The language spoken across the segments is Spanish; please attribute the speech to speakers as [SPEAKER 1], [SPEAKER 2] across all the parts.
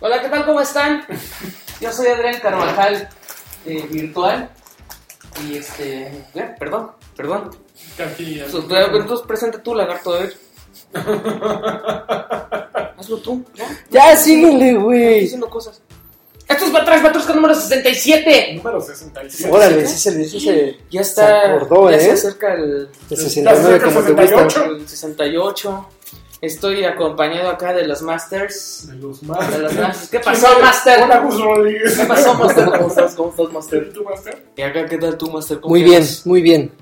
[SPEAKER 1] Hola, ¿qué tal? ¿Cómo están? Yo soy Adrián Carvajal eh, Virtual. Y este. ya, perdón, perdón.
[SPEAKER 2] Tranquilidad.
[SPEAKER 1] Entonces, tú- Entonces, presente tú, lagarto, a ver. Hazlo tú, ¿no?
[SPEAKER 3] Ya, síguele,
[SPEAKER 1] Estoy
[SPEAKER 3] güey.
[SPEAKER 1] diciendo cosas. Esto es Batrash, Batrusca número 67.
[SPEAKER 2] Número 67.
[SPEAKER 3] Órale, sí se le sí se-
[SPEAKER 1] Ya está.
[SPEAKER 3] Se acordó,
[SPEAKER 1] ya se
[SPEAKER 3] ¿eh?
[SPEAKER 1] acerca el,
[SPEAKER 3] de 69 como te gusta.
[SPEAKER 2] 68.
[SPEAKER 1] el 68. Estoy acompañado acá de los Masters.
[SPEAKER 2] De los
[SPEAKER 1] De
[SPEAKER 2] más.
[SPEAKER 1] los Masters. ¿Qué pasó, Master?
[SPEAKER 2] Hola, Gus Rodríguez.
[SPEAKER 1] ¿Qué pasó, Master? ¿Cómo estás? ¿Cómo estás, Master?
[SPEAKER 2] ¿Tú, Master?
[SPEAKER 1] ¿Y acá qué tal tú, Master? ¿Cómo
[SPEAKER 3] Muy
[SPEAKER 1] te
[SPEAKER 3] bien,
[SPEAKER 1] llamas?
[SPEAKER 3] muy bien.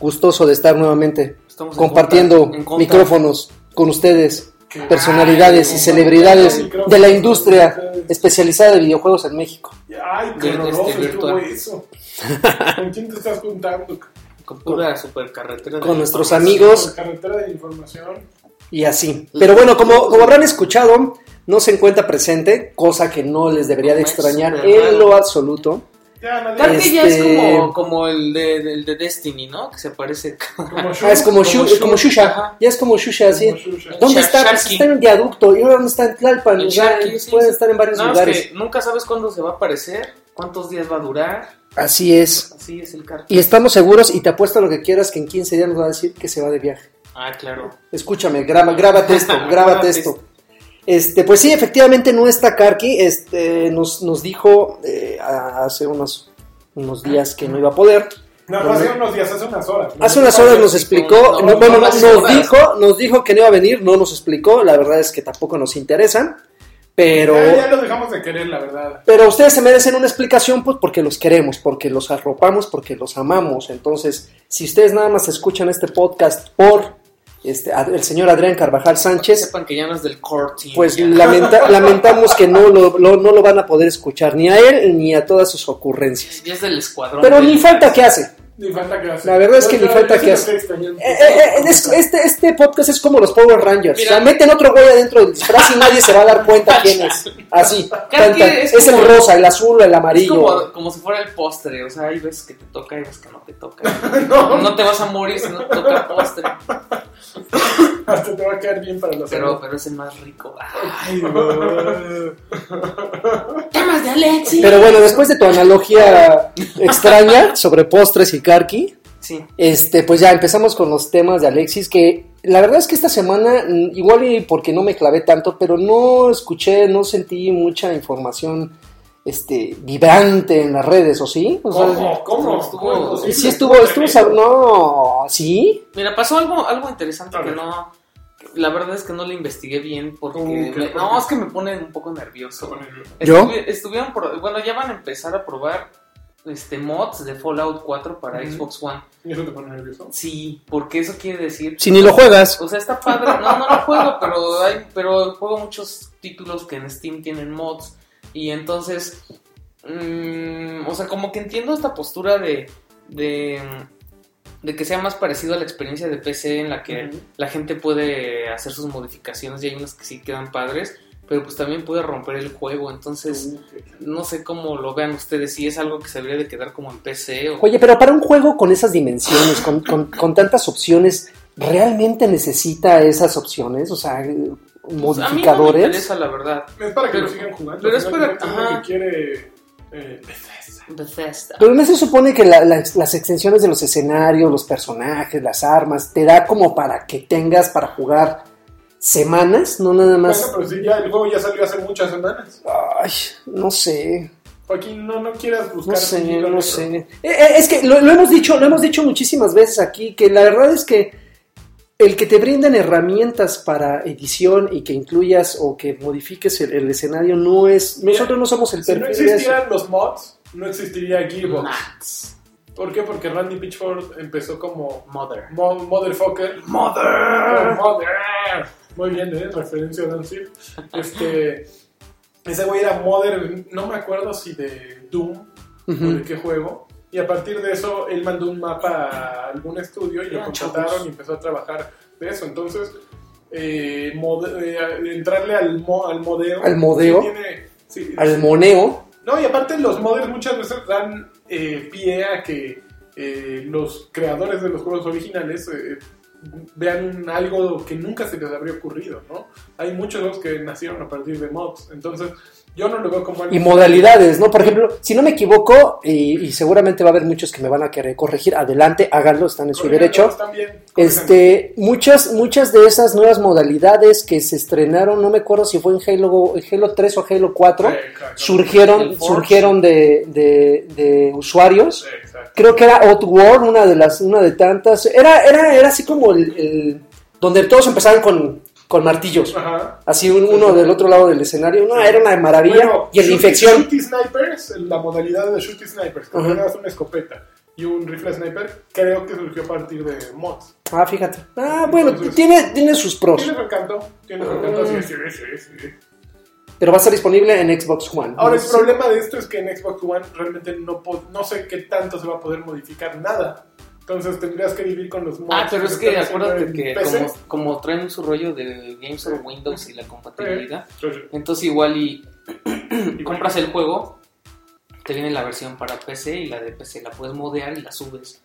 [SPEAKER 3] Gustoso de estar nuevamente
[SPEAKER 1] Estamos en
[SPEAKER 3] compartiendo
[SPEAKER 1] contra- en contra.
[SPEAKER 3] micrófonos con ustedes, personalidades
[SPEAKER 1] Ay,
[SPEAKER 3] y celebridades
[SPEAKER 2] micrófonos.
[SPEAKER 3] de la industria especializada de videojuegos en México.
[SPEAKER 2] Ay,
[SPEAKER 1] Desde
[SPEAKER 2] qué horroroso
[SPEAKER 1] este
[SPEAKER 2] estuvo
[SPEAKER 1] virtual.
[SPEAKER 2] eso. ¿Con quién te estás juntando?
[SPEAKER 1] Con pura supercarretera. de
[SPEAKER 3] Con nuestros
[SPEAKER 1] información.
[SPEAKER 3] amigos
[SPEAKER 2] Carretera de información.
[SPEAKER 3] y así. Pero bueno, como, como habrán escuchado, no se encuentra presente, cosa que no les debería de
[SPEAKER 1] No, es
[SPEAKER 3] extrañar
[SPEAKER 1] súper raro.
[SPEAKER 3] en lo absoluto.
[SPEAKER 2] Ya, nadie.
[SPEAKER 1] Creo que ya es
[SPEAKER 3] Este-
[SPEAKER 1] como, como el, de, el de Destiny, ¿no? Que se parece.
[SPEAKER 2] Como yo.
[SPEAKER 3] Ah, es como,
[SPEAKER 1] Como
[SPEAKER 3] Shu-
[SPEAKER 1] Shu-
[SPEAKER 3] como Shusha,
[SPEAKER 1] ajá.
[SPEAKER 3] ya es como Shusha, así.
[SPEAKER 2] Como Shusha.
[SPEAKER 3] ¿Dónde
[SPEAKER 1] Shar-
[SPEAKER 3] está? Pues
[SPEAKER 1] Sharky.
[SPEAKER 3] está en el viaducto y ahora no está en Tlalpan.
[SPEAKER 1] El
[SPEAKER 3] o sea,
[SPEAKER 1] Sharky, sí,
[SPEAKER 3] pueden
[SPEAKER 1] sí.
[SPEAKER 3] estar en varios
[SPEAKER 1] No,
[SPEAKER 3] lugares.
[SPEAKER 1] es que nunca sabes cuándo se va a aparecer, cuántos días va a durar.
[SPEAKER 3] Así es.
[SPEAKER 1] Así es el carro.
[SPEAKER 3] Y estamos seguros y te apuesto lo que quieras que en 15 días nos va a decir que se va de viaje.
[SPEAKER 1] Ah, claro.
[SPEAKER 3] Escúchame, graba, grábate esto, grábate esto. Este, pues sí, efectivamente no está Karki, este, nos, nos dijo eh, a- hace unos, unos días que no iba a poder.
[SPEAKER 2] No, no, hace unos días, hace unas horas.
[SPEAKER 3] Hace unas horas nos
[SPEAKER 1] No,
[SPEAKER 3] explicó,
[SPEAKER 1] no,
[SPEAKER 3] no, bueno,
[SPEAKER 1] no,
[SPEAKER 3] nos
[SPEAKER 1] no, no.
[SPEAKER 3] dijo, nos dijo que no iba a venir, no nos explicó, la verdad es que tampoco nos interesa, pero...
[SPEAKER 2] Ya, ya lo dejamos de querer, la verdad.
[SPEAKER 3] Pero ustedes se merecen una explicación pues porque los queremos, porque los arropamos, porque los amamos. Entonces, si ustedes nada más escuchan este podcast por este, Ad- el señor Adrián Carvajal
[SPEAKER 1] Que
[SPEAKER 3] Sánchez,
[SPEAKER 1] sepan que ya no es del core team.
[SPEAKER 3] pues
[SPEAKER 1] ya.
[SPEAKER 3] lamenta- lamentamos que no lo, lo- no lo van a poder escuchar, ni a él ni a todas sus ocurrencias.
[SPEAKER 1] Ya es del escuadrón.
[SPEAKER 3] Pero
[SPEAKER 1] del-
[SPEAKER 3] ni falta que hace.
[SPEAKER 2] Ni falta que hace.
[SPEAKER 3] La verdad es que
[SPEAKER 2] Yo-
[SPEAKER 3] ni
[SPEAKER 2] yo-
[SPEAKER 3] falta
[SPEAKER 2] yo sí
[SPEAKER 3] que
[SPEAKER 2] lo
[SPEAKER 3] hace.
[SPEAKER 2] estoy extrañando.
[SPEAKER 3] Eh, eh, eh, es- este, este podcast es como los Power Rangers.
[SPEAKER 1] Mira.
[SPEAKER 3] o sea, meten otro güey adentro del disfraz y nadie se va a dar cuenta quién es. Así. tan, tan.
[SPEAKER 1] es
[SPEAKER 3] Es,
[SPEAKER 1] como-
[SPEAKER 3] el rosa, el azul, el
[SPEAKER 1] Es
[SPEAKER 3] amarillo.
[SPEAKER 1] como, como si fuera el postre, o sea, hay veces que te toca y veces que no te toca. no. te vas a morir si no te toca el postre.
[SPEAKER 2] Hasta te va a quedar bien para la
[SPEAKER 1] Pero,
[SPEAKER 2] salud.
[SPEAKER 1] pero es el más rico. Ah.
[SPEAKER 2] Ay, no.
[SPEAKER 1] Temas de Alexi.
[SPEAKER 3] Pero bueno, después de tu analogía extraña sobre postres y karki,
[SPEAKER 1] Sí.
[SPEAKER 3] este, pues ya empezamos con los temas de Alexis, que la verdad es que esta semana, mm, igual y porque no me clavé tanto, pero no escuché, no sentí mucha información este, vibrante en las redes, ¿o sí? O sea,
[SPEAKER 2] ¿Cómo? ¿Cómo?
[SPEAKER 1] estuvo-
[SPEAKER 2] ¿Cómo es
[SPEAKER 3] Sí
[SPEAKER 2] posible?
[SPEAKER 3] estuvo, estuvo, sab- no, ¿sí?
[SPEAKER 1] Mira, pasó algo, algo interesante
[SPEAKER 2] A
[SPEAKER 1] que
[SPEAKER 2] ver.
[SPEAKER 1] no. que La verdad es que no lo investigué bien porque.
[SPEAKER 2] Uh, qué
[SPEAKER 1] me- no,
[SPEAKER 2] fuerte.
[SPEAKER 1] es que me pone un poco nervioso.
[SPEAKER 3] ¿Yo?
[SPEAKER 1] Estuvi- estuvieron pro- bueno, ya van a empezar a probar este mods de Fallout 4 para
[SPEAKER 2] Ujú.
[SPEAKER 1] Xbox One.
[SPEAKER 2] ¿Y eso te pone nervioso?
[SPEAKER 1] Sí, porque eso quiere decir
[SPEAKER 3] Si ni lo juegas.
[SPEAKER 1] O sea, está padre. No, no lo juego, pero, hay, pero juego muchos títulos que en Steam tienen mods. Y entonces, mm, o sea, como que entiendo esta postura de, de, de que sea más parecido a la experiencia de PC en la que
[SPEAKER 2] Ujú.
[SPEAKER 1] la gente puede hacer sus modificaciones y hay unas que sí quedan padres, pero pues también puede romper el juego. Entonces, no sé cómo lo vean ustedes, si es algo que se debería de quedar como en PC o...
[SPEAKER 3] Oye, pero para un juego con esas dimensiones, con, con- con tantas opciones, ¿realmente necesita esas opciones? O sea,
[SPEAKER 1] Pues, a mí
[SPEAKER 3] modificadores.
[SPEAKER 1] no me interesa, la verdad.
[SPEAKER 2] Es para que
[SPEAKER 1] Pero-
[SPEAKER 2] lo sigan jugando.
[SPEAKER 1] pero es
[SPEAKER 2] si no,
[SPEAKER 1] para-
[SPEAKER 2] es lo
[SPEAKER 1] ajá.
[SPEAKER 2] que quiere. Eh, Bethesda.
[SPEAKER 1] Bethesda.
[SPEAKER 3] Pero no se supone que la- la- las extensiones de los escenarios, los personajes, las armas, te da como para que tengas para jugar semanas, no nada
[SPEAKER 2] Bueno,
[SPEAKER 3] más.
[SPEAKER 2] pero sí, ya el juego ya salió hace muchas semanas.
[SPEAKER 3] Ay, no sé,
[SPEAKER 2] Joaquín, no, no quieras buscar.
[SPEAKER 3] no sé,
[SPEAKER 2] un hilo
[SPEAKER 3] no
[SPEAKER 2] negro.
[SPEAKER 3] sé. Eh, eh, Es que lo, lo hemos dicho, lo hemos dicho muchísimas veces aquí, que la verdad es que el que te brinden herramientas para edición y que incluyas o que modifiques el, el escenario no es.
[SPEAKER 2] Mira,
[SPEAKER 3] Nosotros no somos el
[SPEAKER 2] Si no
[SPEAKER 3] perfil de eso.
[SPEAKER 2] existieran los mods, no existiría Gearbox.
[SPEAKER 1] Nuts.
[SPEAKER 2] ¿Por qué? Porque Randy Pitchford empezó como
[SPEAKER 1] Mother.
[SPEAKER 2] mo- Motherfucker.
[SPEAKER 1] Mother.
[SPEAKER 2] Mother. Muy bien, ¿eh? Referencia a Nancy. Este, ese güey era Mother, no me acuerdo si de Doom o de
[SPEAKER 3] Ujú.
[SPEAKER 2] qué juego. Y a partir de eso, él mandó un mapa a algún estudio y lo
[SPEAKER 1] Ah,
[SPEAKER 2] contrataron
[SPEAKER 1] chavos.
[SPEAKER 2] y empezó a trabajar de eso. Entonces, eh, mod- eh, entrarle al, mo- al modeo.
[SPEAKER 3] ¿Al modeo?
[SPEAKER 2] sí tiene- sí,
[SPEAKER 3] Al moneo.
[SPEAKER 2] no, y aparte los modders muchas veces dan eh, pie a que eh, los creadores de los juegos originales eh, vean algo que nunca se les habría ocurrido, ¿no? Hay muchos juegos que nacieron a partir de mods, entonces Yo no lo veo como algo.
[SPEAKER 3] Y modalidades, ¿no? Por ejemplo, si no me equivoco, y, y seguramente va a haber muchos que me van a querer corregir, adelante, háganlo, están en su
[SPEAKER 2] Corríjanlo,
[SPEAKER 3] derecho.
[SPEAKER 2] están bien, corríjanlo.
[SPEAKER 3] Este, muchas, muchas de esas nuevas modalidades que se estrenaron, no me acuerdo si fue en Halo, en Halo 3 o Halo 4,
[SPEAKER 2] Sí, exacto.
[SPEAKER 1] El
[SPEAKER 3] surgieron,
[SPEAKER 1] Forge.
[SPEAKER 3] surgieron de, de- de usuarios.
[SPEAKER 2] Sí, exacto.
[SPEAKER 3] Creo que era Outworld, una de las, una de tantas. Era, era, era así como el, el- donde todos empezaban con, con martillos.
[SPEAKER 2] Ajá.
[SPEAKER 3] Así un- uno del otro lado del escenario. No,
[SPEAKER 2] Sí.
[SPEAKER 3] era una maravilla.
[SPEAKER 2] Bueno,
[SPEAKER 3] y el de
[SPEAKER 2] shoot-
[SPEAKER 3] infección.
[SPEAKER 2] Shooty snipers, la modalidad de shooty snipers, que
[SPEAKER 3] Ajá.
[SPEAKER 2] juegas una escopeta y un rifle sniper, creo que surgió a partir de mods.
[SPEAKER 3] Ah, fíjate. Ah, bueno,
[SPEAKER 2] Entonces- pues,
[SPEAKER 3] tiene, tiene sus pros.
[SPEAKER 2] Tiene su encanto, tiene su
[SPEAKER 1] Ah.
[SPEAKER 2] encanto, sí, sí, sí, sí.
[SPEAKER 3] Pero va a estar disponible en Xbox One.
[SPEAKER 2] Ahora, el
[SPEAKER 3] Sí.
[SPEAKER 2] problema de esto es que en Xbox One realmente no, po- no sé qué tanto se va a poder modificar nada. Entonces tendrías que vivir con los mods.
[SPEAKER 1] Ah, pero es que
[SPEAKER 2] están haciendo
[SPEAKER 1] acuérdate
[SPEAKER 2] en
[SPEAKER 1] que
[SPEAKER 2] PC.
[SPEAKER 1] como, como traen su rollo de Games on Windows y la compatibilidad,
[SPEAKER 2] Entonces,
[SPEAKER 1] entonces igual y
[SPEAKER 2] igual.
[SPEAKER 1] compras el juego, te viene la versión para PC y la de PC la puedes modear y la subes.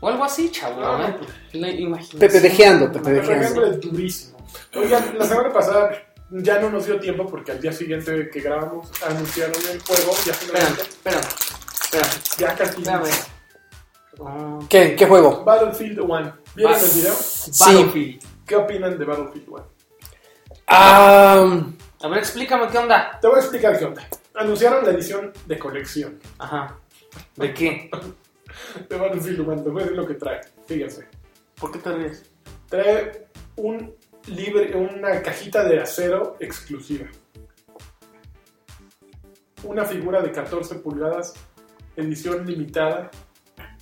[SPEAKER 1] O algo así, chavo.
[SPEAKER 2] Ah,
[SPEAKER 1] ¿eh? La imaginación.
[SPEAKER 3] Pepevejeando, pepevejeando.
[SPEAKER 2] Arrancando es durísimo. Oigan, la semana pasada ya no nos dio tiempo porque al día siguiente que grabamos anunciaron el juego. Ya
[SPEAKER 1] Espérame,
[SPEAKER 2] finalmente,
[SPEAKER 1] espérame, espérame,
[SPEAKER 2] ya casi.
[SPEAKER 1] espérame. Oh,
[SPEAKER 3] ¿Qué? ¿Qué juego?
[SPEAKER 2] Battlefield 1. ¿Vieron
[SPEAKER 1] Bas-
[SPEAKER 2] el video?
[SPEAKER 1] Ah, Battlefield.
[SPEAKER 2] ¿Qué opinan de Battlefield 1?
[SPEAKER 3] Ah,
[SPEAKER 1] A ver, explícame qué onda.
[SPEAKER 2] Te voy a explicar qué onda. Anunciaron la edición de colección
[SPEAKER 1] Ajá. ¿De qué?
[SPEAKER 2] de Battlefield 1. Les voy a decir lo que trae. Fíjense.
[SPEAKER 1] ¿Por qué te ríes?
[SPEAKER 2] Trae un libre, una cajita de acero exclusiva. Una figura de 14 pulgadas, edición limitada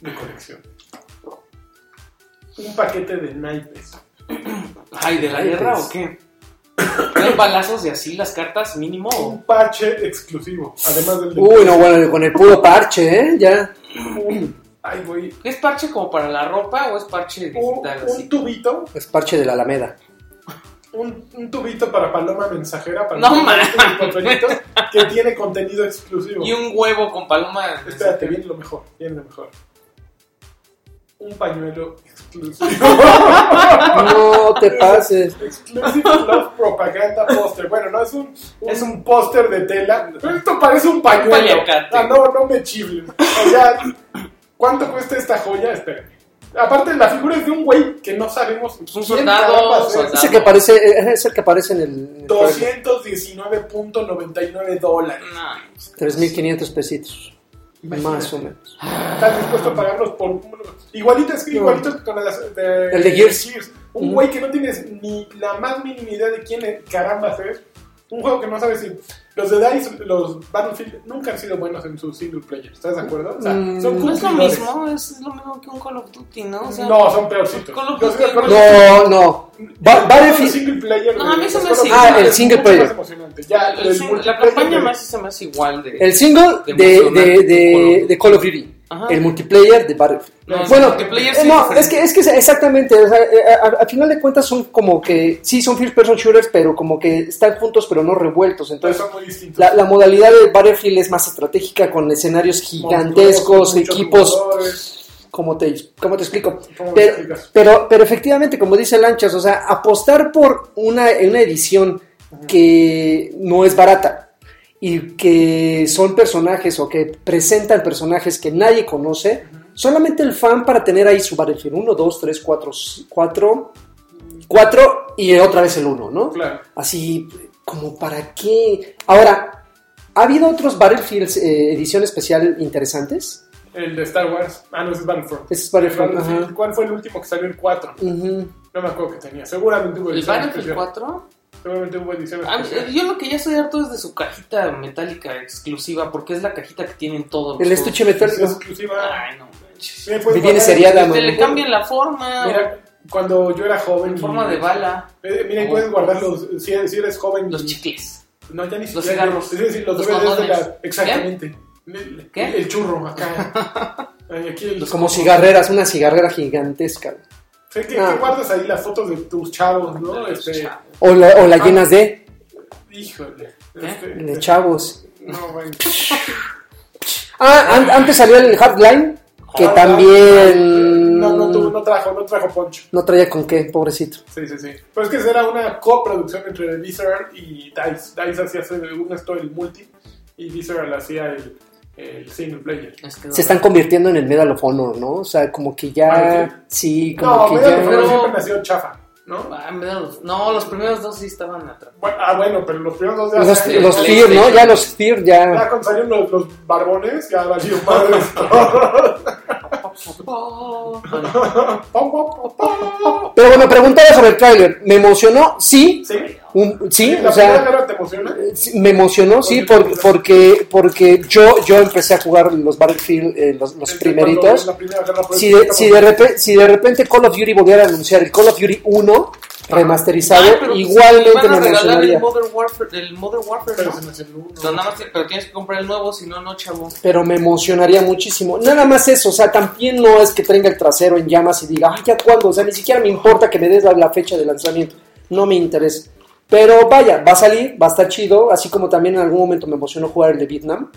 [SPEAKER 2] de colección. Un paquete de naipes.
[SPEAKER 1] Ay, ¿de la
[SPEAKER 3] Ay,
[SPEAKER 1] guerra
[SPEAKER 3] pues.
[SPEAKER 1] o qué? ¿Traen balazos y así las cartas mínimo?
[SPEAKER 2] Un parche exclusivo, además del de-
[SPEAKER 3] uy, no, bueno, con el puro parche, ¿eh? Ya.
[SPEAKER 2] un, ay, güey,
[SPEAKER 1] ¿Es parche como para la ropa o es parche
[SPEAKER 2] un,
[SPEAKER 1] digital
[SPEAKER 2] un
[SPEAKER 1] así?
[SPEAKER 2] tubito,
[SPEAKER 3] Es parche de la Alameda.
[SPEAKER 2] un, un tubito para paloma mensajera, para
[SPEAKER 1] No
[SPEAKER 2] los
[SPEAKER 1] mames.
[SPEAKER 2] papelitos, que tiene contenido exclusivo.
[SPEAKER 1] Y un huevo con paloma.
[SPEAKER 2] Espérate, viene lo mejor, viene lo mejor. Un pañuelo exclusivo.
[SPEAKER 3] No te pases.
[SPEAKER 2] Exclusive Love Propaganda Poster. Bueno, no es un, un-
[SPEAKER 1] Es
[SPEAKER 2] un póster de tela. Pero esto parece un pañuelo.
[SPEAKER 1] paliacate.
[SPEAKER 2] Ah, no, no me chiblen. O sea, ¿cuánto cuesta esta joya? Espérame. Aparte, la figura es de un güey que no sabemos.
[SPEAKER 1] Pues un
[SPEAKER 2] quién
[SPEAKER 1] soldado,
[SPEAKER 2] caramba es.
[SPEAKER 1] soldado.
[SPEAKER 3] Ese que aparece, eh, es el que aparece en el.
[SPEAKER 2] 219.99 dólares.
[SPEAKER 1] No,
[SPEAKER 3] 3.500 pesitos.
[SPEAKER 2] Imagínate.
[SPEAKER 3] Más o menos.
[SPEAKER 2] ¿Estás dispuesto a pagarlos por uno? Igualito es que
[SPEAKER 3] No.
[SPEAKER 2] igualito que con las de,
[SPEAKER 3] El de Gears.
[SPEAKER 2] Un
[SPEAKER 3] Ujú.
[SPEAKER 2] güey que no tienes ni la más mínima idea de quién es, caramba es. Un juego que no sabes si. Los de Dice, los Battlefield, nunca han sido buenos en su single player. ¿Estás de acuerdo? O sea,
[SPEAKER 3] Mm.
[SPEAKER 2] son
[SPEAKER 1] no es lo
[SPEAKER 2] cumplidores.
[SPEAKER 1] mismo, es, es lo mismo que un Call of Duty, ¿no? O sea,
[SPEAKER 2] No, son peorcitos.
[SPEAKER 1] Call of
[SPEAKER 2] Yo estoy de
[SPEAKER 1] Duty-
[SPEAKER 2] acuerdo.
[SPEAKER 3] No, no. Ba-
[SPEAKER 2] El
[SPEAKER 3] Battlefield.
[SPEAKER 2] single player.
[SPEAKER 1] No, a mí se me
[SPEAKER 2] los
[SPEAKER 1] hace
[SPEAKER 2] juegos
[SPEAKER 1] igual.
[SPEAKER 2] son
[SPEAKER 1] Ah, el
[SPEAKER 3] single
[SPEAKER 2] mucho más
[SPEAKER 3] player.
[SPEAKER 2] emocionante. Ya,
[SPEAKER 1] el
[SPEAKER 2] el
[SPEAKER 1] sing- la
[SPEAKER 2] multiplayer
[SPEAKER 1] campaña
[SPEAKER 2] de-
[SPEAKER 1] más se me hace igual de.
[SPEAKER 3] El single de, de, de, de Call of Duty.
[SPEAKER 1] Ajá.
[SPEAKER 3] El multiplayer de Battlefield.
[SPEAKER 1] No, el
[SPEAKER 3] bueno,
[SPEAKER 1] multiplayer
[SPEAKER 3] eh,
[SPEAKER 1] sí
[SPEAKER 3] no,
[SPEAKER 1] diferente.
[SPEAKER 3] es que, es que exactamente, o sea, eh, a- a- al final de cuentas son como que, sí, son first person shooters, pero como que están juntos pero no revueltos,
[SPEAKER 2] Entonces
[SPEAKER 3] entonces
[SPEAKER 2] son muy distintos.
[SPEAKER 3] la, la modalidad de Battlefield es más estratégica con escenarios gigantescos,
[SPEAKER 2] Muchos
[SPEAKER 3] equipos,
[SPEAKER 2] jugadores.
[SPEAKER 3] como te, cómo te explico?
[SPEAKER 2] ¿Cómo
[SPEAKER 3] Pero,
[SPEAKER 2] me explicas?
[SPEAKER 3] pero, pero efectivamente, como dice Lanchas, o sea, apostar por una, una edición que no es barata y que son personajes o que presentan personajes que nadie conoce, solamente el fan para tener ahí su Battlefield 1, 2, 3, 4, 4, 4 y otra vez el 1, ¿no?
[SPEAKER 2] Claro.
[SPEAKER 3] Así, como para qué. Ahora, ¿ha habido otros Battlefields eh, edición especial interesantes?
[SPEAKER 2] El de Star Wars. Ah, no, ese es Battlefront.
[SPEAKER 3] Ese es Battlefront,
[SPEAKER 2] Battlefield,
[SPEAKER 3] ajá.
[SPEAKER 2] ¿Cuál fue el último que salió? El 4.
[SPEAKER 3] Ujú.
[SPEAKER 2] No me acuerdo que tenía. Seguramente hubo
[SPEAKER 1] ¿El Ah,
[SPEAKER 2] edición
[SPEAKER 1] Battlefield
[SPEAKER 2] especial.
[SPEAKER 1] 4?
[SPEAKER 2] Seguramente hubo edición
[SPEAKER 1] A mí-
[SPEAKER 2] especial.
[SPEAKER 1] yo lo que ya estoy harto es de su cajita metálica exclusiva, porque es la cajita que tienen todos. los
[SPEAKER 3] El
[SPEAKER 1] juegos.
[SPEAKER 3] estuche
[SPEAKER 2] Es
[SPEAKER 3] metálico.
[SPEAKER 2] exclusiva.
[SPEAKER 1] Ay, no manches.
[SPEAKER 2] Me puedes
[SPEAKER 3] viene
[SPEAKER 2] pagar-
[SPEAKER 3] seriada,
[SPEAKER 1] Que le
[SPEAKER 3] mano.
[SPEAKER 1] cambian la forma,
[SPEAKER 2] Mira, cuando yo era joven.
[SPEAKER 1] en forma de bala, Oh.
[SPEAKER 2] Eh, mira, y puedes guardar los. Si eres, si eres joven.
[SPEAKER 1] los chicles.
[SPEAKER 2] No, ya ni
[SPEAKER 1] Los
[SPEAKER 2] siquiera.
[SPEAKER 1] cigarros.
[SPEAKER 2] Es decir, los,
[SPEAKER 1] Los
[SPEAKER 2] DVDs de
[SPEAKER 1] condones.
[SPEAKER 2] la. Exactamente. El-
[SPEAKER 1] ¿Qué?
[SPEAKER 2] El churro acá. Ay, Aquí el-
[SPEAKER 3] Como cigarreras, una cigarrera gigantesca.
[SPEAKER 2] Sé que,
[SPEAKER 3] Ah.
[SPEAKER 2] que guardas ahí las fotos de tus chavos, ¿no? Este,
[SPEAKER 3] O la, o la llenas de,
[SPEAKER 1] ¿Eh?
[SPEAKER 2] híjole.
[SPEAKER 3] de
[SPEAKER 2] Este,
[SPEAKER 3] chavos.
[SPEAKER 2] no, bueno.
[SPEAKER 3] Ah, an- antes salió el Hardline, que
[SPEAKER 2] Ah,
[SPEAKER 3] también...
[SPEAKER 2] No, no, tuvo- no, no trajo, no trajo Poncho.
[SPEAKER 3] No traía con qué, pobrecito.
[SPEAKER 2] Sí, sí, sí. Pero es que esa era una coproducción entre Blizzard y DICE. DICE hacía hacer un story multi y Blizzard hacía el, el single player.
[SPEAKER 1] Es que no-
[SPEAKER 3] Se están convirtiendo en el Medal of Honor, ¿no? O sea, como que
[SPEAKER 2] Battlefield.
[SPEAKER 3] ya. Sí,
[SPEAKER 2] No,
[SPEAKER 3] como que
[SPEAKER 2] Medal of
[SPEAKER 3] ya.
[SPEAKER 2] Honor
[SPEAKER 1] No.
[SPEAKER 2] siempre nació chafa, ¿no?
[SPEAKER 1] Ah, me da los- No, los primeros dos sí estaban atrás.
[SPEAKER 2] Bueno, ah, bueno, pero los primeros dos de
[SPEAKER 3] Los,
[SPEAKER 2] hace-
[SPEAKER 3] los Fear, ¿no? Ya los Fear,
[SPEAKER 2] Ya
[SPEAKER 3] ya.
[SPEAKER 2] cuando salieron los, los barbones, ya valió madres.
[SPEAKER 1] Bueno,
[SPEAKER 2] Pom, pom, pom, pom.
[SPEAKER 3] Pero bueno, preguntaba sobre el tráiler. ¿Me emocionó? Sí.
[SPEAKER 2] ¿Sí?
[SPEAKER 3] Un- sí,
[SPEAKER 2] ¿La
[SPEAKER 3] o sea. eh,
[SPEAKER 2] primera guerra te emociona?
[SPEAKER 3] Sí, me emocionó, sí,
[SPEAKER 2] Porque-
[SPEAKER 3] por- porque, porque yo, yo empecé a jugar los Battlefield, eh, los, los
[SPEAKER 2] Desde cuando
[SPEAKER 3] primeritos.
[SPEAKER 2] la primera guerra fue-
[SPEAKER 3] Si de, si, de repente, si de repente Call of Duty volviera a anunciar el Call of Duty 1 remasterizado,
[SPEAKER 1] pero pues,
[SPEAKER 3] igualmente
[SPEAKER 1] van a
[SPEAKER 3] me
[SPEAKER 1] regalar el
[SPEAKER 3] emocionaría.
[SPEAKER 1] Modern Warfare, el Modern Warfare,
[SPEAKER 2] Pero
[SPEAKER 1] ¿no?
[SPEAKER 2] se me hace el uno.
[SPEAKER 1] No, nada más, que- pero tienes que comprar el nuevo, si no, no, chavo.
[SPEAKER 3] Pero me emocionaría muchísimo. Nada más eso, o sea, también no es que tenga el trasero en llamas y diga, ay, ¿ya cuándo? O sea, ni siquiera me importa que me des la, la fecha de lanzamiento. No me interesa. Pero vaya, va a salir, va a estar chido, así como también en algún momento me emocionó jugar el de Vietnam.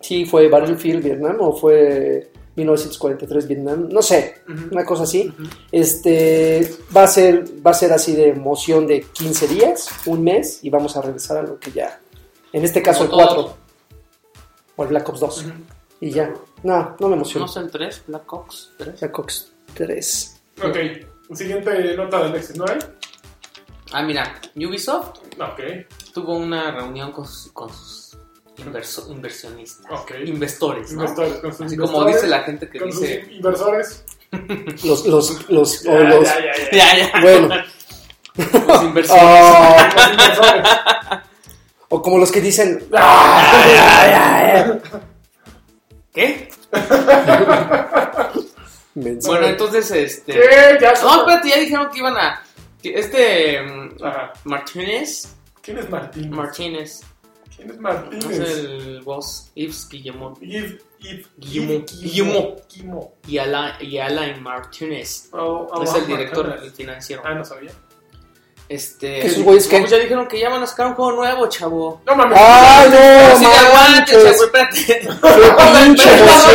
[SPEAKER 3] Sí, fue Battlefield Vietnam o fue 1943 Vietnam, no sé,
[SPEAKER 2] Ujú.
[SPEAKER 3] una cosa así. Este va a ser va a ser así de emoción de 15 días, un mes y vamos a regresar a lo que ya en este caso el
[SPEAKER 1] Como todos.
[SPEAKER 3] 4 o el Black Ops 2
[SPEAKER 2] Ujú.
[SPEAKER 3] y ya. No, no me emociono.
[SPEAKER 1] No sé, el 3, Black Ops 3.
[SPEAKER 3] Black Ops 3.
[SPEAKER 2] Ok, siguiente nota de Alexis, ¿no hay?
[SPEAKER 1] Ah, mira, Ubisoft
[SPEAKER 2] Ok,
[SPEAKER 1] tuvo una reunión con sus, con sus inverso- inversionistas,
[SPEAKER 2] ok. Pues
[SPEAKER 1] investores, ¿no?
[SPEAKER 2] Inversores, con sus
[SPEAKER 1] Así
[SPEAKER 2] inversores,
[SPEAKER 1] como dice la gente que
[SPEAKER 2] Con sus
[SPEAKER 1] dice...
[SPEAKER 2] inversores.
[SPEAKER 3] Los los los,
[SPEAKER 2] Ya,
[SPEAKER 3] o los-
[SPEAKER 2] ya, ya, ya.
[SPEAKER 1] Ya, ya,
[SPEAKER 3] bueno,
[SPEAKER 1] los inversores.
[SPEAKER 3] oh,
[SPEAKER 2] Los inversores.
[SPEAKER 3] o como los que dicen
[SPEAKER 2] Ah.
[SPEAKER 1] ¿Qué?
[SPEAKER 3] "Menso".
[SPEAKER 1] Bueno, entonces, este...
[SPEAKER 2] ¿Qué? Ya
[SPEAKER 1] No, espérate, ya dijeron que iban a... que este... mm,
[SPEAKER 2] Ajá.
[SPEAKER 1] Martínez...
[SPEAKER 2] ¿Quién es Martín?
[SPEAKER 1] Martínez.
[SPEAKER 2] ¿Quién es
[SPEAKER 1] Es
[SPEAKER 2] Martínez?
[SPEAKER 1] el boss Yves Guillemot
[SPEAKER 2] Yves- Yves-
[SPEAKER 1] Guillemot.
[SPEAKER 2] Yves
[SPEAKER 1] Guillemot.
[SPEAKER 2] Guillemot.
[SPEAKER 1] y Alain, y Alain Martínez.
[SPEAKER 2] Oh, oh,
[SPEAKER 1] es
[SPEAKER 2] ah,
[SPEAKER 1] el director
[SPEAKER 2] Martínez.
[SPEAKER 1] financiero.
[SPEAKER 2] Ah, no sabía.
[SPEAKER 1] Este.
[SPEAKER 3] Esos güeyes
[SPEAKER 1] no,
[SPEAKER 3] que-
[SPEAKER 1] pues ya dijeron que ya van a sacar un juego nuevo, chavo.
[SPEAKER 2] No mames.
[SPEAKER 1] Ah,
[SPEAKER 3] Ay, no,
[SPEAKER 1] Sí, aguante, chavo,
[SPEAKER 3] manches.
[SPEAKER 1] espérate.
[SPEAKER 3] Qué pinche
[SPEAKER 1] Pero,
[SPEAKER 3] emoción.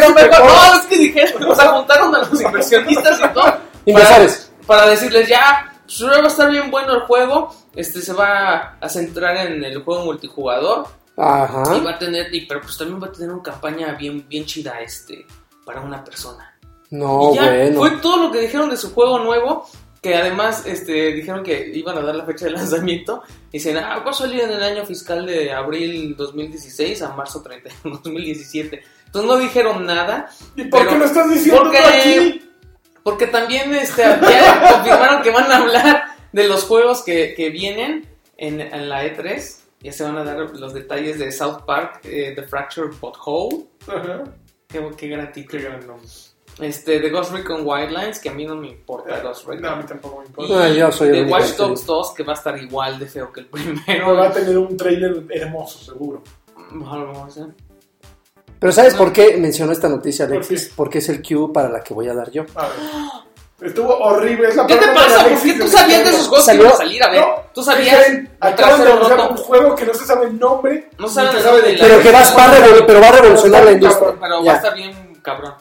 [SPEAKER 1] no, no, pero, No, es que dijeron, o sea, juntaron a los inversionistas y todo.
[SPEAKER 3] Inversores.
[SPEAKER 1] Para, para decirles, ya, pues, va a estar bien bueno el juego. Este se va a centrar en el juego multijugador. Y
[SPEAKER 3] Ajá.
[SPEAKER 1] va a tener, y, pero pues también va a tener una campaña bien, bien chida, este, para una persona.
[SPEAKER 3] No,
[SPEAKER 1] Y ya,
[SPEAKER 3] bueno.
[SPEAKER 1] Fue todo lo que dijeron de su juego nuevo. Que además este, dijeron que iban a dar la fecha de lanzamiento. Dicen, ah, va a salir en el año fiscal de abril 2016 a marzo 30 de 2017. Entonces no dijeron nada.
[SPEAKER 2] ¿Y por
[SPEAKER 1] Pero-
[SPEAKER 2] qué lo estás diciendo
[SPEAKER 1] porque-
[SPEAKER 2] tú aquí?
[SPEAKER 1] Porque también este, ya confirmaron que van a hablar de los juegos que, que vienen en, en la E3. Ya se van a dar los detalles de South Park, eh, The Fractured Butthole.
[SPEAKER 2] Ajá.
[SPEAKER 1] Qué, qué gran título.
[SPEAKER 2] Qué gran nombre.
[SPEAKER 1] Este, de Ghost Recon Wildlands, que a mí no me importa Ghost
[SPEAKER 2] Eh, No,
[SPEAKER 1] Recon.
[SPEAKER 2] a mí tampoco me
[SPEAKER 1] Y
[SPEAKER 2] importa.
[SPEAKER 3] Ah, yo soy el
[SPEAKER 1] de
[SPEAKER 3] único
[SPEAKER 1] Watch
[SPEAKER 3] que-
[SPEAKER 1] Dogs 2, que va a estar igual de feo que el primero.
[SPEAKER 2] Pero va a tener un trailer hermoso, seguro.
[SPEAKER 1] A lo mejor, ¿sí?
[SPEAKER 3] Pero ¿sabes por qué mencionó esta noticia,
[SPEAKER 2] ¿Por
[SPEAKER 3] Alexis?
[SPEAKER 2] qué?
[SPEAKER 3] Porque es el cue para la que voy a dar yo.
[SPEAKER 2] A ver. Estuvo horrible. Es la
[SPEAKER 1] ¿Qué te
[SPEAKER 2] peor
[SPEAKER 1] pasa?
[SPEAKER 2] nota
[SPEAKER 1] ¿Por qué
[SPEAKER 2] Alexis
[SPEAKER 1] tú
[SPEAKER 2] del
[SPEAKER 1] sabías de
[SPEAKER 2] mundo.
[SPEAKER 1] esos juegos que
[SPEAKER 3] Salió-
[SPEAKER 1] iban a salir? A ver,
[SPEAKER 2] No,
[SPEAKER 1] ¿tú
[SPEAKER 2] ¿qué
[SPEAKER 1] sabías?
[SPEAKER 2] creen? Acaban de
[SPEAKER 1] Trasero
[SPEAKER 2] anunciar
[SPEAKER 1] roto.
[SPEAKER 2] un juego que no se sabe el nombre.
[SPEAKER 1] No
[SPEAKER 2] ni
[SPEAKER 1] saben
[SPEAKER 2] se
[SPEAKER 1] el
[SPEAKER 2] sabe
[SPEAKER 1] nombre
[SPEAKER 2] de
[SPEAKER 1] de la-
[SPEAKER 3] Pero que vas- va a, revol- pero va a revolucionar la industria.
[SPEAKER 1] Pero va a
[SPEAKER 3] Ya.
[SPEAKER 1] estar bien cabrón.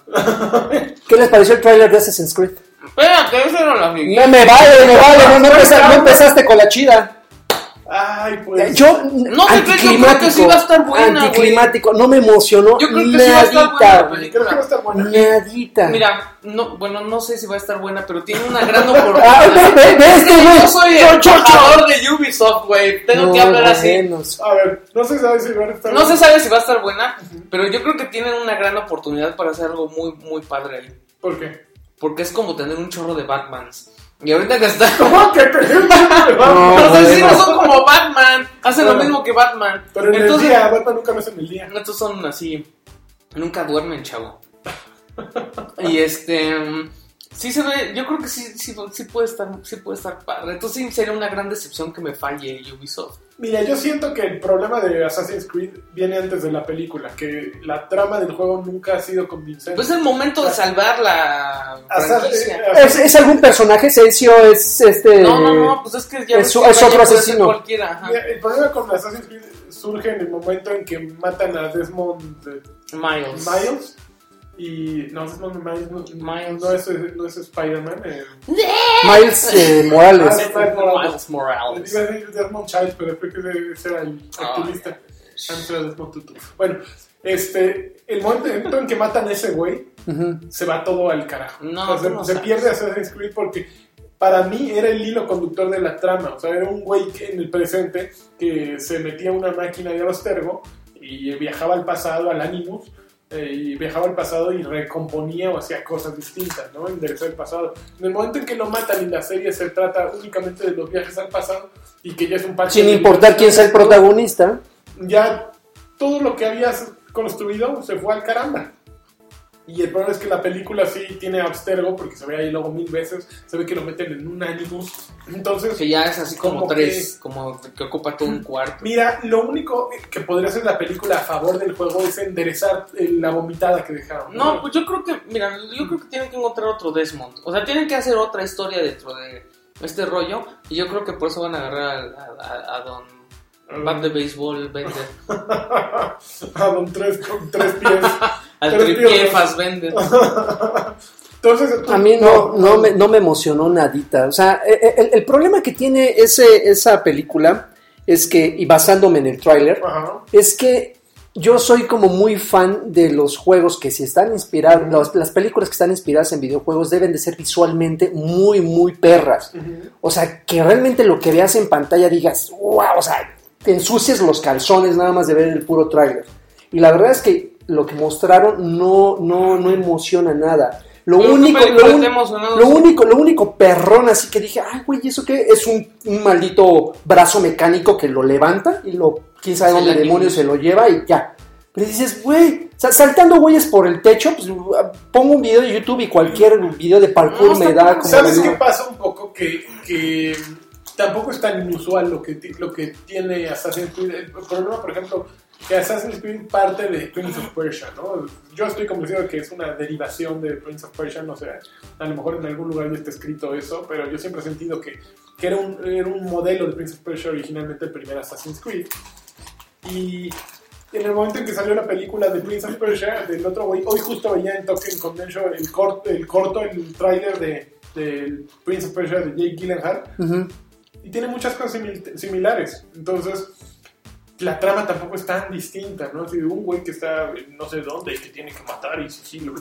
[SPEAKER 3] ¿Qué les pareció el tráiler de Assassin's Creed?
[SPEAKER 1] Espérate, eso no lo vi.
[SPEAKER 3] No me vale, me vale, no, no empezaste, no empezaste con la chida.
[SPEAKER 2] Ay, pues.
[SPEAKER 3] Yo,
[SPEAKER 1] No, te creo, yo creo que sí va a estar buena,
[SPEAKER 3] Anticlimático, no me emocionó
[SPEAKER 1] Yo creo que sí va a estar buena la
[SPEAKER 3] nadita.
[SPEAKER 1] película.
[SPEAKER 2] Creo que va a estar buena.
[SPEAKER 3] Nadita.
[SPEAKER 1] Mira, no, bueno, no sé si va a estar buena, pero tiene una gran
[SPEAKER 3] Ah, ve,
[SPEAKER 1] oportunidad.
[SPEAKER 3] ve, ve este güey.
[SPEAKER 1] Yo soy
[SPEAKER 3] Yo-
[SPEAKER 1] el
[SPEAKER 3] yo-
[SPEAKER 1] chorchador de Ubisoft, güey. Tengo
[SPEAKER 3] No,
[SPEAKER 1] que hablar así.
[SPEAKER 3] buenos.
[SPEAKER 2] A ver, no se sabe si va a estar
[SPEAKER 1] No se
[SPEAKER 2] buena.
[SPEAKER 1] sabe si va a estar buena, pero yo creo que tienen una gran oportunidad para hacer algo muy, muy padre ahí.
[SPEAKER 2] ¿Por qué?
[SPEAKER 1] Porque es como tener un chorro de Batmans. Y ahorita que está.
[SPEAKER 2] ¿Cómo que te
[SPEAKER 3] No,
[SPEAKER 1] o sea, sí,
[SPEAKER 3] bueno.
[SPEAKER 1] no son como Batman. Hacen
[SPEAKER 2] Bueno.
[SPEAKER 1] lo mismo que Batman.
[SPEAKER 2] Pero en
[SPEAKER 1] Entonces,
[SPEAKER 2] el día, Batman nunca no es en el día.
[SPEAKER 1] estos son así. Nunca duermen, chavo. y este. mm, Sí se ve. Yo creo que sí, sí, sí puede estar, sí puede estar padre. Entonces sí sería una gran decepción que me falle Ubisoft.
[SPEAKER 2] Mira, yo siento que el problema de Assassin's Creed viene antes de la película, que la trama del juego nunca ha sido convincente.
[SPEAKER 1] Pues es el momento de salvar la
[SPEAKER 2] Assassin-
[SPEAKER 1] franquicia.
[SPEAKER 2] Assassin-
[SPEAKER 3] ¿Es, es algún personaje, Sergio? ¿Es este.?
[SPEAKER 1] No, no, no, pues es que ya
[SPEAKER 3] es
[SPEAKER 1] ves
[SPEAKER 3] su-
[SPEAKER 1] que
[SPEAKER 3] es
[SPEAKER 1] vaya,
[SPEAKER 3] otro
[SPEAKER 1] puede ser
[SPEAKER 3] asesino.
[SPEAKER 1] Cualquiera, ajá.
[SPEAKER 2] Mira, el problema con Assassin's Creed surge en el momento en que matan a Desmond eh,
[SPEAKER 1] Miles.
[SPEAKER 2] Miles Y no, es no, Miles, no,
[SPEAKER 1] Miles.
[SPEAKER 2] no es, no es Spider-Man. eh,
[SPEAKER 3] Miles eh, Morales.
[SPEAKER 1] Miles Morales.
[SPEAKER 2] Iba a decir Desmond Child, pero creo que ese era el
[SPEAKER 1] Ah.
[SPEAKER 2] activista. Antes era Desmond Tutu. Bueno, este, el momento en que matan a ese güey,
[SPEAKER 3] Ujú.
[SPEAKER 2] se va todo al carajo.
[SPEAKER 1] No,
[SPEAKER 2] O sea, se,
[SPEAKER 1] tú no
[SPEAKER 2] se
[SPEAKER 1] sabes.
[SPEAKER 2] pierde Assassin's Creed porque para mí era el hilo conductor de la trama. O sea, era un güey que en el presente que se metía a una máquina de Abstergo y viajaba al pasado, al Animus, eh, y viajaba al pasado y recomponía o hacía cosas distintas, ¿no? Enderezó el pasado. En el momento en que lo matan y la serie se trata únicamente de los viajes al pasado y que ya es un parche
[SPEAKER 3] Sin
[SPEAKER 2] de-
[SPEAKER 3] importar quién sea el protagonista.
[SPEAKER 2] ya todo lo que habías construido se fue al caramba. Y el problema es que la película sí tiene abstergo, porque se ve ahí luego mil veces, se ve que lo meten en un animus. Entonces,
[SPEAKER 1] Que ya es así como
[SPEAKER 2] Como
[SPEAKER 1] tres, como que ocupa todo un cuarto.
[SPEAKER 2] mira, lo único que podría hacer la película a favor del juego es enderezar eh, la vomitada que dejaron.
[SPEAKER 1] No, pues yo creo que, mira, yo creo que tienen que encontrar otro Desmond. O sea, tienen que hacer otra historia dentro de este rollo. Y yo creo que por eso van a agarrar al- a, a- a
[SPEAKER 2] Mm.
[SPEAKER 1] Don Bat de Béisbol Bender.
[SPEAKER 2] Ah, a Don tres, con tres pies.
[SPEAKER 1] Al
[SPEAKER 2] Pero, tío,
[SPEAKER 1] tripié
[SPEAKER 2] no.
[SPEAKER 1] Fassbender.
[SPEAKER 2] Entonces,
[SPEAKER 3] A mí no, no, me, no me emocionó nadita. O sea, eh, el, el problema que tiene ese, esa película es que, y basándome en el tráiler,
[SPEAKER 2] Ajá.
[SPEAKER 3] es que yo soy como muy fan de los juegos que si están inspirados, las, las películas que están inspiradas en videojuegos deben de ser visualmente muy, muy perras.
[SPEAKER 2] Ujú.
[SPEAKER 3] O sea, que realmente lo que veas en pantalla digas, wow, o sea, te ensucias los calzones nada más de ver el puro tráiler. Y la verdad es que lo que mostraron no, no, no emociona nada. Lo
[SPEAKER 1] Pero
[SPEAKER 3] único,
[SPEAKER 1] no me-
[SPEAKER 3] lo,
[SPEAKER 1] no
[SPEAKER 3] un-
[SPEAKER 1] te emocionado,
[SPEAKER 3] lo
[SPEAKER 1] sí.
[SPEAKER 3] único, lo único perrón así que dije, ay, güey, ¿eso qué? Es un, un maldito brazo mecánico que lo levanta y lo, quién sabe
[SPEAKER 1] Se
[SPEAKER 3] dónde
[SPEAKER 1] la
[SPEAKER 3] demonios
[SPEAKER 1] quita.
[SPEAKER 3] se lo lleva y ya. Pero dices, güey, o sea, saltando güeyes por el techo, pues ah, pongo un video de YouTube y cualquier video de parkour
[SPEAKER 1] No,
[SPEAKER 3] me
[SPEAKER 1] está
[SPEAKER 3] da
[SPEAKER 1] cool.
[SPEAKER 3] como...
[SPEAKER 2] ¿Sabes
[SPEAKER 3] de-
[SPEAKER 2] qué pasa un poco? Que, que tampoco es tan inusual lo que, ti- lo que tiene Assassin's Creed. El problema, por ejemplo, que Assassin's Creed parte de Prince of Persia, ¿no? Yo estoy convencido de que es una derivación de Prince of Persia, no sé, a lo mejor en algún lugar ya está escrito eso, pero yo siempre he sentido que, que era, un, era un modelo de Prince of Persia originalmente el primer Assassin's Creed. Y en el momento en que salió la película de Prince of Persia, del otro güey, hoy justo veía en Token Convention el, cort- el corto, el tráiler de, del Prince of Persia de Jake Gyllenhaal,
[SPEAKER 3] Ujú.
[SPEAKER 2] y tiene muchas cosas simil- similares. Entonces, la trama tampoco es tan distinta, ¿no? Así de un güey que está en no sé dónde y que tiene que matar y sigilo.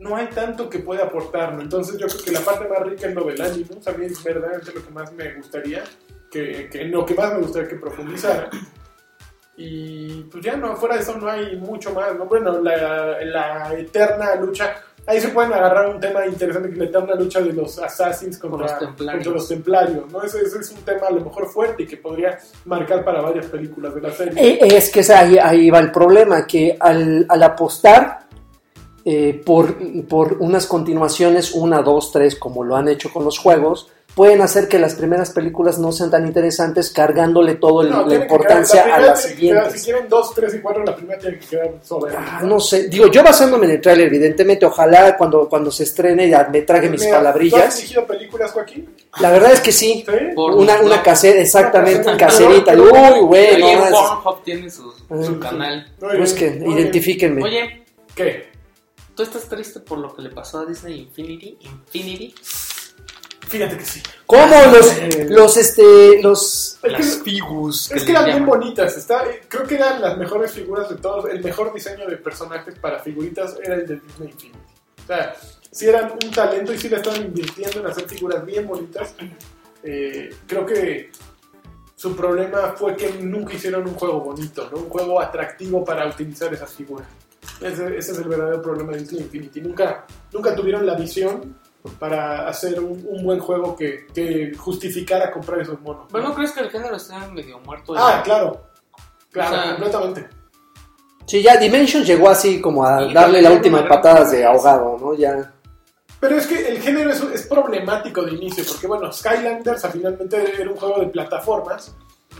[SPEAKER 2] No hay tanto que pueda aportar, ¿no? Entonces, yo creo que la parte más rica es lo del Animus. A mí es verdaderamente lo que más me gustaría, que, que en lo que más me gustaría que profundizara. Y pues ya no, fuera de eso no hay mucho más, ¿no? Bueno, la, la eterna lucha. Ahí se pueden agarrar un tema interesante que es la eterna lucha de los assassins
[SPEAKER 1] Con
[SPEAKER 2] contra,
[SPEAKER 1] los templarios.
[SPEAKER 2] contra los templarios, ¿no? Ese, ese es un tema a lo mejor fuerte y que podría marcar para varias películas de la serie.
[SPEAKER 3] Eh, Es que es ahí, ahí va el problema, que al, al apostar eh, por, por unas continuaciones, una, dos, tres, como lo han hecho con los juegos, pueden hacer que las primeras películas no sean tan interesantes cargándole todo el-
[SPEAKER 2] No,
[SPEAKER 3] la
[SPEAKER 2] tiene que
[SPEAKER 3] importancia
[SPEAKER 2] quedar- la primera
[SPEAKER 3] a las
[SPEAKER 2] tiene que quedar- Si
[SPEAKER 3] siguientes.
[SPEAKER 2] quieren dos, tres y cuatro, la primera tiene que quedar sobre.
[SPEAKER 3] Ah, no sé, digo, yo basándome en el tráiler, evidentemente, ojalá cuando, cuando se estrene ya me trague mis
[SPEAKER 2] ¿Tú has
[SPEAKER 3] palabrillas. Pues
[SPEAKER 2] dirigido películas, Joaquín?
[SPEAKER 3] La verdad es que sí,
[SPEAKER 2] ¿Sí?
[SPEAKER 1] Por-
[SPEAKER 3] una, una caseta, exactamente,
[SPEAKER 2] caseta.
[SPEAKER 3] caserita,
[SPEAKER 2] Pero-
[SPEAKER 3] uy, güey,
[SPEAKER 1] Ahí
[SPEAKER 3] no,
[SPEAKER 1] en
[SPEAKER 3] es-
[SPEAKER 1] Pornhub tiene su,
[SPEAKER 3] Ay,
[SPEAKER 1] su canal.
[SPEAKER 2] Muy bien,
[SPEAKER 3] busquen,
[SPEAKER 2] muy bien.
[SPEAKER 3] identifíquenme.
[SPEAKER 1] Oye,
[SPEAKER 2] ¿Qué?
[SPEAKER 1] ¿tú estás triste por lo que le pasó a Disney Infinity? Infinity.
[SPEAKER 2] Fíjate que sí.
[SPEAKER 3] ¿Cómo
[SPEAKER 1] Ah,
[SPEAKER 2] Eh.
[SPEAKER 3] los, los, este, los...
[SPEAKER 2] Es que-
[SPEAKER 1] Las figus.
[SPEAKER 2] Es
[SPEAKER 1] le
[SPEAKER 2] que eran bien
[SPEAKER 1] llaman.
[SPEAKER 2] bonitas, está, eh, creo que eran las mejores figuras de todos, el mejor diseño de personajes para figuritas era el de Disney Infinity. O sea, si eran un talento y si le estaban invirtiendo en hacer figuras bien bonitas, Eh, creo que su problema fue que nunca hicieron un juego bonito, ¿no? un juego atractivo para utilizar esas figuras. Ese, ese es el verdadero problema de Disney Infinity. Nunca, nunca tuvieron la visión para hacer un, un buen juego que, que justificara comprar esos monos.
[SPEAKER 1] ¿Pero no crees que el género está medio muerto?
[SPEAKER 2] Ah, claro. Claro,
[SPEAKER 1] O sea,
[SPEAKER 2] completamente.
[SPEAKER 3] Sí, ya Dimension llegó así como a
[SPEAKER 1] Y
[SPEAKER 3] darle la
[SPEAKER 1] también
[SPEAKER 3] última
[SPEAKER 1] una
[SPEAKER 3] patada
[SPEAKER 1] gran-
[SPEAKER 3] de ahogado, ¿no? Ya.
[SPEAKER 2] Pero es que el género es, es problemático de inicio, porque bueno, Skylanders ah, finalmente era un juego de plataformas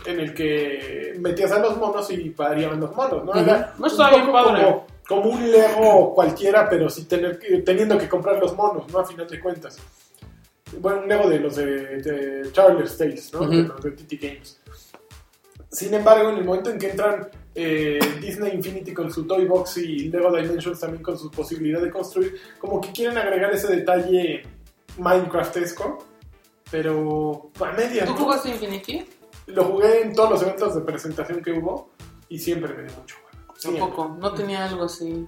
[SPEAKER 2] en el que metías a los monos y pariaban los monos, ¿no? Era
[SPEAKER 1] No estaba bien padre.
[SPEAKER 2] Como, como un Lego cualquiera, pero sí tener, que- teniendo que comprar los monos, ¿no? A final de cuentas. Bueno, un Lego de los de, de Charles Tales, ¿no?
[SPEAKER 3] Ujú.
[SPEAKER 2] De los de TT Games. Sin embargo, en el momento en que entran eh, Disney Infinity con su Toy Box y Lego Dimensions también con su posibilidad de construir, como que quieren agregar ese detalle Minecraftesco, pero a medias.
[SPEAKER 1] ¿Tú
[SPEAKER 2] ¿no?
[SPEAKER 1] jugaste Infinity?
[SPEAKER 2] Lo jugué en todos los eventos de presentación que hubo y siempre me dio mucho juego. Siempre.
[SPEAKER 1] Tampoco, no tenía algo así.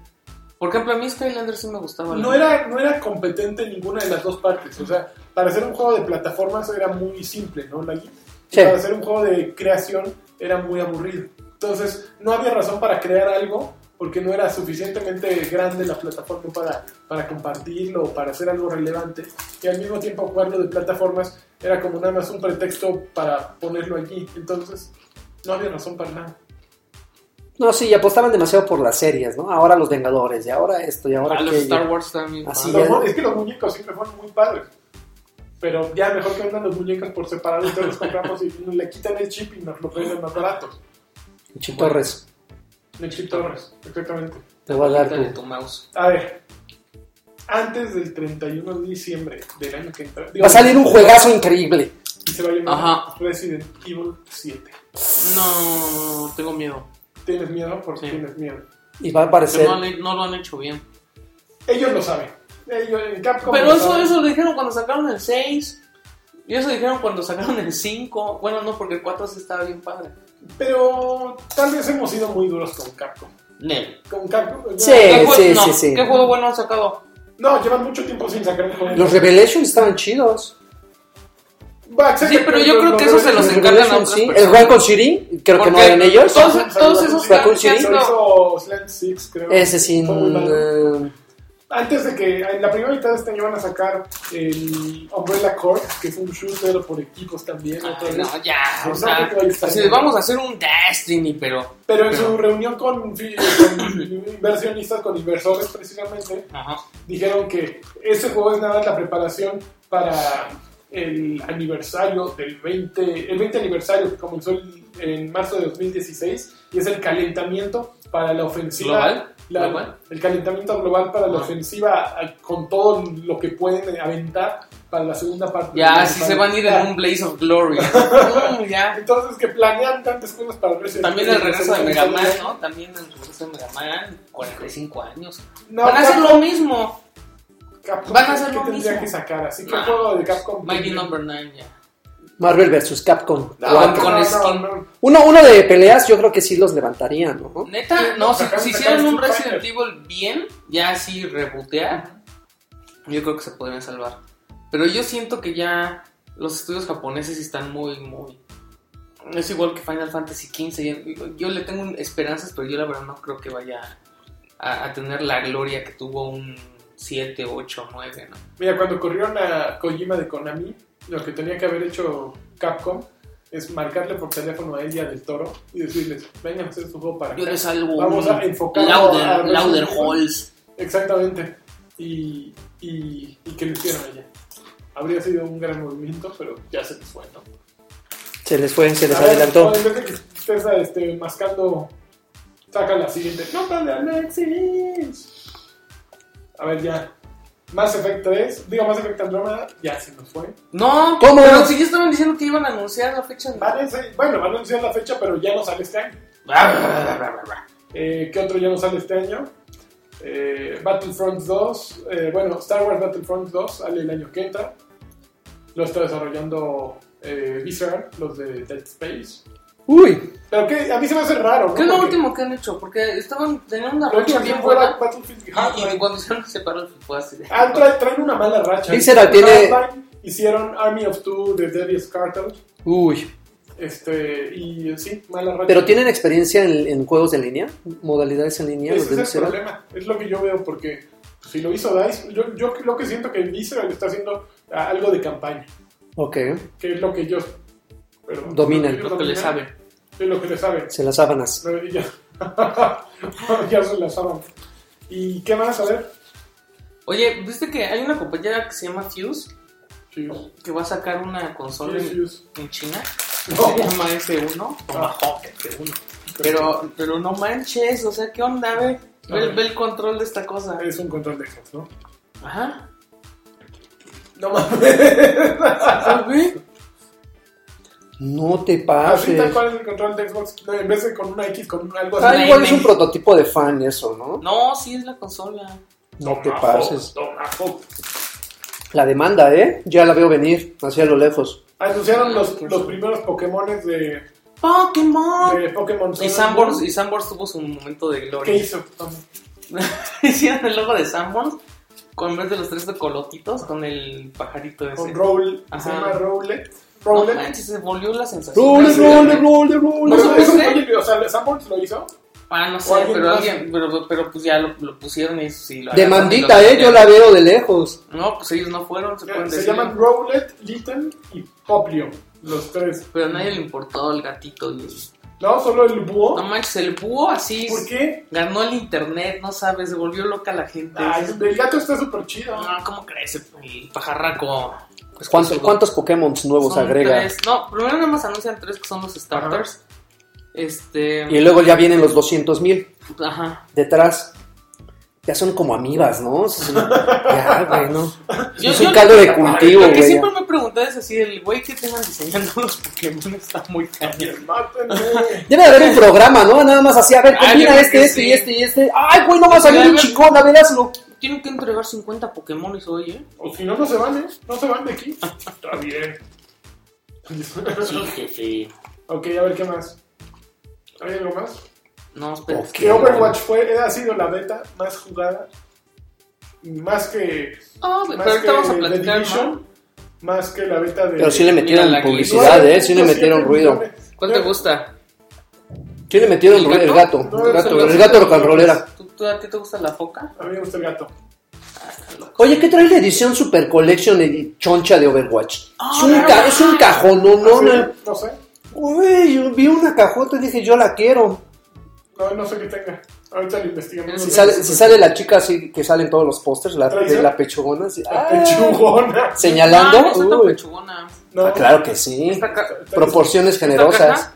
[SPEAKER 1] Por ejemplo, a mí Skylander sí me gustaba.
[SPEAKER 2] No era, no era competente en ninguna de las dos partes. O sea, para hacer un juego de plataformas era muy simple, ¿no, Lagui? Y
[SPEAKER 3] Sí.
[SPEAKER 2] Para hacer un juego de creación era muy aburrido. Entonces, no había razón para crear algo porque no era suficientemente grande la plataforma para, para compartirlo o para hacer algo relevante. Y al mismo tiempo, jugarlo de plataformas era como nada más un pretexto para ponerlo allí. Entonces, no había razón para nada.
[SPEAKER 3] No, sí, y apostaban demasiado por las series, ¿no? Ahora los Vengadores, y ahora esto, y ahora
[SPEAKER 1] A los
[SPEAKER 3] aquello.
[SPEAKER 1] Star Wars también.
[SPEAKER 3] Así
[SPEAKER 1] Ah,
[SPEAKER 2] Los
[SPEAKER 3] es.
[SPEAKER 2] mu- es que los muñecos siempre fueron muy padres. Pero ya mejor que vendan los muñecos por separado, entonces los compramos y nos le quitan el chip y nos lo venden más baratos.
[SPEAKER 3] Chip Torres,
[SPEAKER 2] El chip Torres, exactamente.
[SPEAKER 3] te voy a dar
[SPEAKER 1] de
[SPEAKER 3] tu...
[SPEAKER 1] tu mouse.
[SPEAKER 2] A ver, antes del 31 de diciembre del año que entra, digo,
[SPEAKER 3] Va a salir un juegazo increíble.
[SPEAKER 2] y se va a llamar
[SPEAKER 1] Ajá.
[SPEAKER 2] Resident Evil 7.
[SPEAKER 1] No, tengo miedo.
[SPEAKER 2] ¿Tienes miedo? Porque
[SPEAKER 1] Sí.
[SPEAKER 2] tienes miedo.
[SPEAKER 3] Y va a
[SPEAKER 1] Porque
[SPEAKER 3] aparecer...
[SPEAKER 1] no, han- no lo han hecho bien.
[SPEAKER 2] Ellos lo saben. Ellos, en Capcom
[SPEAKER 1] Pero
[SPEAKER 2] lo
[SPEAKER 1] eso,
[SPEAKER 2] saben.
[SPEAKER 1] eso lo dijeron cuando sacaron el 6. Y eso dijeron cuando sacaron el 5. Bueno, no, porque el 4 sí estaba bien padre.
[SPEAKER 2] Pero tal vez hemos sido muy duros con Capcom.
[SPEAKER 1] Nel.
[SPEAKER 2] Con Capcom.
[SPEAKER 3] Sí.
[SPEAKER 1] ¿Qué, jue-
[SPEAKER 3] sí,
[SPEAKER 1] no,
[SPEAKER 3] sí, sí.
[SPEAKER 1] ¿Qué juego bueno han sacado?
[SPEAKER 2] No, llevan mucho tiempo sin sacar un juego.
[SPEAKER 3] Los Revelations estaban chidos.
[SPEAKER 2] Va, excepto
[SPEAKER 1] Sí, pero yo creo que eso se los
[SPEAKER 3] Los
[SPEAKER 1] encargan a
[SPEAKER 3] Revelations,
[SPEAKER 1] otras
[SPEAKER 3] sí. El
[SPEAKER 1] personas.
[SPEAKER 3] Raccoon City, creo que no
[SPEAKER 1] Porque
[SPEAKER 3] eran ellos.
[SPEAKER 1] todos- todos esos
[SPEAKER 3] Raccoon
[SPEAKER 1] que han
[SPEAKER 3] City.
[SPEAKER 1] sido-
[SPEAKER 2] Lo hizo Slant Six, creo.
[SPEAKER 3] Ese sin...
[SPEAKER 2] Fue muy malo.
[SPEAKER 3] eh,
[SPEAKER 2] Antes de que. En la primera mitad de este año van a sacar el Umbrella Corps, que es un shooter por equipos también. otra
[SPEAKER 1] Ay,
[SPEAKER 2] vez.
[SPEAKER 1] no, ya.
[SPEAKER 2] No,
[SPEAKER 1] o sea,
[SPEAKER 2] no, no, no, no.
[SPEAKER 1] así de, vamos a hacer un Destiny, pero.
[SPEAKER 2] Pero en
[SPEAKER 1] pero-
[SPEAKER 2] su reunión con, fi- con inversionistas, con inversores precisamente,
[SPEAKER 1] Ajá.
[SPEAKER 2] dijeron que ese juego es nada más la preparación para el aniversario del 20, el 20 aniversario que comenzó el- en marzo de 2016 y es el calentamiento para la ofensiva
[SPEAKER 1] ¿Global?
[SPEAKER 2] la-
[SPEAKER 1] ¿Global?
[SPEAKER 2] el calentamiento global para la
[SPEAKER 1] Ah.
[SPEAKER 2] ofensiva eh, con todo lo que pueden aventar para la segunda parte.
[SPEAKER 1] Ya,
[SPEAKER 2] del
[SPEAKER 1] si se van a ir
[SPEAKER 2] aniversario.
[SPEAKER 1] en un Blaze of Glory. Mm, ya.
[SPEAKER 2] Ah, Entonces que planean tantas cosas para Resident
[SPEAKER 1] También
[SPEAKER 2] Evil,
[SPEAKER 1] el regreso de
[SPEAKER 2] según
[SPEAKER 1] Mega Man,
[SPEAKER 2] dicen,
[SPEAKER 1] ¿no? También el regreso de Mega Man, 45 años.
[SPEAKER 2] No,
[SPEAKER 1] Van a hacer
[SPEAKER 2] Capcom-
[SPEAKER 1] lo mismo.
[SPEAKER 2] Capcom,
[SPEAKER 1] van a hacer
[SPEAKER 2] ¿qué
[SPEAKER 1] lo
[SPEAKER 2] tendría
[SPEAKER 1] mismo.
[SPEAKER 2] que sacar? Así que
[SPEAKER 1] Nah.
[SPEAKER 2] el juego de Capcom.
[SPEAKER 1] Mighty
[SPEAKER 2] tendría-
[SPEAKER 1] Number 9, ya.
[SPEAKER 3] Marvel vs. Capcom.
[SPEAKER 2] No,
[SPEAKER 1] Juan
[SPEAKER 2] no,
[SPEAKER 1] con
[SPEAKER 2] no,
[SPEAKER 1] skin.
[SPEAKER 2] no.
[SPEAKER 3] Uno, uno de peleas yo creo que sí los levantaría, ¿no?
[SPEAKER 1] Neta, no, si,
[SPEAKER 2] Sacaron-
[SPEAKER 1] si
[SPEAKER 2] sacaron
[SPEAKER 1] hicieran un
[SPEAKER 2] Street
[SPEAKER 1] Resident Evil bien, ya así rebotear, yo creo que se podrían salvar. Pero yo siento que ya los estudios japoneses están muy, muy. Es igual que Final Fantasy XV. Yo, yo le tengo un- esperanzas, pero yo la verdad no creo que vaya a, a tener la gloria que tuvo un 7, 8, 9, ¿no?
[SPEAKER 2] Mira, cuando corrieron a Kojima de Konami, lo que tenía que haber hecho Capcom es marcarle por teléfono a Elia del Toro y decirles, vengan a hacer su juego para
[SPEAKER 1] Yo
[SPEAKER 2] acá".
[SPEAKER 1] le salvo
[SPEAKER 2] Vamos
[SPEAKER 1] un
[SPEAKER 2] a enfocarlo a
[SPEAKER 1] Louder,
[SPEAKER 2] Resident
[SPEAKER 1] Louder
[SPEAKER 2] Evil.
[SPEAKER 1] Halls.
[SPEAKER 2] Exactamente. Y, y, y que lo hicieron allá. Habría sido un gran movimiento, pero ya se les fue, ¿no?
[SPEAKER 3] Se les fue, se les
[SPEAKER 2] A ver,
[SPEAKER 3] adelantó.
[SPEAKER 2] no, En vez de que estés este, mascando, saca la siguiente. ¡Nota de Alexis! A ver, ya. Mass Effect 3, digo, Mass Effect Andromeda, ya se nos fue.
[SPEAKER 1] No,
[SPEAKER 3] ¿Cómo?
[SPEAKER 1] pero si ya estaban diciendo que iban a anunciar la fecha. de-
[SPEAKER 2] Van a ense- bueno, van a anunciar la fecha, pero ya no sale este año. Eh, ¿Qué otro ya no sale este año? Eh, Battlefront 2. eh, bueno, Star Wars Battlefront 2 sale el año que entra. Lo está desarrollando eh, Visceral, los de Dead Space.
[SPEAKER 3] Uy,
[SPEAKER 2] Pero que a mí se me hace raro. ¿no?
[SPEAKER 1] ¿Qué es lo
[SPEAKER 2] Porque
[SPEAKER 1] último que han hecho? Porque estaban teniendo una
[SPEAKER 2] Lo último
[SPEAKER 1] racha
[SPEAKER 2] que
[SPEAKER 1] bien
[SPEAKER 2] fue Ah,
[SPEAKER 1] buena.
[SPEAKER 2] Battlefield
[SPEAKER 1] Y, y
[SPEAKER 2] Hardline.
[SPEAKER 1] cuando hicieron se paró el fue así de.
[SPEAKER 2] Ah, tra- traen una mala racha.
[SPEAKER 3] Visceral tiene-
[SPEAKER 2] Hardline, hicieron Army of Two de Deadliest Cartel.
[SPEAKER 3] uy.
[SPEAKER 2] Este, y eh, sí, mala racha.
[SPEAKER 3] ¿Pero tienen experiencia en, en juegos en línea? ¿Modalidades en línea? los
[SPEAKER 2] Ese
[SPEAKER 3] de
[SPEAKER 2] es el
[SPEAKER 3] Visceral?
[SPEAKER 2] problema, es lo que yo veo, porque si lo hizo DICE, yo, yo lo que siento que Visceral está haciendo ah, algo de campaña,
[SPEAKER 3] Ok,
[SPEAKER 2] que es lo que yo... Pero,
[SPEAKER 3] Dominan.
[SPEAKER 2] yo
[SPEAKER 1] Lo que le
[SPEAKER 2] dominan,
[SPEAKER 1] sabe.
[SPEAKER 2] Es lo que le saben.
[SPEAKER 3] se las sábanas.
[SPEAKER 2] No, y ya, ya se la saben. ¿Y qué más? A ver.
[SPEAKER 1] Oye, ¿viste que hay una compañera que se llama Fuse
[SPEAKER 2] Fuse.
[SPEAKER 1] que va a sacar una consola
[SPEAKER 2] Fuse,
[SPEAKER 1] en,
[SPEAKER 2] Fuse.
[SPEAKER 1] en China?
[SPEAKER 2] No.
[SPEAKER 1] Se llama F1.
[SPEAKER 2] Ah,
[SPEAKER 1] Pero, pero no manches, o sea, ¿qué onda, ve? Ve,
[SPEAKER 2] Ah.
[SPEAKER 1] ve el control de esta cosa.
[SPEAKER 2] es un control de Xbox, ¿no?
[SPEAKER 1] Ajá.
[SPEAKER 2] No mames.
[SPEAKER 1] ¿Sabes?
[SPEAKER 3] No te
[SPEAKER 2] Así
[SPEAKER 3] pases.
[SPEAKER 2] tal cual es el control de Xbox. Ah, No, en vez de con una X, con algo
[SPEAKER 3] Ah,
[SPEAKER 2] así.
[SPEAKER 1] Ay,
[SPEAKER 3] igual es
[SPEAKER 1] me-
[SPEAKER 3] un prototipo de fan eso, ¿no?
[SPEAKER 1] No, sí es la consola.
[SPEAKER 3] No te
[SPEAKER 2] Tomahawk,
[SPEAKER 3] pases.
[SPEAKER 2] Tomahawk.
[SPEAKER 3] La demanda, ¿eh? Ya la veo venir, hacia lo lejos.
[SPEAKER 2] Anunciaron los, los primeros Pokémones de,
[SPEAKER 1] ¡Pokémon!
[SPEAKER 2] de Pokémon Sun
[SPEAKER 1] Y
[SPEAKER 2] and
[SPEAKER 1] Sanborns,
[SPEAKER 2] Moon.
[SPEAKER 1] y Sanborns tuvo su momento de
[SPEAKER 2] ¿Qué
[SPEAKER 1] gloria.
[SPEAKER 2] hizo?
[SPEAKER 1] Hicieron el logo de Sanborns con en vez de los tres colotitos con el pajarito ese.
[SPEAKER 2] Con Rowlet. Se
[SPEAKER 1] Ajá.
[SPEAKER 2] llama Rowlet.
[SPEAKER 1] No
[SPEAKER 2] Rowlet.
[SPEAKER 1] manches, se volvió la sensación.
[SPEAKER 3] Rule,
[SPEAKER 1] Sí.
[SPEAKER 3] rule, rule,
[SPEAKER 1] No
[SPEAKER 3] rule.
[SPEAKER 2] Pero
[SPEAKER 1] supiste?
[SPEAKER 2] eso fue el- o sea, Sanborns lo hizo.
[SPEAKER 1] Ah, no sé,
[SPEAKER 2] O alguien
[SPEAKER 1] pero
[SPEAKER 2] más.
[SPEAKER 1] alguien, pero, pero pues ya lo, lo pusieron y eso sí lo agarraron y lo
[SPEAKER 3] Demandita, ¿eh? Yo la
[SPEAKER 1] vendieron.
[SPEAKER 3] veo de lejos.
[SPEAKER 1] No, pues ellos no fueron, se pueden
[SPEAKER 2] Se
[SPEAKER 1] decir.
[SPEAKER 2] llaman Rowlet, Litten y Poplio. Los tres.
[SPEAKER 1] Pero a nadie le importó el gatito. y el-
[SPEAKER 2] No, solo el búho.
[SPEAKER 1] No manches, el búho así
[SPEAKER 2] ¿Por qué?
[SPEAKER 1] ganó el internet, no sabes, se volvió loca la gente.
[SPEAKER 2] Ay, el gato está súper chido.
[SPEAKER 1] No, ¿cómo crees? El pajarraco. Pues
[SPEAKER 3] ¿Cuántos,
[SPEAKER 1] son-
[SPEAKER 3] cuántos Pokémon nuevos
[SPEAKER 1] son
[SPEAKER 3] agrega?
[SPEAKER 1] tres. No, primero nada más anuncian tres que son los starters. Este.
[SPEAKER 3] Y luego ya vienen los 200 mil
[SPEAKER 1] Ajá.
[SPEAKER 3] detrás. Ya son como amibas, ¿no? Sí, sí. ya, güey, no.
[SPEAKER 1] Yo-
[SPEAKER 3] es un
[SPEAKER 1] yo-
[SPEAKER 3] caldo de cultivo,
[SPEAKER 1] Lo que
[SPEAKER 3] güey.
[SPEAKER 1] siempre me pregunté es así: el güey que tengan diseñando los Pokémon está muy cañón.
[SPEAKER 2] Mátenme.
[SPEAKER 3] Debe de haber un programa, ¿no? Nada más así, a ver,
[SPEAKER 1] Ah, yo
[SPEAKER 3] combina
[SPEAKER 1] creo
[SPEAKER 3] este,
[SPEAKER 1] que
[SPEAKER 3] este
[SPEAKER 1] sí.
[SPEAKER 3] y este y este. Ay, güey, no va a salir
[SPEAKER 1] Ya,
[SPEAKER 3] un
[SPEAKER 1] ya.
[SPEAKER 3] chingón, a ver, hazlo.
[SPEAKER 1] Tienen que entregar 50 Pokémones hoy, ¿eh?
[SPEAKER 2] O si no, no se van, ¿eh? No se van de aquí. Está bien.
[SPEAKER 1] jefe.
[SPEAKER 2] ok, a ver qué más. ¿Hay algo más?
[SPEAKER 1] No, espera.
[SPEAKER 3] Ok.
[SPEAKER 2] Que Overwatch fue, ha sido la beta más jugada. Más que.
[SPEAKER 1] Ah, pero
[SPEAKER 2] Más que
[SPEAKER 1] ahorita vamos a
[SPEAKER 2] The
[SPEAKER 1] platicar, ¿no?
[SPEAKER 2] Division. Más que la beta de. Pues,
[SPEAKER 3] Pero sí le metieron
[SPEAKER 1] Mira la
[SPEAKER 3] publicidad,
[SPEAKER 2] Nueve
[SPEAKER 3] ¿eh? Sí le
[SPEAKER 2] punto
[SPEAKER 3] metieron
[SPEAKER 2] siete
[SPEAKER 3] ruido.
[SPEAKER 2] millones.
[SPEAKER 1] ¿Cuál te gusta?
[SPEAKER 3] Sí le metieron
[SPEAKER 1] ¿El
[SPEAKER 3] ruido, el
[SPEAKER 1] gato?
[SPEAKER 3] gato.
[SPEAKER 2] No,
[SPEAKER 3] El
[SPEAKER 2] el
[SPEAKER 3] gato,
[SPEAKER 2] gato.
[SPEAKER 3] el gato rocanrolera.
[SPEAKER 1] ¿Tú, tú- a ti te gusta la foca?
[SPEAKER 2] A mí me gusta el gato.
[SPEAKER 3] Oye, ¿qué trae la edición Super Collection edi- choncha de Overwatch? es, un
[SPEAKER 1] ¿verdad?
[SPEAKER 3] ca- es un cajón, no, no,
[SPEAKER 2] Así, no sé.
[SPEAKER 3] Güey, yo vi una cajota y dije, yo la quiero.
[SPEAKER 2] No, no sé qué tenga. Ahorita lo investigamos.
[SPEAKER 3] Si sale, si sale la chica así que sale en todos los pósters, la, de la pechugona, así,
[SPEAKER 2] La
[SPEAKER 3] ¡ah!
[SPEAKER 2] pechugona.
[SPEAKER 3] señalando.
[SPEAKER 1] Ah, no, está tan
[SPEAKER 3] uy.
[SPEAKER 1] pechugona.
[SPEAKER 2] No.
[SPEAKER 3] Ah, claro que sí.
[SPEAKER 1] Esta ca-
[SPEAKER 3] Proporciones generosas.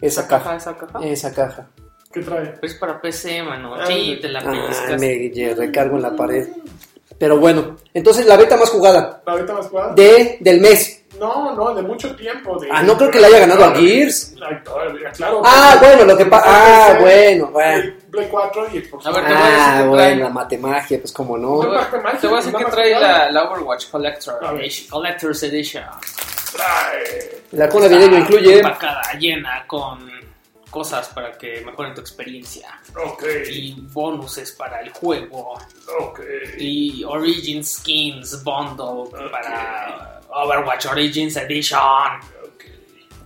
[SPEAKER 3] Esa
[SPEAKER 1] esa caja,
[SPEAKER 3] caja. Eh.
[SPEAKER 1] esa caja.
[SPEAKER 3] Esa caja.
[SPEAKER 2] ¿Qué trae?
[SPEAKER 1] Es para PC, mano.
[SPEAKER 2] Ah,
[SPEAKER 1] Sí, te la
[SPEAKER 3] Ah,
[SPEAKER 1] pellizcas.
[SPEAKER 3] me ye- recargo en la pared. Pero bueno, entonces la beta más jugada
[SPEAKER 2] ¿La beta más jugada?
[SPEAKER 3] de, del mes.
[SPEAKER 2] No, no, de mucho tiempo. De...
[SPEAKER 3] Ah, no creo que le haya ganado al Gears.
[SPEAKER 2] Ay, todavía, claro.
[SPEAKER 3] Ah, bueno, lo que pasa. Ah,
[SPEAKER 2] PC,
[SPEAKER 3] bueno, bueno.
[SPEAKER 2] Play 4 y Xbox.
[SPEAKER 1] A ver, te voy a decir
[SPEAKER 3] Ah,
[SPEAKER 1] que trae-
[SPEAKER 3] bueno, la matemagia, pues como
[SPEAKER 1] Te
[SPEAKER 3] no.
[SPEAKER 1] voy a-
[SPEAKER 2] Marca,
[SPEAKER 1] Te voy a decir
[SPEAKER 2] marca,
[SPEAKER 1] que
[SPEAKER 2] marca,
[SPEAKER 1] trae
[SPEAKER 2] marca.
[SPEAKER 1] la, la Overwatch Collector,
[SPEAKER 2] A ver.
[SPEAKER 1] Collector's Edition.
[SPEAKER 2] Trae.
[SPEAKER 3] El arco navideño
[SPEAKER 1] Está
[SPEAKER 3] incluye.
[SPEAKER 1] Empacada, llena con cosas para que mejoren tu experiencia.
[SPEAKER 2] Ok,
[SPEAKER 1] Y bonuses para el juego.
[SPEAKER 2] ok.
[SPEAKER 1] Y Origin Skins Bundle para Overwatch Origins Edition.
[SPEAKER 2] ok.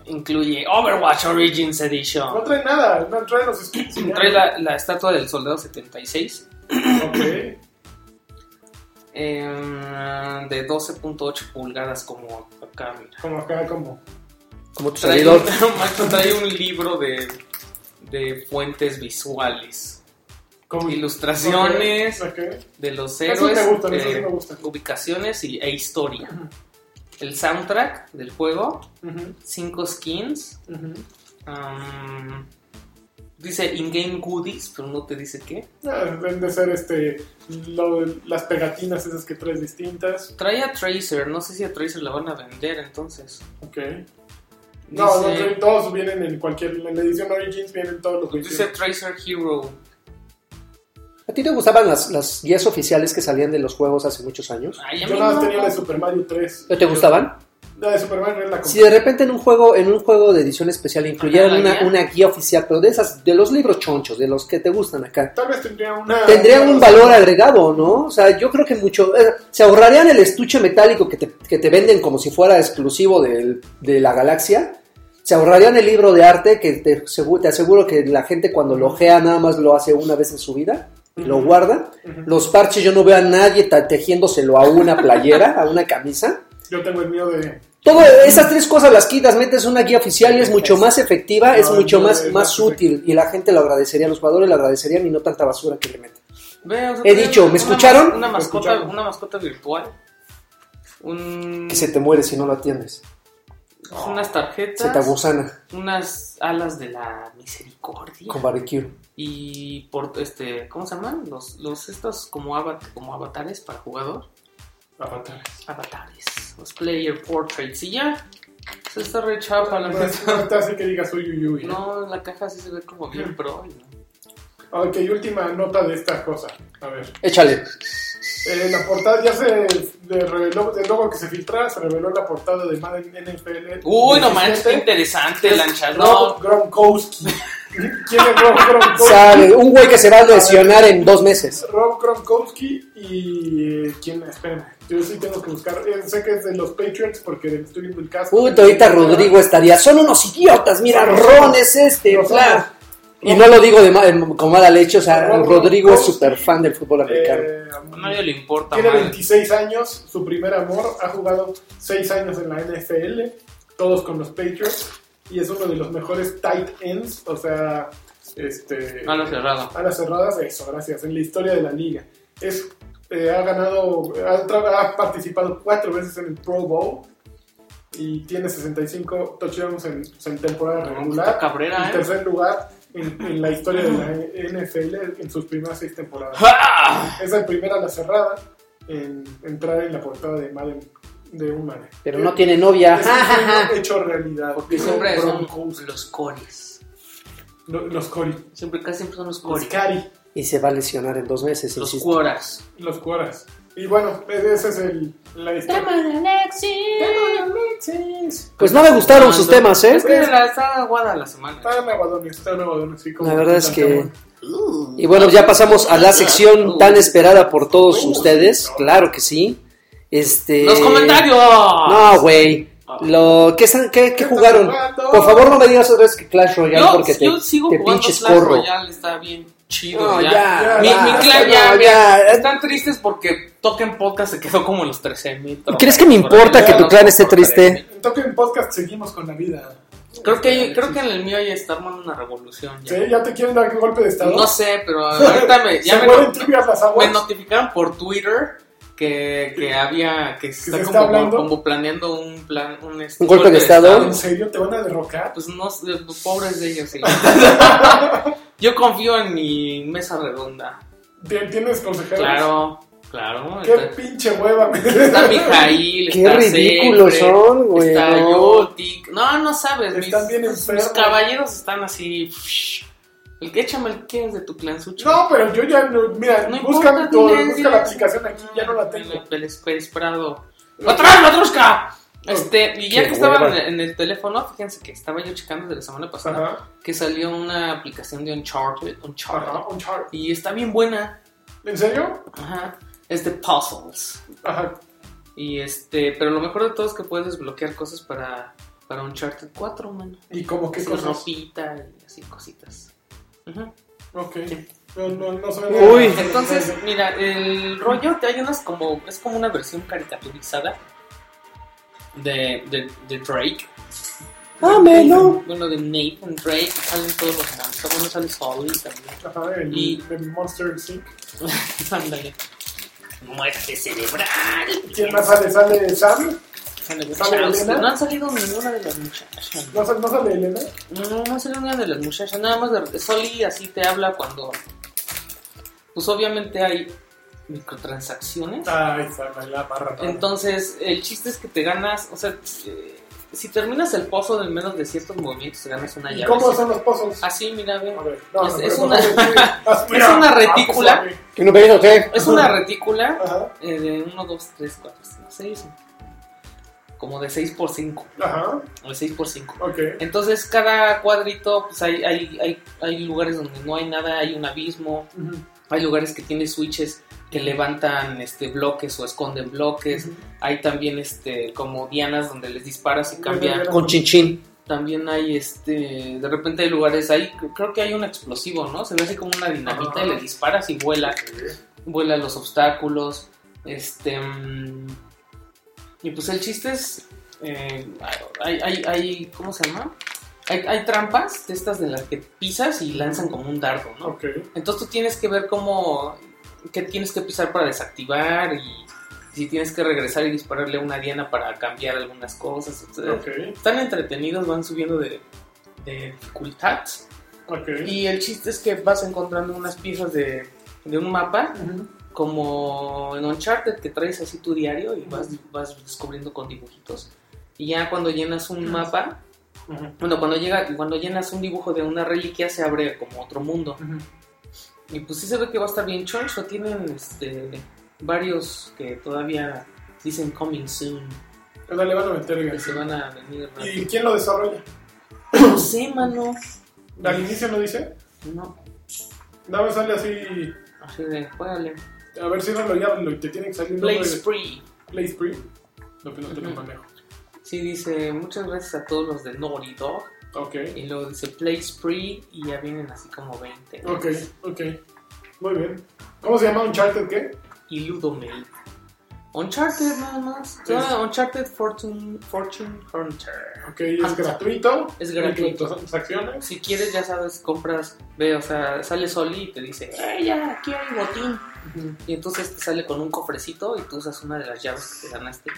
[SPEAKER 1] Incluye Overwatch Origins Edition.
[SPEAKER 2] No trae nada, no trae los skins. y ya.
[SPEAKER 1] Trae la, la estatua del soldado 76
[SPEAKER 2] Ok.
[SPEAKER 1] eh, de 12.8 pulgadas como acá, mira.
[SPEAKER 2] Como acá, como.
[SPEAKER 3] Como tu
[SPEAKER 1] Trae
[SPEAKER 3] servidor.
[SPEAKER 1] un, Macho, trae un libro de, de fuentes visuales,
[SPEAKER 2] como
[SPEAKER 1] ilustraciones
[SPEAKER 2] Ok, ok.
[SPEAKER 1] de los
[SPEAKER 2] Eso
[SPEAKER 1] héroes,
[SPEAKER 2] me gusta, eso
[SPEAKER 1] de
[SPEAKER 2] sí me gusta.
[SPEAKER 1] ubicaciones y, e historia. El soundtrack del juego,
[SPEAKER 2] Ujú,
[SPEAKER 1] 5 skins,
[SPEAKER 2] ujú.
[SPEAKER 1] um, dice in-game goodies, pero no te dice qué.
[SPEAKER 2] Ah, Deben de ser este, lo- las pegatinas esas que traes distintas.
[SPEAKER 1] Trae a Tracer, no sé si a Tracer la van a vender entonces.
[SPEAKER 2] Ok. No, no
[SPEAKER 1] Dice-
[SPEAKER 2] trae- todos vienen en cualquier. En la edición Origins vienen todos los
[SPEAKER 1] Dice
[SPEAKER 2] 21.
[SPEAKER 1] Tracer Hero.
[SPEAKER 3] ¿A ti te gustaban las, las guías oficiales que salían de los juegos hace muchos años?
[SPEAKER 1] Ay, a
[SPEAKER 2] Yo
[SPEAKER 1] mí
[SPEAKER 2] nada
[SPEAKER 1] no.
[SPEAKER 2] más tenía la de Super Mario 3.
[SPEAKER 3] ¿No te gustaban?
[SPEAKER 2] La de Super Mario 3 la
[SPEAKER 3] Si
[SPEAKER 2] compré.
[SPEAKER 3] de repente en un juego, en un juego de edición especial incluyeran
[SPEAKER 1] Ajá, la
[SPEAKER 3] una,
[SPEAKER 1] guía.
[SPEAKER 3] una guía oficial, pero de esas, de los libros chonchos, de los que te gustan acá,
[SPEAKER 2] Tal vez tendría una.
[SPEAKER 3] tendría un
[SPEAKER 2] una-
[SPEAKER 3] valor agregado, ¿no? O sea, yo creo que mucho, eh, se ahorrarían el estuche metálico que te, que te venden como si fuera exclusivo del- de la galaxia. Se ahorrarían el libro de arte que te, segu- te aseguro que la gente cuando lo ojea nada más lo hace una vez en su vida y lo
[SPEAKER 2] Ujú.
[SPEAKER 3] guarda. Los parches, yo no veo a nadie ta- tejiéndoselo a una playera, a una camisa.
[SPEAKER 2] Yo tengo el mío de.
[SPEAKER 3] Todo e-, esas tres cosas las quitas, metes una guía oficial y es mucho más efectiva, es
[SPEAKER 2] No,
[SPEAKER 3] mucho
[SPEAKER 2] no,
[SPEAKER 3] más,
[SPEAKER 2] es
[SPEAKER 3] más
[SPEAKER 2] más
[SPEAKER 3] útil y la gente lo agradecería, los jugadores lo agradecerían y no tanta basura que le meten.
[SPEAKER 1] Ve, o sea,
[SPEAKER 3] He
[SPEAKER 1] trae
[SPEAKER 3] dicho, ¿me
[SPEAKER 1] una-
[SPEAKER 3] escucharon?
[SPEAKER 1] Una,
[SPEAKER 2] Me
[SPEAKER 1] mascota,
[SPEAKER 2] escucharon.
[SPEAKER 1] una mascota virtual. Un, pues,
[SPEAKER 3] Que se te muere si no lo atiendes,
[SPEAKER 1] unas
[SPEAKER 3] se te
[SPEAKER 1] tarjetas.
[SPEAKER 3] agusana
[SPEAKER 1] unas alas de la misericordia.
[SPEAKER 3] con barbecue.
[SPEAKER 1] Y por este, ¿cómo se llaman? Los, los estos como avat- como avatares para jugador.
[SPEAKER 2] Avatar.
[SPEAKER 1] Avatares. Los player portraits y ya. Se está re chapa la
[SPEAKER 2] No es-
[SPEAKER 1] neta.
[SPEAKER 2] no está así que digas uy, uy, uy.
[SPEAKER 1] No, la caja sí se ve como bien pro. ¿no?
[SPEAKER 2] Ok, última nota de esta cosa. A ver.
[SPEAKER 3] Échale.
[SPEAKER 2] Eh, la portada ya se de- reveló, el logo que se filtra, se reveló la portada de Madden NFL.
[SPEAKER 1] Uy, no
[SPEAKER 2] 17.
[SPEAKER 1] manches, qué interesante, lanchador.
[SPEAKER 2] Rob Gronkowski. ¿Quién es Rob Gronkowski?
[SPEAKER 3] Sabe, un güey que se va a lesionar en dos meses.
[SPEAKER 2] Rob Gronkowski y eh, quién esperen, yo sí tengo que buscar, Eh, sé que es de los Patriots porque estoy viendo el caso.
[SPEAKER 3] Puta, ahorita Rodrigo estaría. Son unos idiotas, mira, Ron es este,
[SPEAKER 2] Los
[SPEAKER 3] bla.
[SPEAKER 2] somos.
[SPEAKER 3] Y no lo digo de ma- con mala leche, o sea,
[SPEAKER 2] Ron
[SPEAKER 3] Rodrigo es
[SPEAKER 2] Gronkowski.
[SPEAKER 3] súper fan del fútbol americano.
[SPEAKER 2] Eh,
[SPEAKER 1] A nadie le importa,
[SPEAKER 2] tiene
[SPEAKER 1] madre.
[SPEAKER 2] 26 años, su primer amor, ha jugado 6 años en la NFL, todos con los Patriots y es uno de los mejores tight ends, o sea, este
[SPEAKER 1] Mano cerrada.
[SPEAKER 2] Alas cerradas, eso, gracias. En la historia de la liga. Es, eh, ha ganado, ha, tra- ha participado cuatro veces en el Pro Bowl y tiene 65 touchdowns en, en temporada
[SPEAKER 1] Puta
[SPEAKER 2] regular.
[SPEAKER 1] Cabrera,
[SPEAKER 2] En
[SPEAKER 1] ¿eh?
[SPEAKER 2] tercer lugar en, en la historia de la NFL en sus primeras seis temporadas.
[SPEAKER 1] ¡Ja!
[SPEAKER 2] Es el primer ala cerrada en entrar en la portada de Madden de un Madden. Eh,
[SPEAKER 3] Pero no tiene novia.
[SPEAKER 2] Es un sueño hecho realidad.
[SPEAKER 1] Porque
[SPEAKER 2] Dijo
[SPEAKER 1] siempre son
[SPEAKER 2] Broncos.
[SPEAKER 1] los coris.
[SPEAKER 2] Lo- Los Cori.
[SPEAKER 1] Siempre, casi siempre son los
[SPEAKER 2] Los
[SPEAKER 1] coris.
[SPEAKER 2] Cari.
[SPEAKER 3] Y se va a lesionar en dos meses,
[SPEAKER 1] Los
[SPEAKER 3] insisto.
[SPEAKER 1] cuoras.
[SPEAKER 2] Los cuoras. Y bueno, esa es el, la historia. Alexis!
[SPEAKER 3] Pues no me gustaron sus temas, ¿eh?
[SPEAKER 1] Es que la está aguada la semana.
[SPEAKER 2] Está en aguadones, está en aguadones, sí, como
[SPEAKER 3] La verdad es que.
[SPEAKER 2] Tantamón.
[SPEAKER 3] Y bueno, pues ya pasamos a la sección tan esperada por todos ustedes. Claro que sí. Este.
[SPEAKER 1] ¡Los comentarios!
[SPEAKER 3] No, güey.
[SPEAKER 1] Ah.
[SPEAKER 3] Lo, ¿qué, están- qué, qué jugaron? Por favor, no me digas otra vez que Clash Royale
[SPEAKER 1] Yo,
[SPEAKER 3] porque te,
[SPEAKER 1] yo sigo
[SPEAKER 3] te
[SPEAKER 1] jugando
[SPEAKER 3] pinches
[SPEAKER 1] Clash
[SPEAKER 3] corro.
[SPEAKER 1] Royale, está bien chido.
[SPEAKER 3] No,
[SPEAKER 1] ya.
[SPEAKER 3] ya,
[SPEAKER 1] Mi, mi
[SPEAKER 3] basta,
[SPEAKER 1] clan
[SPEAKER 3] no,
[SPEAKER 1] ya,
[SPEAKER 3] ya.
[SPEAKER 1] mira, Están tristes porque Token Podcast se quedó como en los 13 mil.
[SPEAKER 3] ¿Crees que me importa
[SPEAKER 2] que tu
[SPEAKER 3] clan esté triste?
[SPEAKER 2] En Toque en Podcast seguimos con la vida.
[SPEAKER 1] Creo que, creo que en el mío ya está armando una revolución. Ya.
[SPEAKER 2] ¿Sí? ¿Ya te quieren dar golpe de estado?
[SPEAKER 1] No sé, pero ahorita me, ya
[SPEAKER 2] Se
[SPEAKER 1] me,
[SPEAKER 2] mueren
[SPEAKER 1] not-
[SPEAKER 2] tibias las aguas.
[SPEAKER 1] me notificaron por Twitter que, que había, que se
[SPEAKER 2] se
[SPEAKER 1] está
[SPEAKER 2] está
[SPEAKER 1] como,
[SPEAKER 2] hablando?
[SPEAKER 1] como planeando un plan, un, este,
[SPEAKER 3] ¿Un golpe de estado?
[SPEAKER 2] ¿En serio? ¿Te van a derrocar?
[SPEAKER 1] Pues no, sé, pues, pobres de ellos. sí. Yo confío en mi mesa redonda.
[SPEAKER 2] ¿Tien- ¿Tienes consejeros?
[SPEAKER 1] Claro, claro.
[SPEAKER 2] ¡Qué
[SPEAKER 1] Está,
[SPEAKER 2] pinche hueva! me-
[SPEAKER 1] está Mijail,
[SPEAKER 3] Qué
[SPEAKER 1] está
[SPEAKER 3] ridículos
[SPEAKER 1] Sefre,
[SPEAKER 3] son, güey,
[SPEAKER 1] Está
[SPEAKER 3] no.
[SPEAKER 1] Yotik. No, no sabes. Mis,
[SPEAKER 2] Están bien
[SPEAKER 1] mis
[SPEAKER 2] enfermos.
[SPEAKER 1] caballeros están así. psh. El que échame el que es de tu clan Sucho.
[SPEAKER 2] No, pero yo ya no... Mira,
[SPEAKER 1] No
[SPEAKER 2] busca,
[SPEAKER 1] importa,
[SPEAKER 2] tu-
[SPEAKER 1] dile,
[SPEAKER 2] busca
[SPEAKER 1] dile.
[SPEAKER 2] la aplicación aquí, ya no la tengo.
[SPEAKER 1] El, el Space Prado. ¡Atrás, matrusca! Este, y ya
[SPEAKER 3] Qué
[SPEAKER 1] que estaba en
[SPEAKER 3] hueva.
[SPEAKER 1] el, en el teléfono, fíjense que estaba yo checando de la semana pasada
[SPEAKER 2] Ajá,
[SPEAKER 1] que salió una aplicación de Uncharted, Uncharted
[SPEAKER 2] ajá, un char.
[SPEAKER 1] y está bien buena.
[SPEAKER 2] ¿En serio?
[SPEAKER 1] Ajá. Es de puzzles.
[SPEAKER 2] Ajá.
[SPEAKER 1] Y este, pero lo mejor de todo es que puedes desbloquear cosas para, para Uncharted 4, mano.
[SPEAKER 2] ¿Y como qué
[SPEAKER 1] Así,
[SPEAKER 2] cosas?
[SPEAKER 1] ropita y así cositas. Ajá.
[SPEAKER 2] Ok.
[SPEAKER 1] Sí.
[SPEAKER 2] No, no, no soy
[SPEAKER 3] Uy.
[SPEAKER 1] Entonces, mira, el rollo hay unas como. Es como una versión caricaturizada de, de, de Drake.
[SPEAKER 3] ah, Ámelo.
[SPEAKER 1] Bueno, de Nathan Drake. Salen todos los monstruos. Bueno, sale Sully también.
[SPEAKER 2] Ajá, el,
[SPEAKER 1] Y-
[SPEAKER 2] el Monster Sync.
[SPEAKER 1] Ándale. Muerte cerebral.
[SPEAKER 2] ¿Quién más sale? ¿Sale Sam?
[SPEAKER 1] Sale
[SPEAKER 2] ¿Sale
[SPEAKER 1] Wachowski.
[SPEAKER 2] Elena?
[SPEAKER 1] No han salido ninguna de las muchachas.
[SPEAKER 2] ¿No sale, no sale Elena?
[SPEAKER 1] No, no, no salió una de las muchachas, nada más de Soli así te habla cuando. Pues obviamente hay microtransacciones.
[SPEAKER 2] Ay, sale la barra.
[SPEAKER 1] Entonces, el chiste es que te ganas, o sea, eh, si terminas el pozo del menos de ciertos movimientos, te ganas una
[SPEAKER 2] ¿Y
[SPEAKER 1] llave.
[SPEAKER 2] cómo
[SPEAKER 1] así.
[SPEAKER 2] son los pozos?
[SPEAKER 1] Así, mira, ve.
[SPEAKER 2] A ver,
[SPEAKER 1] es-
[SPEAKER 2] pero
[SPEAKER 1] es
[SPEAKER 2] por
[SPEAKER 1] una-
[SPEAKER 2] favor, sí.
[SPEAKER 1] es una retícula.
[SPEAKER 2] Ah, pues,
[SPEAKER 3] ¿Que no pedís o qué?
[SPEAKER 1] Es una retícula
[SPEAKER 2] Ajá,
[SPEAKER 1] eh, de 1, 2, 3, 4, 5, 6. Como de 6 por 5
[SPEAKER 2] ajá,
[SPEAKER 1] o de 6 por 5
[SPEAKER 2] ok.
[SPEAKER 1] Entonces, cada cuadrito, pues hay, hay, hay, hay lugares donde no hay nada, hay un abismo.
[SPEAKER 2] Ujú.
[SPEAKER 1] Hay lugares que tienen switches que levantan este bloques o esconden bloques. Hay también este como dianas donde les disparas y cambia.
[SPEAKER 3] Con chinchín.
[SPEAKER 1] También hay este de repente hay lugares ahí creo que hay un explosivo, ¿no? Se ve así como una dinamita
[SPEAKER 2] Ajá.
[SPEAKER 1] y le disparas y vuela, vuela los obstáculos. Este mm, y pues el chiste es eh, hay, hay, hay ¿cómo se llama? Hay, hay trampas de estas de las que pisas y lanzan como un dardo, ¿no?
[SPEAKER 2] Ok.
[SPEAKER 1] Entonces tú tienes que ver cómo, qué tienes que pisar para desactivar y si tienes que regresar y dispararle a una diana para cambiar algunas cosas. etcétera.
[SPEAKER 2] Ok,
[SPEAKER 1] Están entretenidos, van subiendo de, de dificultad.
[SPEAKER 2] ok.
[SPEAKER 1] Y el chiste es que vas encontrando unas piezas de, de un mapa,
[SPEAKER 2] Ujú.
[SPEAKER 1] como en Uncharted, que traes así tu diario y vas, vas descubriendo con dibujitos. y ya cuando llenas un mapa, bueno, cuando, llega, cuando llenas un dibujo de una reliquia se abre como otro mundo. Y pues sí se ve que va a estar bien choncho. Tienen este, varios que todavía dicen coming soon.
[SPEAKER 2] Pero le van a meter
[SPEAKER 1] Que se
[SPEAKER 2] bien.
[SPEAKER 1] van a venir
[SPEAKER 2] ¿Y quién lo desarrolla?
[SPEAKER 1] No sé, mano.
[SPEAKER 2] Al inicio no dice.
[SPEAKER 1] No,
[SPEAKER 2] Nada más sale así.
[SPEAKER 1] así de, juégale.
[SPEAKER 2] A ver, ciérralo ya. Lo te tiene que salir un
[SPEAKER 1] Play
[SPEAKER 2] nombre de-
[SPEAKER 1] Spree.
[SPEAKER 2] Play Spree. No, pero no te lo
[SPEAKER 1] Ujú.
[SPEAKER 2] manejo.
[SPEAKER 1] Sí, dice, muchas gracias a todos los de Naughty Dog.
[SPEAKER 2] Ok.
[SPEAKER 1] Y luego dice Play Spree y ya vienen así como 20.
[SPEAKER 2] Ok, ok. Muy bien. ¿Cómo se llama Uncharted qué?
[SPEAKER 1] Y Ludomate. Uncharted nada más.
[SPEAKER 2] Sí.
[SPEAKER 1] Ah, Uncharted Fortune, Fortune Hunter.
[SPEAKER 2] Ok, es
[SPEAKER 1] Hunter.
[SPEAKER 2] gratuito.
[SPEAKER 1] Es gratuito.
[SPEAKER 2] Transacciones.
[SPEAKER 1] Si quieres, ya sabes, compras, ve, o sea, sale Soli y te dice, ¡eh, ya! Aquí hay botín. Y entonces te sale con un cofrecito y tú usas una de las llaves que te ganaste.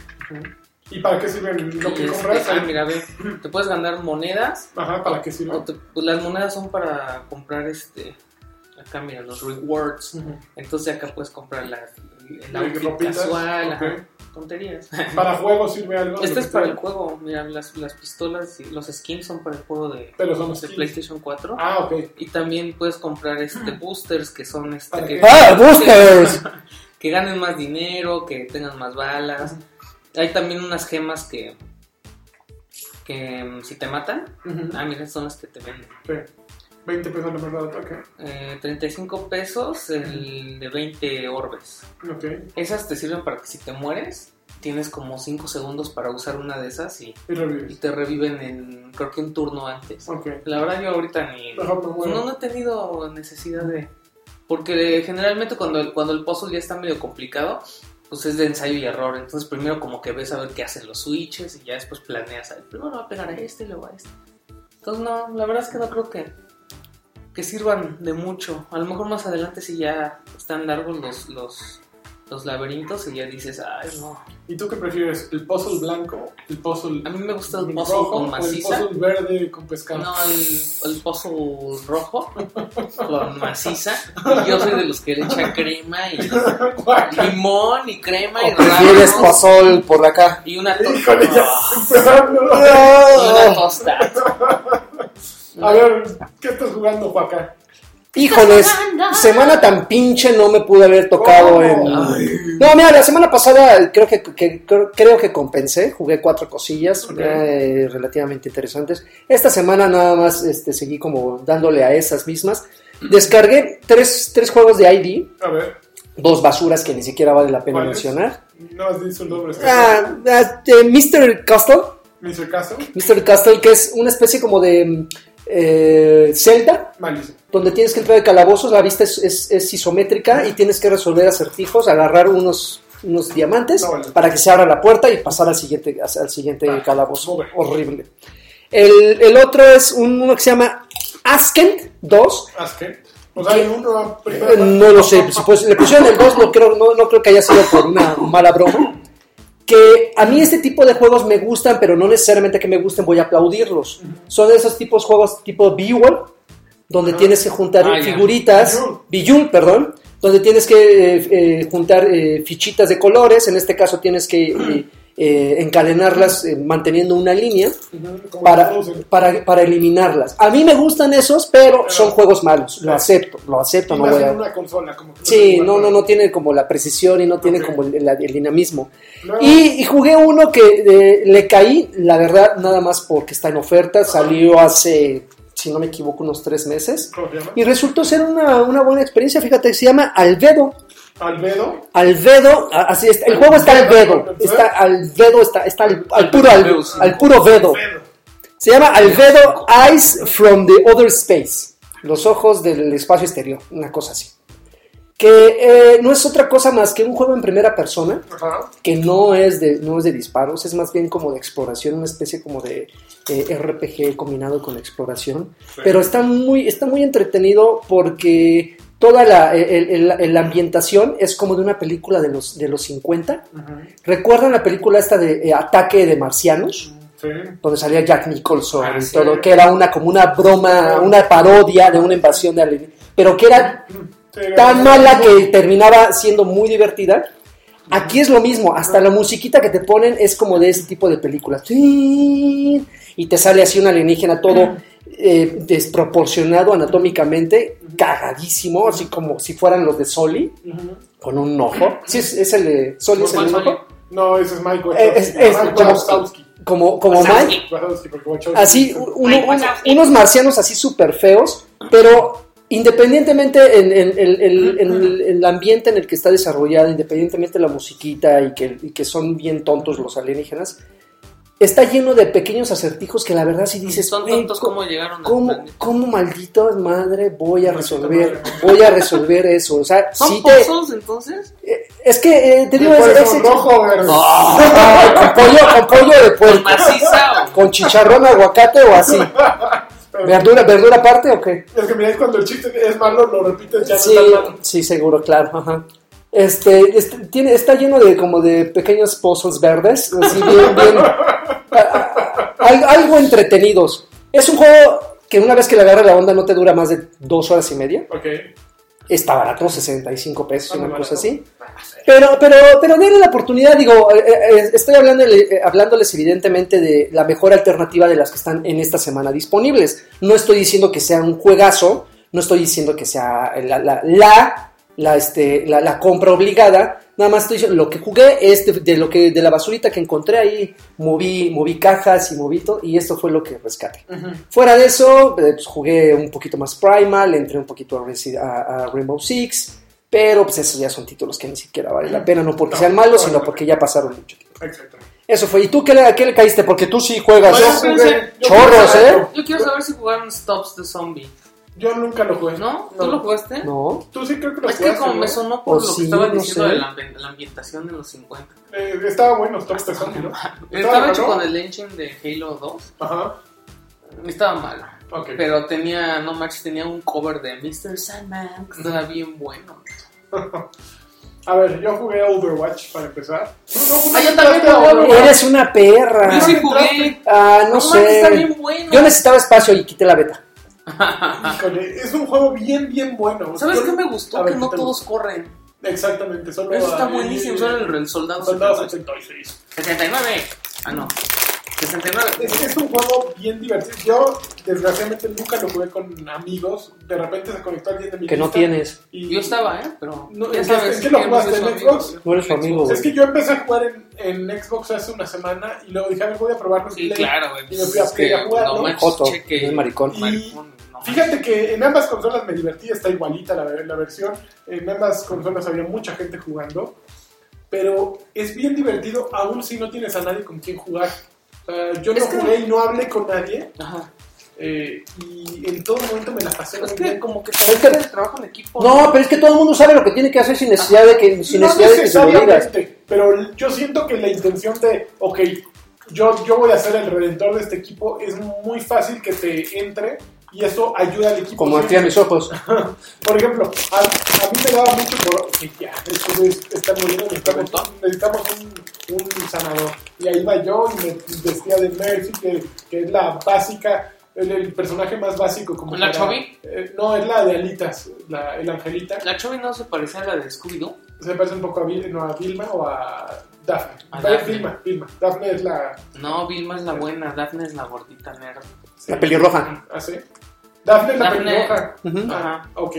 [SPEAKER 2] ¿Y para qué sirven lo
[SPEAKER 1] Y
[SPEAKER 2] que
[SPEAKER 1] este,
[SPEAKER 2] compras?
[SPEAKER 1] ah, mira, ve, te puedes ganar monedas.
[SPEAKER 2] Ajá, ¿para qué
[SPEAKER 1] o
[SPEAKER 2] sirven?
[SPEAKER 1] te- pues las monedas son para comprar este. Acá, mira, los rewards.
[SPEAKER 2] Ujú.
[SPEAKER 1] Entonces acá puedes comprar la, el
[SPEAKER 2] Y
[SPEAKER 1] outfit
[SPEAKER 2] ropitas,
[SPEAKER 1] casual,
[SPEAKER 2] ok. pues,
[SPEAKER 1] ajá, tonterías.
[SPEAKER 2] ¿Para juegos sirve algo?
[SPEAKER 1] Este
[SPEAKER 2] Lo
[SPEAKER 1] es
[SPEAKER 2] que
[SPEAKER 1] para el
[SPEAKER 2] tengo.
[SPEAKER 1] juego, mira, las, las pistolas y los skins son para el juego de,
[SPEAKER 2] Pero son los
[SPEAKER 1] de
[SPEAKER 2] skins.
[SPEAKER 1] PlayStation 4.
[SPEAKER 2] Ah, ok.
[SPEAKER 1] Y también puedes comprar este boosters que son este
[SPEAKER 2] ¿Para
[SPEAKER 1] que,
[SPEAKER 2] qué?
[SPEAKER 3] ¡Ah, boosters!
[SPEAKER 1] que ganen más dinero, que tengan más balas. Hay también unas gemas que que mm, si te matan,
[SPEAKER 2] Ujú.
[SPEAKER 1] ah mira, son las que te venden.
[SPEAKER 2] Sí. 20 pesos la verdad, ok.
[SPEAKER 1] Eh, 35 pesos el de 20 orbes.
[SPEAKER 2] Ok.
[SPEAKER 1] Esas te sirven para que si te mueres, tienes como 5 segundos para usar una de esas y,
[SPEAKER 2] Y
[SPEAKER 1] y
[SPEAKER 2] revives.
[SPEAKER 1] te reviven en, creo que un turno antes.
[SPEAKER 2] Ok.
[SPEAKER 1] La verdad yo ahorita ni...
[SPEAKER 2] Mejor me muero.
[SPEAKER 1] No, no he tenido necesidad de... Porque generalmente cuando el, cuando el puzzle ya está medio complicado, pues es de ensayo y error. Entonces primero como que ves a ver qué hacen los switches y ya después planeas. "Ay, Primero va a pegar a este y luego a este. Entonces no, la verdad es que no creo que, que sirvan de mucho. A lo mejor más adelante si ya están largos los, los, los laberintos y ya dices, ay no.
[SPEAKER 2] ¿Y tú qué prefieres? ¿El puzzle blanco? ¿El puzzle
[SPEAKER 1] A mí me gusta el puzzle
[SPEAKER 2] rojo?
[SPEAKER 1] con
[SPEAKER 2] o ¿El
[SPEAKER 1] maciza.
[SPEAKER 2] puzzle verde con pescado?
[SPEAKER 1] No, el, el pozo rojo con maciza. Y yo soy de los que le echa crema y
[SPEAKER 2] Guaca.
[SPEAKER 1] limón y crema y
[SPEAKER 3] ¿O prefieres
[SPEAKER 1] rábanos
[SPEAKER 3] pozol por acá?
[SPEAKER 1] Y una tosta.
[SPEAKER 2] Híjole, ya.
[SPEAKER 1] Y una
[SPEAKER 3] ¡Ah!
[SPEAKER 1] tosta.
[SPEAKER 2] A ver, ¿qué estás jugando, Juaca?
[SPEAKER 3] Híjoles, semana tan pinche no me pude haber tocado
[SPEAKER 2] ¿Cómo?
[SPEAKER 3] en... No, mira, la semana pasada creo que, que- creo, creo que compensé, jugué cuatro cosillas
[SPEAKER 2] Ok.
[SPEAKER 3] eh, relativamente interesantes. Esta semana nada más este, seguí como dándole a esas mismas. Descargué tres, tres juegos de ID,
[SPEAKER 2] A ver,
[SPEAKER 3] dos basuras que ni siquiera vale la pena
[SPEAKER 2] ¿Cuáles?
[SPEAKER 3] mencionar.
[SPEAKER 2] no has dicho el nombre. está
[SPEAKER 3] Ah, ah, eh, Mr. Castle,
[SPEAKER 2] bien. Mr. Caso,
[SPEAKER 3] Mr. Castle, que es una especie como de mm, eh, Zelda,
[SPEAKER 2] malísimo.
[SPEAKER 3] donde tienes que entrar de calabozos, la vista es, es- es isométrica y tienes que resolver acertijos, agarrar unos, unos diamantes
[SPEAKER 2] No, vale. Ah,
[SPEAKER 3] para que se abra la puerta y pasar al siguiente, al siguiente calabozo.
[SPEAKER 2] Joder.
[SPEAKER 3] Horrible. El, el otro es un- uno que se llama Askent 2.
[SPEAKER 2] ¿Haz qué? O sea, en uno primero.
[SPEAKER 3] Eh, No lo sé, si pues, le pusieron el 2, no creo, no, no creo que haya sido por una mala broma. Que a mí este tipo de juegos me gustan, pero no necesariamente que me gusten voy a aplaudirlos. Son de esos tipos juegos tipo Bewell, donde
[SPEAKER 2] Ajá.
[SPEAKER 3] tienes que juntar
[SPEAKER 1] Ah, ya.
[SPEAKER 3] figuritas, Biyul, perdón, donde tienes que eh, eh, juntar eh, fichitas de colores, en este caso tienes que eh, eh, encadenarlas eh, manteniendo una línea
[SPEAKER 2] Ujú, como
[SPEAKER 3] para,
[SPEAKER 2] producen.
[SPEAKER 3] para, para eliminarlas. A mí me gustan esos, pero
[SPEAKER 2] Pero-
[SPEAKER 3] son juegos malos, lo acepto, lo acepto,
[SPEAKER 2] Y
[SPEAKER 3] no
[SPEAKER 2] más
[SPEAKER 3] voy
[SPEAKER 2] en
[SPEAKER 3] a...
[SPEAKER 2] una consola, como que
[SPEAKER 3] Sí,
[SPEAKER 2] se
[SPEAKER 3] no, no,
[SPEAKER 2] juega.
[SPEAKER 3] no tiene como la precisión y no tiene
[SPEAKER 2] Ok. Ah.
[SPEAKER 3] como el, la- el dinamismo.
[SPEAKER 2] Luego,
[SPEAKER 3] Y, y jugué uno que eh, le caí, la verdad, nada más porque está en oferta, salió hace, si no me equivoco, unos tres meses.
[SPEAKER 2] ¿Cómo se llama?
[SPEAKER 3] Y resultó ser una, una buena experiencia, fíjate, se llama Albedo.
[SPEAKER 2] Albedo.
[SPEAKER 3] Albedo, a- así está, el juego está al dedo, está al dedo, está, está al, al puro al, al puro dedo.
[SPEAKER 2] Albedo.
[SPEAKER 3] Se llama Albedo Eyes from the Other Space. Los ojos del espacio exterior, una cosa así. Que eh, no es otra cosa más que un juego en primera persona,
[SPEAKER 2] Ajá.
[SPEAKER 3] que no es de, no es de disparos, es más bien como de exploración, una especie como de eh, RPG combinado con exploración. Pero está muy, está muy entretenido porque toda la el- el- el- la ambientación es como de una película de los, de los 50.
[SPEAKER 2] Ujú.
[SPEAKER 3] ¿Recuerdan la película esta de eh, Ataque de Marcianos?
[SPEAKER 2] Sí.
[SPEAKER 3] donde salía Jack Nicholson
[SPEAKER 1] Ah,
[SPEAKER 3] y
[SPEAKER 1] sí.
[SPEAKER 3] todo, que era una como una broma, una parodia de una invasión de alienígenas, pero que era
[SPEAKER 2] Sí,
[SPEAKER 3] tan
[SPEAKER 2] era-
[SPEAKER 3] mala que terminaba siendo muy divertida. Aquí es lo mismo, hasta la musiquita que te ponen es como de ese tipo de películas. Y te sale así un alienígena todo eh, desproporcionado anatómicamente, cagadísimo, así como si fueran los de Soli,
[SPEAKER 2] Ujú.
[SPEAKER 3] con un ojo. Sí, es, es el de Soli,
[SPEAKER 1] ¿Cómo
[SPEAKER 3] es el de un
[SPEAKER 1] cuál
[SPEAKER 3] ojo.
[SPEAKER 2] No, ese es Mike
[SPEAKER 3] Eh,
[SPEAKER 2] Wachowski.
[SPEAKER 3] es- es
[SPEAKER 2] Mike
[SPEAKER 3] como-
[SPEAKER 2] Wachowski.
[SPEAKER 3] Como, como
[SPEAKER 1] Wachowski.
[SPEAKER 3] Mike,
[SPEAKER 2] Wachowski, porque Wachowski-
[SPEAKER 3] así u- uno-
[SPEAKER 1] Mike
[SPEAKER 3] un-
[SPEAKER 1] Wazowski.
[SPEAKER 3] unos marcianos así súper feos, pero independientemente en, en- en- en- en el- en el ambiente en el que está desarrollada, independientemente de la musiquita y que, y que son bien tontos los alienígenas, está lleno de pequeños acertijos que la verdad si dices,
[SPEAKER 1] Son
[SPEAKER 3] "Güey,
[SPEAKER 1] tontos
[SPEAKER 3] co-
[SPEAKER 1] cómo llegaron al
[SPEAKER 3] ¿cómo,
[SPEAKER 1] planeta.
[SPEAKER 3] cómo maldita madre voy
[SPEAKER 2] Maldita
[SPEAKER 3] a resolver,
[SPEAKER 2] madre.
[SPEAKER 3] voy a resolver eso? O sea,
[SPEAKER 1] ¿Son
[SPEAKER 3] sí te-
[SPEAKER 1] pozos entonces?
[SPEAKER 3] eh, es que eh, te digo, es,
[SPEAKER 2] Por
[SPEAKER 3] es-
[SPEAKER 2] eso rojo, verde.
[SPEAKER 3] Ah, con pollo, con pollo de
[SPEAKER 1] ¿Con
[SPEAKER 3] puerco,
[SPEAKER 1] maciza o?
[SPEAKER 3] con chicharrón, aguacate o así. ¿Verdura, verdura aparte o qué?
[SPEAKER 2] Es que mira, es cuando el chiste es malo, lo repites ya no
[SPEAKER 3] Sí,
[SPEAKER 2] está malo.
[SPEAKER 3] sí, seguro, claro. ajá. Este, este, tiene, está lleno de como de pequeños pozos verdes, así bien, bien, a- a- al- algo entretenidos. Es un juego que una vez que le agarra la onda no te dura más de dos horas y media.
[SPEAKER 2] Ok.
[SPEAKER 3] Está barato, 65 pesos,
[SPEAKER 2] Ah,
[SPEAKER 3] una
[SPEAKER 2] muy
[SPEAKER 3] cosa
[SPEAKER 2] barato.
[SPEAKER 3] así. Pero, pero, pero denle la oportunidad, digo, eh, eh, estoy hablándole- eh, hablándoles evidentemente de la mejor alternativa de las que están en esta semana disponibles. No estoy diciendo que sea un juegazo, no estoy diciendo que sea la, la, la, la, este, la, la compra obligada. Nada más estoy diciendo, lo que jugué es de, de lo que, de la basurita que encontré ahí, moví, moví cajas y moví todo, y esto fue lo que rescaté. Fuera de eso, eh, pues, jugué un poquito más Primal, entré un poquito a, Resi- a- a Rainbow Six, pero pues esos ya son títulos que ni siquiera vale la pena, no porque
[SPEAKER 2] No,
[SPEAKER 3] sean malos,
[SPEAKER 2] no,
[SPEAKER 3] sino
[SPEAKER 2] no.
[SPEAKER 3] porque ya pasaron mucho tiempo.
[SPEAKER 2] Exactamente.
[SPEAKER 3] Eso fue. ¿Y tú qué le, a qué le caíste? Porque tú sí juegas.
[SPEAKER 1] Bueno,
[SPEAKER 2] Pues Yo
[SPEAKER 1] sí.
[SPEAKER 3] ¿no?
[SPEAKER 2] jugué- yo
[SPEAKER 3] Chorros,
[SPEAKER 2] jugué-
[SPEAKER 3] ¿eh?
[SPEAKER 1] Yo quiero saber si jugaron Stops the Zombie.
[SPEAKER 2] Yo nunca lo jugué.
[SPEAKER 1] ¿No? ¿Tú lo jugaste?
[SPEAKER 3] No.
[SPEAKER 2] Tú sí creo que lo
[SPEAKER 1] Es
[SPEAKER 2] jugaste.
[SPEAKER 1] que como
[SPEAKER 2] pues, ¿no?
[SPEAKER 1] me sonó por
[SPEAKER 3] O
[SPEAKER 1] lo que
[SPEAKER 3] sí,
[SPEAKER 1] estabas
[SPEAKER 3] no
[SPEAKER 1] diciendo
[SPEAKER 3] sé.
[SPEAKER 1] de la, ambi- la ambientación de los 50.
[SPEAKER 2] Eh, estaba bueno, Stop the Zombie, ¿no?
[SPEAKER 1] Estaba hecho
[SPEAKER 2] bueno?
[SPEAKER 1] con el engine de Halo 2.
[SPEAKER 2] Ajá.
[SPEAKER 1] Estaba malo.
[SPEAKER 2] Ok.
[SPEAKER 1] Pero tenía, no manches, tenía un cover de Mr. Sandman que estaba bien bueno.
[SPEAKER 2] A ver, yo jugué Overwatch para empezar. No, no,
[SPEAKER 1] Ah, yo
[SPEAKER 2] jugaste
[SPEAKER 1] también
[SPEAKER 2] a
[SPEAKER 1] jugué Overwatch.
[SPEAKER 2] Overwatch.
[SPEAKER 3] Eres una perra.
[SPEAKER 1] Yo sí
[SPEAKER 2] entraste.
[SPEAKER 1] jugué.
[SPEAKER 3] Ah, no,
[SPEAKER 1] manches, está bien
[SPEAKER 3] sé.
[SPEAKER 1] bueno.
[SPEAKER 3] Yo necesitaba espacio y quité la beta.
[SPEAKER 2] Híjole, es un juego bien, bien bueno.
[SPEAKER 1] ¿Sabes
[SPEAKER 2] Yo-
[SPEAKER 1] qué me gustó?
[SPEAKER 2] A ver,
[SPEAKER 1] que no
[SPEAKER 2] ¿qué te
[SPEAKER 1] todos corren.
[SPEAKER 2] Exactamente, solo.
[SPEAKER 1] Eso está
[SPEAKER 2] hay-
[SPEAKER 1] buenísimo. Solo el, el soldado.
[SPEAKER 2] Soldados
[SPEAKER 1] 79.
[SPEAKER 2] 86.
[SPEAKER 1] 69. Ah, no. 69.
[SPEAKER 2] Es, es un juego bien divertido. Yo, desgraciadamente, nunca lo jugué con amigos. De repente se conectó alguien de mi
[SPEAKER 3] Que no
[SPEAKER 2] lista
[SPEAKER 3] tienes.
[SPEAKER 2] y-
[SPEAKER 1] Yo estaba, ¿eh? Pero.
[SPEAKER 2] No,
[SPEAKER 1] ya
[SPEAKER 2] es que-
[SPEAKER 1] sabes
[SPEAKER 2] es que lo
[SPEAKER 1] que
[SPEAKER 2] jugaste
[SPEAKER 1] no
[SPEAKER 2] en
[SPEAKER 1] soy su
[SPEAKER 2] Xbox.
[SPEAKER 1] amigo.
[SPEAKER 3] No eres tu amigo, güey.
[SPEAKER 2] pues Es que yo empecé a jugar en, en Xbox hace una semana y luego dije, a ver, voy a probarlo en
[SPEAKER 1] Sí,
[SPEAKER 2] Play.
[SPEAKER 1] claro, güey.
[SPEAKER 2] Y me fui a
[SPEAKER 1] Es
[SPEAKER 2] Play
[SPEAKER 1] que
[SPEAKER 2] a jugar,
[SPEAKER 1] no
[SPEAKER 2] ¿no?
[SPEAKER 1] manches,
[SPEAKER 3] Joto,
[SPEAKER 1] cheque.
[SPEAKER 3] es maricón.
[SPEAKER 2] Y-
[SPEAKER 1] Maricón, no manches.
[SPEAKER 2] Fíjate que en ambas consolas me divertí, está igualita la, la versión. En ambas consolas había mucha gente jugando. Pero es bien divertido, aún si no tienes a nadie con quien jugar. O sea, yo no
[SPEAKER 1] Es que-
[SPEAKER 2] jugué y no hablé con nadie.
[SPEAKER 1] Ajá.
[SPEAKER 2] eh, y en todo momento me la pasé
[SPEAKER 1] Pero es
[SPEAKER 2] muy
[SPEAKER 1] que
[SPEAKER 2] bien.
[SPEAKER 1] como que
[SPEAKER 3] Es
[SPEAKER 1] es
[SPEAKER 3] que-
[SPEAKER 1] el trabajo en equipo.
[SPEAKER 3] No, pero es que todo el mundo sabe lo que tiene que hacer sin necesidad de que, sin
[SPEAKER 2] no
[SPEAKER 3] necesidad de que se lo digas.
[SPEAKER 2] necesariamente, pero yo siento que la intención de, ok, yo, yo voy a ser el redentor de este equipo, es muy fácil que te entre y eso ayuda al equipo.
[SPEAKER 3] Como
[SPEAKER 2] siempre.
[SPEAKER 3] enfría mis ojos.
[SPEAKER 2] Por ejemplo, a, a mí me daba mucho por... que ya, esto es- está muriendo, necesitamos, necesitamos un, un sanador. Y ahí va yo y me vestía de Mercy, que, que es la básica, el, el personaje más básico. como
[SPEAKER 1] ¿La
[SPEAKER 2] para-
[SPEAKER 1] Chubby?
[SPEAKER 2] eh, no, es la de Alitas, la, el Angelita.
[SPEAKER 1] La Chovy no se parecía a la de Scooby-Doo.
[SPEAKER 2] Se parece un poco a, Vil- no, a Vilma o a Daphne.
[SPEAKER 1] A
[SPEAKER 2] Da-
[SPEAKER 1] Daphne.
[SPEAKER 2] Vilma, Vilma. Daphne es la.
[SPEAKER 1] No, Vilma es la buena, Daphne es la gordita nerd.
[SPEAKER 3] La pelirroja.
[SPEAKER 2] ¿Ah, sí? Daphne es la
[SPEAKER 1] Daphne.
[SPEAKER 2] pelirroja.
[SPEAKER 3] Ujú.
[SPEAKER 2] Ajá.
[SPEAKER 1] Ajá.
[SPEAKER 2] Ok,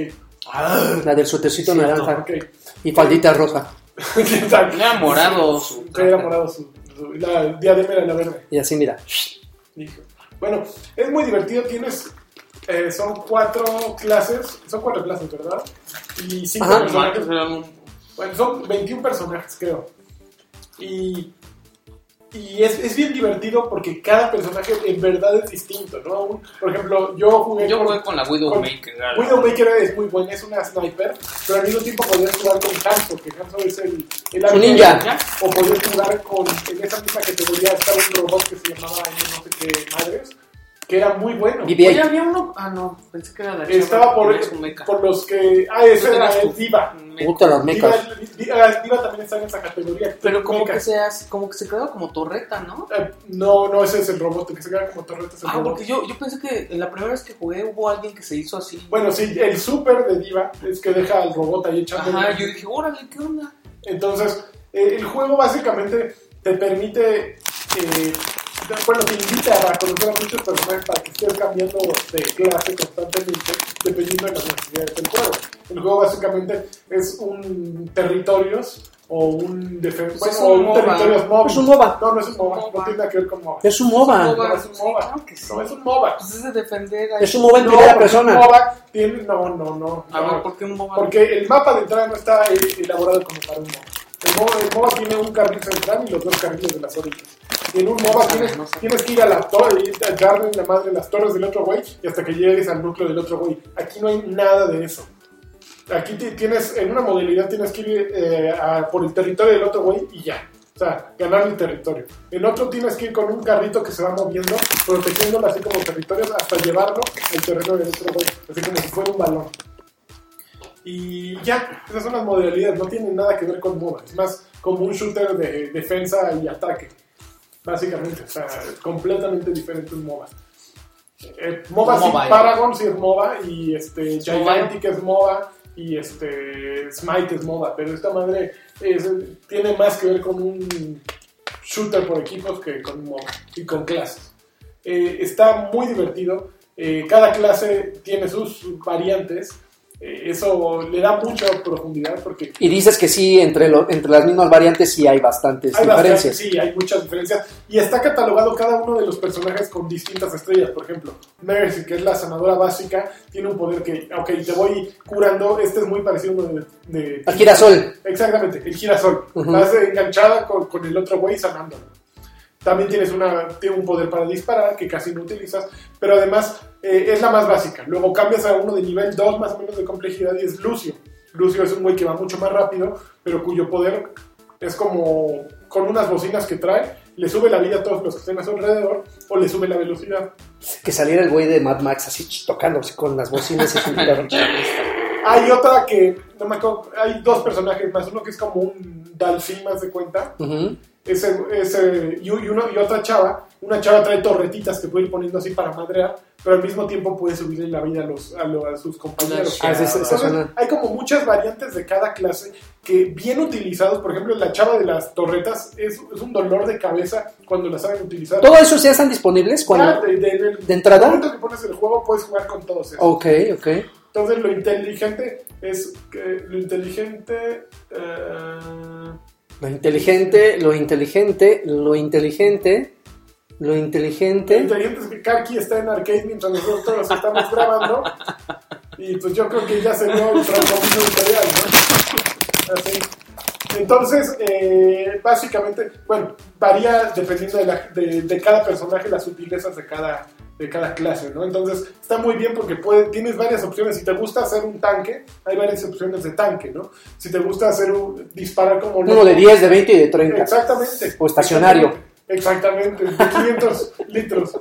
[SPEAKER 3] La del suetercito
[SPEAKER 1] Cierto.
[SPEAKER 3] naranja
[SPEAKER 2] ok.
[SPEAKER 3] y faldita roja.
[SPEAKER 2] Exacto.
[SPEAKER 1] Era morado su-
[SPEAKER 2] Que era morado su. su- La diadema era la verde.
[SPEAKER 3] Y así, mira.
[SPEAKER 2] Dije. Bueno, es muy divertido. Tienes. eh, son cuatro clases. Son cuatro clases, ¿verdad? Y cinco
[SPEAKER 3] Ajá.
[SPEAKER 1] No
[SPEAKER 2] personajes.
[SPEAKER 1] manches, era un-
[SPEAKER 2] Bueno, son 21 personajes, creo. Y, y es, es bien divertido porque cada personaje en verdad es distinto, ¿no? Un- por ejemplo, yo jugué
[SPEAKER 1] Yo
[SPEAKER 2] con-
[SPEAKER 1] jugué con la Widowmaker. era la-
[SPEAKER 2] Widowmaker es muy buena, es una sniper, pero al mismo tiempo podías jugar con Hanzo, que Hanzo es el, el arco-
[SPEAKER 3] ninja.
[SPEAKER 2] O podías jugar con, en esa misma categoría estaba un robot que se llamaba no sé qué madres, que era muy bueno.
[SPEAKER 3] BB-8.
[SPEAKER 1] Oye, había uno. Ah, no, pensé que era la chava
[SPEAKER 2] Estaba
[SPEAKER 1] que
[SPEAKER 2] por,
[SPEAKER 1] tenía su meca.
[SPEAKER 2] por los que... Ah, ese
[SPEAKER 1] Tú
[SPEAKER 2] era
[SPEAKER 1] tenías tu-
[SPEAKER 2] el Diva.
[SPEAKER 1] un meca.
[SPEAKER 3] Puta las
[SPEAKER 2] Diva,
[SPEAKER 3] mecas.
[SPEAKER 2] Diva- Diva también está en esa categoría.
[SPEAKER 1] Pero como
[SPEAKER 2] Mecha.
[SPEAKER 1] que, se, hace- como que se quedaba como torreta, ¿no?
[SPEAKER 2] Eh, No, no, ese es el robot, el que se queda como torreta es el
[SPEAKER 1] Ah,
[SPEAKER 2] robot.
[SPEAKER 1] porque yo, yo pensé que la primera vez que jugué hubo alguien que se hizo así.
[SPEAKER 2] Bueno, sí, el super de Diva es que deja al robot ahí echando.
[SPEAKER 1] Ajá, yo dije, órale, ¿qué onda?
[SPEAKER 2] Entonces, eh, el juego básicamente te permite, eh, bueno, te invita a conocer a muchos personajes para que estés cambiando de clase constantemente dependiendo de las necesidades del juego. El juego básicamente es un territorios o un defensa,
[SPEAKER 1] Pues es
[SPEAKER 2] o
[SPEAKER 1] un
[SPEAKER 2] un
[SPEAKER 1] MOBA.
[SPEAKER 2] territorios móvil.
[SPEAKER 3] Es un MOBA.
[SPEAKER 2] No, no es un MOBA, no
[SPEAKER 1] MOBA.
[SPEAKER 2] tiene nada que ver con MOBA.
[SPEAKER 3] Es un MOBA.
[SPEAKER 2] No, es un MOBA.
[SPEAKER 1] Claro que sí.
[SPEAKER 2] No, es un MOBA.
[SPEAKER 1] Pues es de defender. ahí.
[SPEAKER 3] Es un MOBA en
[SPEAKER 2] No,
[SPEAKER 3] primera
[SPEAKER 2] porque un
[SPEAKER 3] persona.
[SPEAKER 2] MOBA tiene- no, no, no.
[SPEAKER 1] A
[SPEAKER 2] no.
[SPEAKER 1] ver, ¿por qué un MOBA?
[SPEAKER 2] Porque el mapa de entrada no está eh, elaborado como para un MOBA. El MOBA, el MOBA tiene un carril central y los dos carriles de las orillas. Y en un MOBA
[SPEAKER 1] Ah,
[SPEAKER 2] tienes,
[SPEAKER 1] no sé.
[SPEAKER 2] tienes que ir a la torre y a echarle en la madre las torres del otro güey y hasta que llegues al núcleo del otro güey. Aquí no hay nada de eso. Aquí ti- tienes, en una modalidad tienes que ir eh, a- por el territorio del otro güey y ya. O sea, ganar el territorio. En otro tienes que ir con un carrito que se va moviendo, protegiéndolo así como territorios hasta llevarlo al territorio del otro güey. Así como si fuera un balón. Y ya, esas son las modalidades, no tienen nada que ver con MOBA, es más como un shooter de defensa y ataque, básicamente, o sea, completamente diferente un MOBA. Eh, MOBA sí,
[SPEAKER 1] Mobile.
[SPEAKER 2] Paragon sí es MOBA, y este,
[SPEAKER 1] ¿Es mobile?
[SPEAKER 2] Gigantic es MOBA, y este, Smite es MOBA, pero esta madre es- tiene más que ver con un shooter por equipos que con un MOBA, y con clases. Eh, está muy divertido. Eh, cada clase tiene sus variantes. Eh, eso le da mucha profundidad porque
[SPEAKER 3] Y dices que sí, entre, lo- entre las mismas variantes sí hay bastantes
[SPEAKER 2] hay
[SPEAKER 3] diferencias.
[SPEAKER 2] bastantes- sí, hay muchas diferencias. Y está catalogado cada uno de los personajes con distintas estrellas. Por ejemplo, Mercy, que es la sanadora básica, tiene un poder que, ok, te voy curando. Este es muy parecido a uno de, de
[SPEAKER 3] Al girasol.
[SPEAKER 2] Exactamente, el girasol.
[SPEAKER 3] Ujú.
[SPEAKER 2] Vas enganchada con, con el otro güey sanándolo. También tienes una, tiene un poder para disparar que casi no utilizas, pero además eh, es la más básica. Luego cambias a uno de nivel 2 más o menos de complejidad y es Lucio. Lucio es un güey que va mucho más rápido, pero cuyo poder es como con unas bocinas que trae, le sube la vida a todos los que estén a su alrededor o le sube la velocidad.
[SPEAKER 3] Que saliera el güey de Mad Max así ch, tocándose con las bocinas. y un-
[SPEAKER 2] Hay otra que, no me acuerdo, hay dos personajes más, uno que es como un Dalfín más de cuenta,
[SPEAKER 3] Ujú.
[SPEAKER 2] ese, ese- y, y uno- y otra chava, una chava trae torretitas que puede ir poniendo así para madrear, pero al mismo tiempo puede subirle la vida a, los, a, lo- a sus compañeros.
[SPEAKER 3] Ah, esa- esa
[SPEAKER 2] Entonces,
[SPEAKER 3] suena.
[SPEAKER 2] hay como muchas variantes de cada clase que bien utilizados, por ejemplo, la chava de las torretas es, es un dolor de cabeza cuando la saben utilizar.
[SPEAKER 3] Todo eso ya están disponibles
[SPEAKER 2] Ah,
[SPEAKER 3] cuando...
[SPEAKER 2] de, de- del-
[SPEAKER 3] de entrada? Oh.
[SPEAKER 2] del momento que pones el juego puedes jugar con todos esos.
[SPEAKER 3] Ok, ok.
[SPEAKER 2] Entonces lo inteligente es que lo inteligente eh,
[SPEAKER 3] Lo inteligente, lo inteligente, lo inteligente, lo
[SPEAKER 2] Lo
[SPEAKER 3] inteligente.
[SPEAKER 2] inteligente es que Karki está en arcade mientras nosotros estamos grabando. Y pues yo creo que ya se dio el compromiso editorial, ¿no? Así. Entonces, eh, básicamente, bueno, varía dependiendo de, la- de- de cada personaje las sutilezas de cada, de cada clase, ¿no? Entonces, está muy bien porque puede- tienes varias opciones. Si te gusta hacer un tanque, hay varias opciones de tanque, ¿no? Si te gusta hacer un, disparar como
[SPEAKER 3] Uno de
[SPEAKER 2] loco,
[SPEAKER 3] 10, de 20 y de 30.
[SPEAKER 2] Exactamente.
[SPEAKER 3] O estacionario.
[SPEAKER 2] Exactamente, de 500 litros.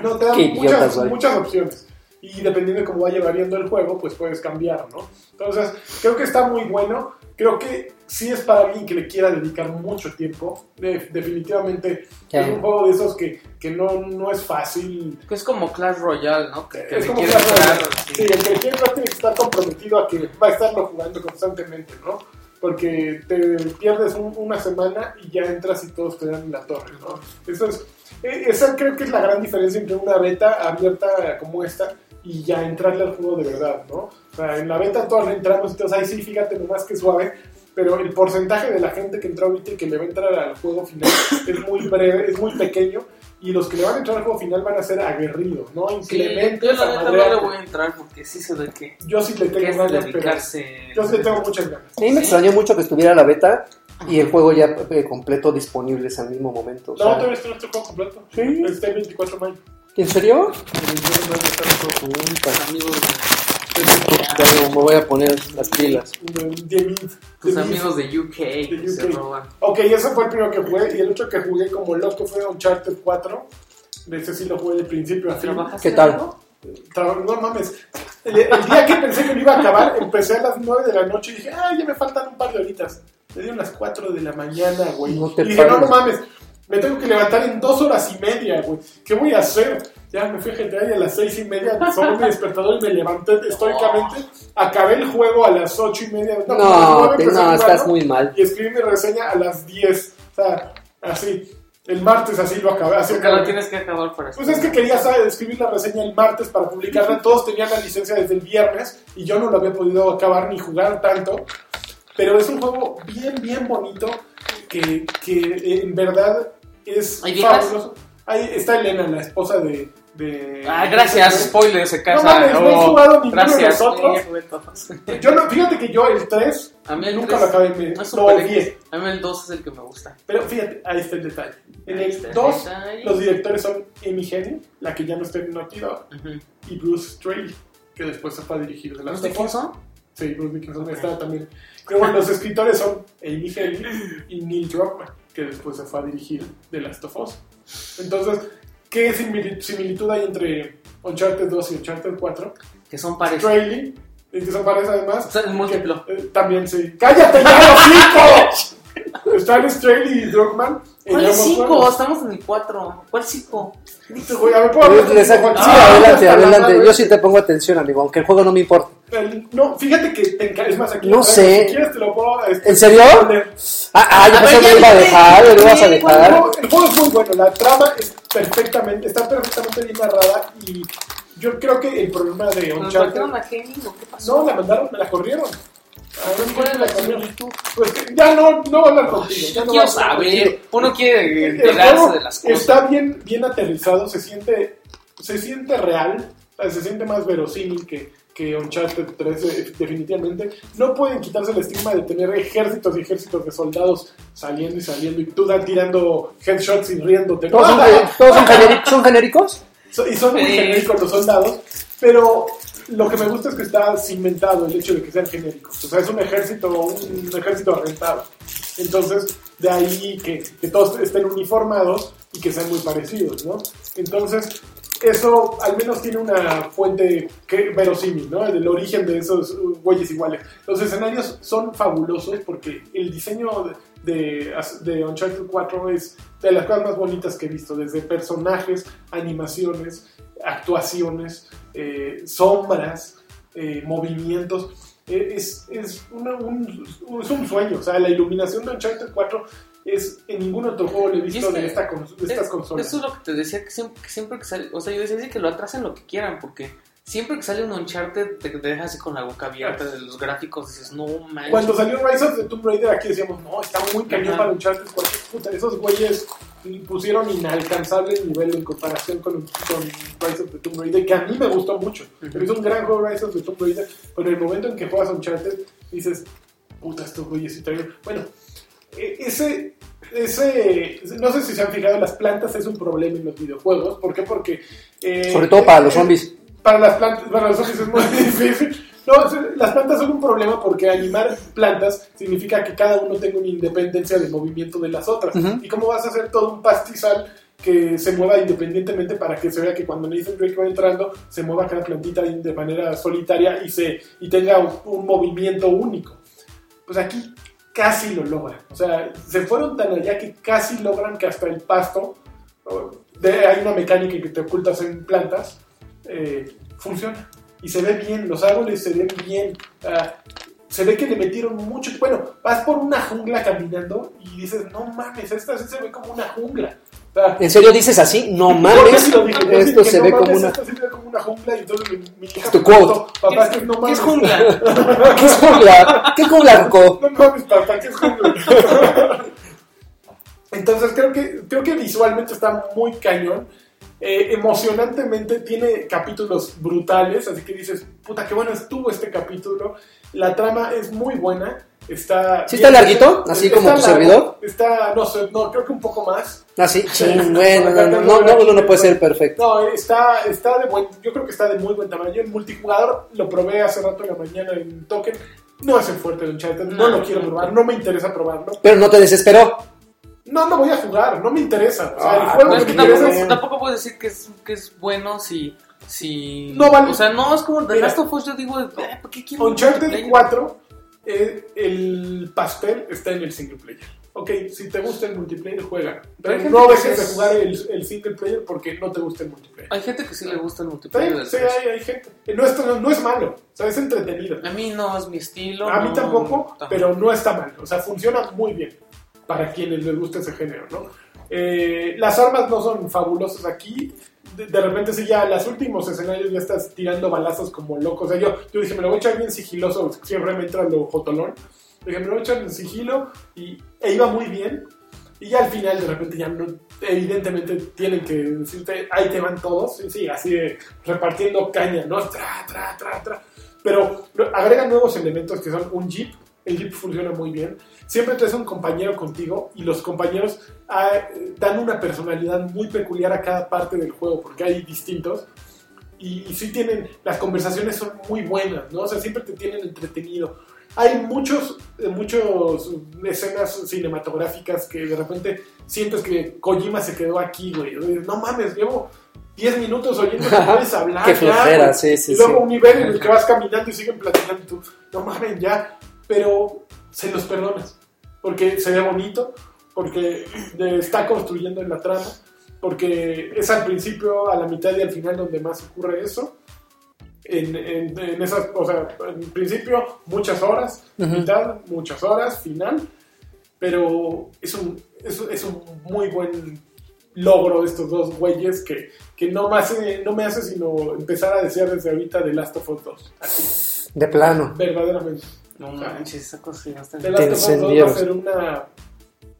[SPEAKER 2] No, te dan
[SPEAKER 3] Qué idiota
[SPEAKER 2] muchas,
[SPEAKER 3] soy.
[SPEAKER 2] muchas opciones. Y dependiendo de cómo vaya variando el juego, pues puedes cambiar, ¿no? Entonces, creo que está muy bueno. Creo que sí es para alguien que le quiera dedicar mucho tiempo. De- definitivamente
[SPEAKER 3] Sí.
[SPEAKER 2] es un juego de esos que, que no, no es fácil.
[SPEAKER 1] Es como Clash Royale, ¿no? Que, que
[SPEAKER 2] es
[SPEAKER 1] le
[SPEAKER 2] como que
[SPEAKER 1] quieres dar, sí.
[SPEAKER 2] sí, el que le quiere jugar tiene que estar comprometido a que va a estarlo jugando constantemente, ¿no? Porque te pierdes un- una semana y ya entras y todos te dan la torre, ¿no? Eso es, e- esa creo que es la gran diferencia entre una beta abierta como esta y ya entrarle al juego de verdad, ¿no? O sea, en la beta todos le entramos, entonces ahí sí, fíjate nomás que suave, pero el porcentaje de la gente que entró ahorita y que le va a entrar al juego final es muy breve, es muy pequeño, y los que le van a entrar al juego final van a ser aguerridos, ¿no?
[SPEAKER 1] Sí, yo
[SPEAKER 2] Inclementes,
[SPEAKER 1] la neta no le
[SPEAKER 2] amadreates.
[SPEAKER 1] voy a entrar porque sí se ve que,
[SPEAKER 2] Yo sí le
[SPEAKER 1] que
[SPEAKER 2] tengo
[SPEAKER 1] es
[SPEAKER 2] ganas, pero
[SPEAKER 1] dedicarse.
[SPEAKER 2] yo sí le tengo muchas ganas.
[SPEAKER 3] A mí me extrañó mucho que estuviera la beta y el juego ya eh, completo disponibles al mismo momento. o
[SPEAKER 2] No,
[SPEAKER 3] sea,
[SPEAKER 2] todavía está nuestro juego completo.
[SPEAKER 3] Sí.
[SPEAKER 2] Está el 24 de mayo.
[SPEAKER 3] ¿En serio?
[SPEAKER 2] El 24 de mayo está el juego.
[SPEAKER 3] Puta,
[SPEAKER 1] amigos,
[SPEAKER 3] ya no, me voy a poner las pilas.
[SPEAKER 2] Mm, The Mint,
[SPEAKER 1] tus
[SPEAKER 2] The Mint.
[SPEAKER 1] amigos de UK que
[SPEAKER 2] De
[SPEAKER 1] se
[SPEAKER 2] UK.
[SPEAKER 1] roban.
[SPEAKER 2] Ok, ese fue el primero que jugué. Y el otro que jugué como loco fue Uncharted 4. De ese sí lo jugué de principio a fin.
[SPEAKER 1] ¿Trabajaste
[SPEAKER 3] ¿Qué tal?
[SPEAKER 1] algo?
[SPEAKER 2] Tra- No mames. El, el día que pensé que lo iba a acabar, empecé a las 9 de la noche y dije, ah, ya me faltan un par de horitas. Me dieron las 4 de la mañana, güey.
[SPEAKER 3] No te
[SPEAKER 2] y dije, no, no
[SPEAKER 3] pares.
[SPEAKER 2] mames. Me tengo que levantar en dos horas y media, güey. ¿Qué voy a hacer? ya me fui a GTA y a las seis y media sonó mi despertador y me levanté estoicamente. Acabé el juego a las ocho y media.
[SPEAKER 3] No,
[SPEAKER 2] a las nueve
[SPEAKER 3] te-
[SPEAKER 2] empecé a
[SPEAKER 3] no,
[SPEAKER 2] jugarlo
[SPEAKER 3] estás muy mal.
[SPEAKER 2] Y escribí mi reseña a las diez. O sea, así. El martes así lo acabé. Así
[SPEAKER 1] Porque lo
[SPEAKER 2] acabé.
[SPEAKER 1] tienes que acabar para
[SPEAKER 2] Pues es que quería ¿sabes? escribir la reseña el martes para publicarla. Todos tenían la licencia desde el viernes y yo no lo había podido acabar ni jugar tanto. Pero es un juego bien, bien bonito que, que en verdad es
[SPEAKER 1] ¿Hay viejas?
[SPEAKER 2] fabuloso. Ahí está Elena, la esposa de. de-
[SPEAKER 1] Ah, gracias, spoiler, se casa.
[SPEAKER 2] mames, no he
[SPEAKER 1] Oh,
[SPEAKER 2] jugado ninguno de
[SPEAKER 1] gracias.
[SPEAKER 2] los otros.
[SPEAKER 1] Ya jugué todos.
[SPEAKER 2] Yo no, fíjate que yo el 3
[SPEAKER 1] A mí el
[SPEAKER 2] nunca
[SPEAKER 1] tres
[SPEAKER 2] lo acabé. me-
[SPEAKER 1] es
[SPEAKER 2] lo
[SPEAKER 1] super
[SPEAKER 2] odié.
[SPEAKER 1] X. A mí el 2 es el que me gusta.
[SPEAKER 2] Pero fíjate, ahí está el detalle. En
[SPEAKER 1] Ahí está
[SPEAKER 2] el
[SPEAKER 1] el
[SPEAKER 2] 2,
[SPEAKER 1] detalle.
[SPEAKER 2] los directores son Amy Hennig, la que ya no está en Naughty Dog,
[SPEAKER 1] Ujú.
[SPEAKER 2] y Bruce Straley, que después se fue a dirigir de las
[SPEAKER 1] ¿Los de quién son?
[SPEAKER 2] Sí, Bruce Dickinson estaba también. Pero bueno, los escritores son Amy Hennig y Neil Druckmann, que después se fue a dirigir The Last of Us. Entonces, ¿qué simili- similitud hay entre Uncharted 2 y Uncharted 4?
[SPEAKER 1] Que son parecidos.
[SPEAKER 2] Trailing, y que son pares además.
[SPEAKER 1] O sea, el múltiplo.
[SPEAKER 2] que, eh, también sí. ¡Cállate ya, los cinco! Están Straley y Druckmann. en
[SPEAKER 1] ¿Cuál es
[SPEAKER 2] ambos
[SPEAKER 1] 5?
[SPEAKER 2] juegos.
[SPEAKER 1] Estamos en el 4. ¿Cuál 5?
[SPEAKER 2] Este, güey, a ver, ¿puedo hablar
[SPEAKER 3] Les-
[SPEAKER 2] de
[SPEAKER 3] les- sí,
[SPEAKER 2] este juego? Ah,
[SPEAKER 3] adelante,
[SPEAKER 2] hasta la
[SPEAKER 3] adelante.
[SPEAKER 2] madre.
[SPEAKER 3] Yo sí te pongo atención, amigo, aunque el juego no me importa.
[SPEAKER 2] El- No, fíjate que te enca- es más aquí.
[SPEAKER 3] No
[SPEAKER 2] lo traigo,
[SPEAKER 3] sé.
[SPEAKER 2] Si quieres te lo puedo. este,
[SPEAKER 3] ¿En serio?
[SPEAKER 2] poner.
[SPEAKER 3] Ah, ah, yo
[SPEAKER 1] A
[SPEAKER 3] pensé
[SPEAKER 1] ver,
[SPEAKER 3] que
[SPEAKER 1] ya
[SPEAKER 3] lo iba a
[SPEAKER 1] dime,
[SPEAKER 3] dejar, lo ibas a
[SPEAKER 1] dime,
[SPEAKER 3] dejar.
[SPEAKER 2] No, el juego es muy bueno, la trama es perfectamente, está perfectamente bien narrada y yo creo que el problema de
[SPEAKER 1] ¿Nos
[SPEAKER 2] Uncharted...
[SPEAKER 1] partieron a Kenny o qué pasó?
[SPEAKER 2] No, la mandaron, me la corrieron. A ver,
[SPEAKER 1] ¿Cuál es Ah, la
[SPEAKER 2] corrieron?
[SPEAKER 1] similitud?
[SPEAKER 2] Pues ya no, no voy a hablar contigo. ya
[SPEAKER 1] Yo
[SPEAKER 2] no
[SPEAKER 1] quiero
[SPEAKER 2] voy a hablar
[SPEAKER 1] saber.
[SPEAKER 2] contigo.
[SPEAKER 1] Uno quiere
[SPEAKER 2] El
[SPEAKER 1] enterarse
[SPEAKER 2] juego
[SPEAKER 1] de las cosas.
[SPEAKER 2] Está bien, bien aterrizado, se siente, se siente real, eh, se siente más verosímil que, que Uncharted 3, eh, definitivamente. No pueden quitarse el estigma de tener ejércitos y ejércitos de soldados saliendo y saliendo y tú da- tirando headshots y riéndote.
[SPEAKER 3] ¿Todos son, todos son generi- son genéricos?
[SPEAKER 2] So- Y son muy
[SPEAKER 1] Sí.
[SPEAKER 2] genéricos los soldados, pero lo que me gusta es que está cimentado el hecho de que sean genéricos. O sea, es un ejército, un ejército arrentado. Entonces, de ahí que, que todos estén uniformados y que sean muy parecidos, ¿no? Entonces, eso al menos tiene una fuente que, verosímil, ¿no? El, el origen de esos uh, güeyes iguales. Los escenarios son fabulosos porque el diseño de, de, de Uncharted 4 es de las cosas más bonitas que he visto, desde personajes, animaciones, actuaciones, eh, sombras, eh, movimientos. Eh, Es, es, una- un, es un sueño, o sea, la iluminación de Uncharted 4 es en ningún otro juego le he visto
[SPEAKER 1] es que
[SPEAKER 2] de, esta cons- de estas
[SPEAKER 1] Es-
[SPEAKER 2] consolas.
[SPEAKER 1] Eso es lo que te decía, que siempre que, siempre que sale, o sea, yo decía sí, que lo atrasen lo que quieran, porque siempre que sale un Uncharted te, te deja así con la boca abierta de los gráficos, dices, no manches.
[SPEAKER 2] Cuando salió Rise of the Tomb Raider, aquí decíamos, no, está muy cañón
[SPEAKER 1] Ajá.
[SPEAKER 2] para Uncharted 4. Puta, esos güeyes pusieron inalcanzable el nivel en comparación con, con Rise of the Tomb Raider, que a mí me gustó mucho.
[SPEAKER 1] Ujú.
[SPEAKER 2] Es un gran juego Rise of the Tomb Raider, pero el momento en que juegas Uncharted, dices, puta, estos güeyes sí traen... Bueno, e- ese... Ese, no sé si se han fijado, las plantas es un problema en los videojuegos. ¿Por qué? Porque. eh,
[SPEAKER 3] Sobre todo para los
[SPEAKER 2] eh,
[SPEAKER 3] zombies.
[SPEAKER 2] para las plantas, para los zombies es muy difícil. No, es- las plantas son un problema porque animar plantas significa que cada uno tenga una independencia de movimiento de las otras.
[SPEAKER 3] Ujú.
[SPEAKER 2] ¿Y cómo vas a hacer todo un pastizal que se mueva independientemente para que se vea que cuando Nathan Drake va entrando, se mueva cada plantita de manera solitaria y, se, y tenga un, un movimiento único? Pues aquí casi lo logran. O sea, se fueron tan allá que casi logran que hasta el pasto, ¿no? de, hay una mecánica que te ocultas en plantas, eh, funciona. Y se ve bien, los árboles se ven bien. ah, se ve que le metieron mucho. Bueno, vas por una jungla caminando y dices, no mames, esta sí se ve como una jungla. O sea,
[SPEAKER 3] ¿En serio dices así? No
[SPEAKER 2] yo
[SPEAKER 3] mames.
[SPEAKER 2] sí lo dije, yo sí
[SPEAKER 3] Esto
[SPEAKER 2] dije,
[SPEAKER 3] se
[SPEAKER 2] "No
[SPEAKER 3] ve
[SPEAKER 2] mames,
[SPEAKER 3] como una.
[SPEAKER 2] Esto sí se ve como una jungla y entonces mi, mi hija
[SPEAKER 3] Tu
[SPEAKER 2] me
[SPEAKER 3] quote.
[SPEAKER 2] contó, papá, es que no
[SPEAKER 1] ¿Qué es
[SPEAKER 2] mames.
[SPEAKER 1] jungla?
[SPEAKER 3] ¿Qué es jungla? ¿Qué es jungla, Ruco?
[SPEAKER 2] No mames, papá, que es jungla. Entonces creo que, creo que visualmente está muy cañón. Eh, emocionantemente tiene capítulos brutales, así que dices, puta, qué bueno estuvo este capítulo. La trama es muy buena. Está
[SPEAKER 3] ¿Sí está larguito? ¿Así como tu servidor?
[SPEAKER 2] Está, no sé, no, creo que un poco más.
[SPEAKER 3] Ah, sí. Ching, bueno, no, no, no, no, uno no puede ser perfecto.
[SPEAKER 2] No, está, está de buen, yo creo que está de muy buen tamaño. El multijugador lo probé hace rato en la mañana en Token. No es el fuerte de Uncharted, no,
[SPEAKER 1] No.
[SPEAKER 2] lo quiero probar, no me interesa probarlo.
[SPEAKER 3] Pero no te desesperó.
[SPEAKER 2] No, no voy a jugar, no me interesa. O sea, el
[SPEAKER 3] Ah,
[SPEAKER 2] juego
[SPEAKER 1] No, es
[SPEAKER 2] me
[SPEAKER 1] que
[SPEAKER 2] interesa.
[SPEAKER 1] tampoco, tampoco puedo decir que es, que es bueno si... si
[SPEAKER 2] No vale.
[SPEAKER 1] O sea, no, es como The
[SPEAKER 2] Mira.
[SPEAKER 1] Last of Us, yo digo, eh, ¿por qué quiero un
[SPEAKER 2] Uncharted
[SPEAKER 1] multiplayer?
[SPEAKER 2] 4 eh, el pastel está en el single player. Ok, si te gusta el multiplayer, juega. Pero hay gente
[SPEAKER 3] No,
[SPEAKER 2] que
[SPEAKER 3] es-
[SPEAKER 2] deja de jugar el, el single player porque no te gusta el multiplayer.
[SPEAKER 1] Hay gente que sí le gusta el multiplayer
[SPEAKER 2] Sí,
[SPEAKER 1] del
[SPEAKER 2] sí,
[SPEAKER 1] tres.
[SPEAKER 2] hay, hay gente. No es, no es malo, o sea, es entretenido.
[SPEAKER 1] A mí no es mi estilo.
[SPEAKER 2] A mí
[SPEAKER 1] no,
[SPEAKER 2] tampoco,
[SPEAKER 1] tam-
[SPEAKER 2] pero no está mal. O sea, funciona muy bien para quienes les gusta ese género, ¿no? Eh, las armas no son fabulosas aquí. De, de repente, sí, ya en los últimos escenarios ya estás tirando balazos como loco. O sea, yo, yo dije, me lo voy a echar bien sigiloso. Siempre me entra lo jotolón. Dije, me lo voy a echar en sigilo. Y, e iba muy bien. Y ya al final, de repente, ya no. Evidentemente, tienen que decirte, ahí te van todos. Y sí, así de repartiendo caña, ¿no? Tra, tra, tra, tra. Pero lo- agregan nuevos elementos que son un jeep. El jeep funciona muy bien. Siempre traes un compañero contigo y los compañeros ah, eh, dan una personalidad muy peculiar a cada parte del juego porque hay distintos. Y, y sí tienen, las conversaciones son muy buenas, ¿no? O sea, siempre te tienen entretenido. Hay muchos, eh, muchos escenas cinematográficas que de repente sientes que Kojima se quedó aquí, güey. No mames, llevo 10 minutos oyendo que puedes hablar.
[SPEAKER 3] Qué
[SPEAKER 2] ya,
[SPEAKER 3] flojera,
[SPEAKER 2] güey.
[SPEAKER 3] sí, sí,
[SPEAKER 2] Y
[SPEAKER 3] sí.
[SPEAKER 2] luego un nivel en el que vas caminando y siguen platicando y tú, no mames, ya. Pero se los perdonas. Porque se ve bonito, porque de- está construyendo en la trama, porque es al principio, a la mitad y al final donde más ocurre eso. En, en- en esas, o sea, en principio muchas horas,
[SPEAKER 3] Ujú.
[SPEAKER 2] mitad muchas horas, final. Pero es un, es, un- es un muy buen logro de estos dos güeyes que, que no, me hace, no me hace sino empezar a desear desde ahorita de Last of Us 2. Así,
[SPEAKER 3] De plano.
[SPEAKER 2] verdaderamente.
[SPEAKER 1] No manches, esa cosa sí, hasta-
[SPEAKER 2] The Last of Us 2 va
[SPEAKER 3] encendieron.
[SPEAKER 2] a ser una...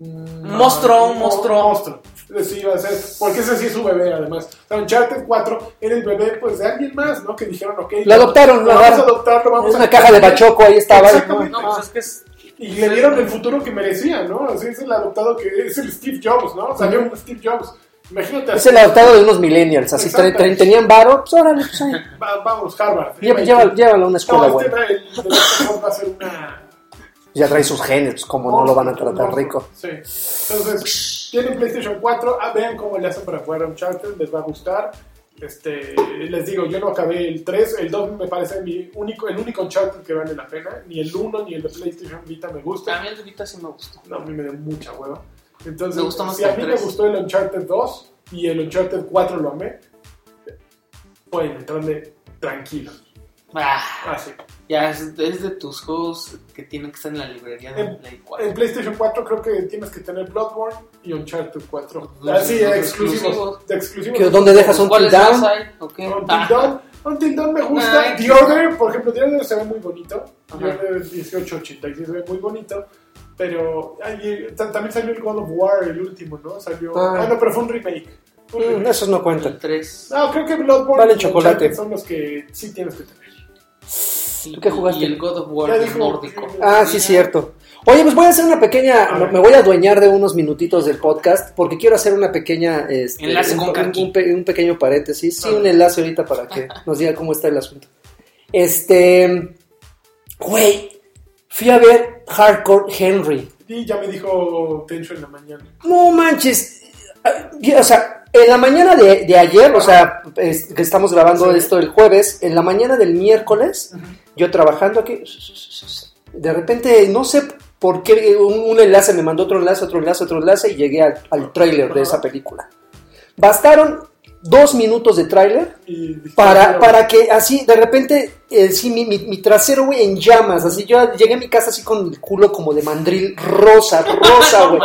[SPEAKER 2] una-
[SPEAKER 1] monstruo, un monstruo.
[SPEAKER 2] monstruo. Sí, va a ser, porque ese sí es su bebé, además. O sea, Uncharted 4 era el bebé, pues, de alguien más, ¿no? Que dijeron, ok...
[SPEAKER 3] Lo adoptaron, lo
[SPEAKER 2] vamos a
[SPEAKER 3] agarraron.
[SPEAKER 2] adoptarlo, vamos
[SPEAKER 3] Es
[SPEAKER 2] a-
[SPEAKER 3] una caja de bachoco, ahí estaba.
[SPEAKER 2] Exactamente.
[SPEAKER 1] No, pues es que es.
[SPEAKER 2] Y le dieron el futuro que merecía, ¿no? Así es el adoptado que es el Steve Jobs, ¿no? Salió un Steve Jobs. Imagínate,
[SPEAKER 3] Es el adaptado de unos millennials, así
[SPEAKER 2] Exacto.
[SPEAKER 3] tre- tre- tenían varo, pues órale, pues ahí.
[SPEAKER 2] va- vamos, Harvard.
[SPEAKER 3] Lleva- llévalo, llévalo a una escuela,
[SPEAKER 2] no,
[SPEAKER 3] güey.
[SPEAKER 2] este va, el, de Last of Us va a ser una...
[SPEAKER 3] Ya trae sus genes, pues como no lo van a tratar rico.
[SPEAKER 2] Sí. Entonces, tienen PlayStation 4, ah, vean cómo le hacen para jugar a Uncharted, les va a gustar. Este, les digo, yo no acabé el 3, el 2 me parece mi único, el único Uncharted que vale la pena, ni el 1 ni el de PlayStation Vita me gusta.
[SPEAKER 1] A mí el de Vita sí me gustó.
[SPEAKER 2] No, a mí me dio mucha hueva. Entonces,
[SPEAKER 1] Me gustó más
[SPEAKER 2] si
[SPEAKER 1] que
[SPEAKER 2] a mí
[SPEAKER 1] el
[SPEAKER 2] me
[SPEAKER 1] tres.
[SPEAKER 2] gustó el Uncharted 2 y el Uncharted 4 lo amé, pueden entrarle tranquilos.
[SPEAKER 1] Ah,
[SPEAKER 2] Así.
[SPEAKER 1] ya es, es de tus juegos que tienen que estar en la librería de
[SPEAKER 2] En-
[SPEAKER 1] Play 4.
[SPEAKER 2] En PlayStation 4 creo que tienes que tener Bloodborne y Uncharted 4.
[SPEAKER 1] Los-
[SPEAKER 2] Así,
[SPEAKER 1] los
[SPEAKER 2] exclusivos.
[SPEAKER 1] exclusivos.
[SPEAKER 2] De exclusivos.
[SPEAKER 3] Que ¿Dónde dejas un
[SPEAKER 1] ¿Cuáles
[SPEAKER 3] till down?
[SPEAKER 1] más hay? ¿O qué?
[SPEAKER 2] Until
[SPEAKER 1] Ah,
[SPEAKER 2] Dawn. Until Dawn me gusta.
[SPEAKER 1] Ay,
[SPEAKER 2] The
[SPEAKER 1] qué-
[SPEAKER 2] Order, por ejemplo, The Order se ve muy bonito. The
[SPEAKER 1] Ajá.
[SPEAKER 2] Order 1886 se ve muy bonito. Pero ay, ta- también salió el God of War, el último, ¿no? Salió.
[SPEAKER 3] Ah.
[SPEAKER 2] Ah, no, pero fue un remake. Fue un
[SPEAKER 3] Mm,
[SPEAKER 2] remake.
[SPEAKER 3] esos no cuentan.
[SPEAKER 1] el 3.
[SPEAKER 2] No, creo que Bloodborne
[SPEAKER 3] Vale
[SPEAKER 2] y
[SPEAKER 3] chocolate.
[SPEAKER 2] Uncharted son los que sí tienes que tener.
[SPEAKER 1] ¿Tú
[SPEAKER 3] qué jugaste?
[SPEAKER 1] Y el God of War
[SPEAKER 2] Ya
[SPEAKER 1] es
[SPEAKER 2] dijo-
[SPEAKER 1] nórdico.
[SPEAKER 3] Ah, sí, cierto. Oye, pues voy a hacer una pequeña.
[SPEAKER 2] A ver.
[SPEAKER 3] Me voy a adueñar de unos minutitos del podcast porque quiero hacer una pequeña. este,
[SPEAKER 1] Enlace
[SPEAKER 3] un,
[SPEAKER 1] con
[SPEAKER 3] un-
[SPEAKER 1] Karki.
[SPEAKER 3] un pe- un pequeño paréntesis. Sí,
[SPEAKER 2] A ver.
[SPEAKER 3] un enlace ahorita para que nos diga cómo está el asunto. Este. Güey, fui a ver Hardcore Henry.
[SPEAKER 2] Y ya me dijo Tencho en la mañana.
[SPEAKER 3] No manches. Ah, O sea, en la mañana de, de ayer, o sea, es- que estamos grabando
[SPEAKER 2] Sí.
[SPEAKER 3] esto el jueves, en la mañana del miércoles, yo trabajando aquí, de repente, no sé por qué, un, un enlace me mandó otro enlace, otro enlace, otro enlace, y llegué al, al tráiler de esa película. Bastaron dos minutos de tráiler
[SPEAKER 2] Y dije,
[SPEAKER 3] para,
[SPEAKER 2] "Pero,
[SPEAKER 3] para que así, de repente, eh, sí, mi, mi- mi trasero, güey, en llamas. Así, yo llegué a mi casa así con el culo como de mandril rosa, rosa, güey.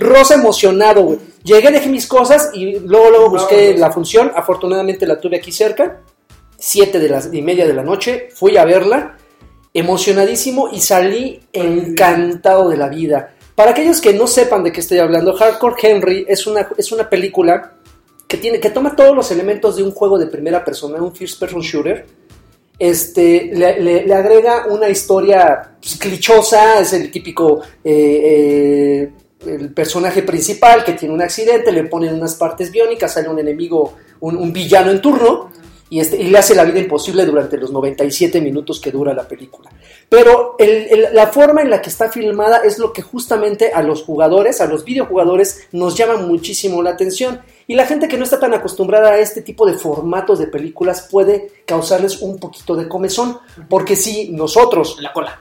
[SPEAKER 3] rosa emocionado, güey. Llegué, dejé mis cosas y luego, luego busqué
[SPEAKER 2] Vámonos.
[SPEAKER 3] la función. Afortunadamente la tuve aquí cerca. Siete de las y media de la noche. Fui a verla, emocionadísimo y salí encantado de la vida. Para aquellos que no sepan de qué estoy hablando, Hardcore Henry es una, es una película que tiene que toma todos los elementos de un juego de primera persona, un first person shooter. Este, le, le- le agrega una historia pues, clichosa, es el típico eh, eh, el personaje principal que tiene un accidente, le ponen unas partes biónicas, sale un enemigo, un, un villano en turno, y, este, y le hace la vida imposible durante los 97 minutos que dura la película. Pero el- el- la forma en la que está filmada es lo que justamente a los jugadores, a los videojugadores, nos llama muchísimo la atención. Y la gente que no está tan acostumbrada a este tipo de formatos de películas puede causarles un poquito de comezón. Porque si nosotros
[SPEAKER 1] La cola.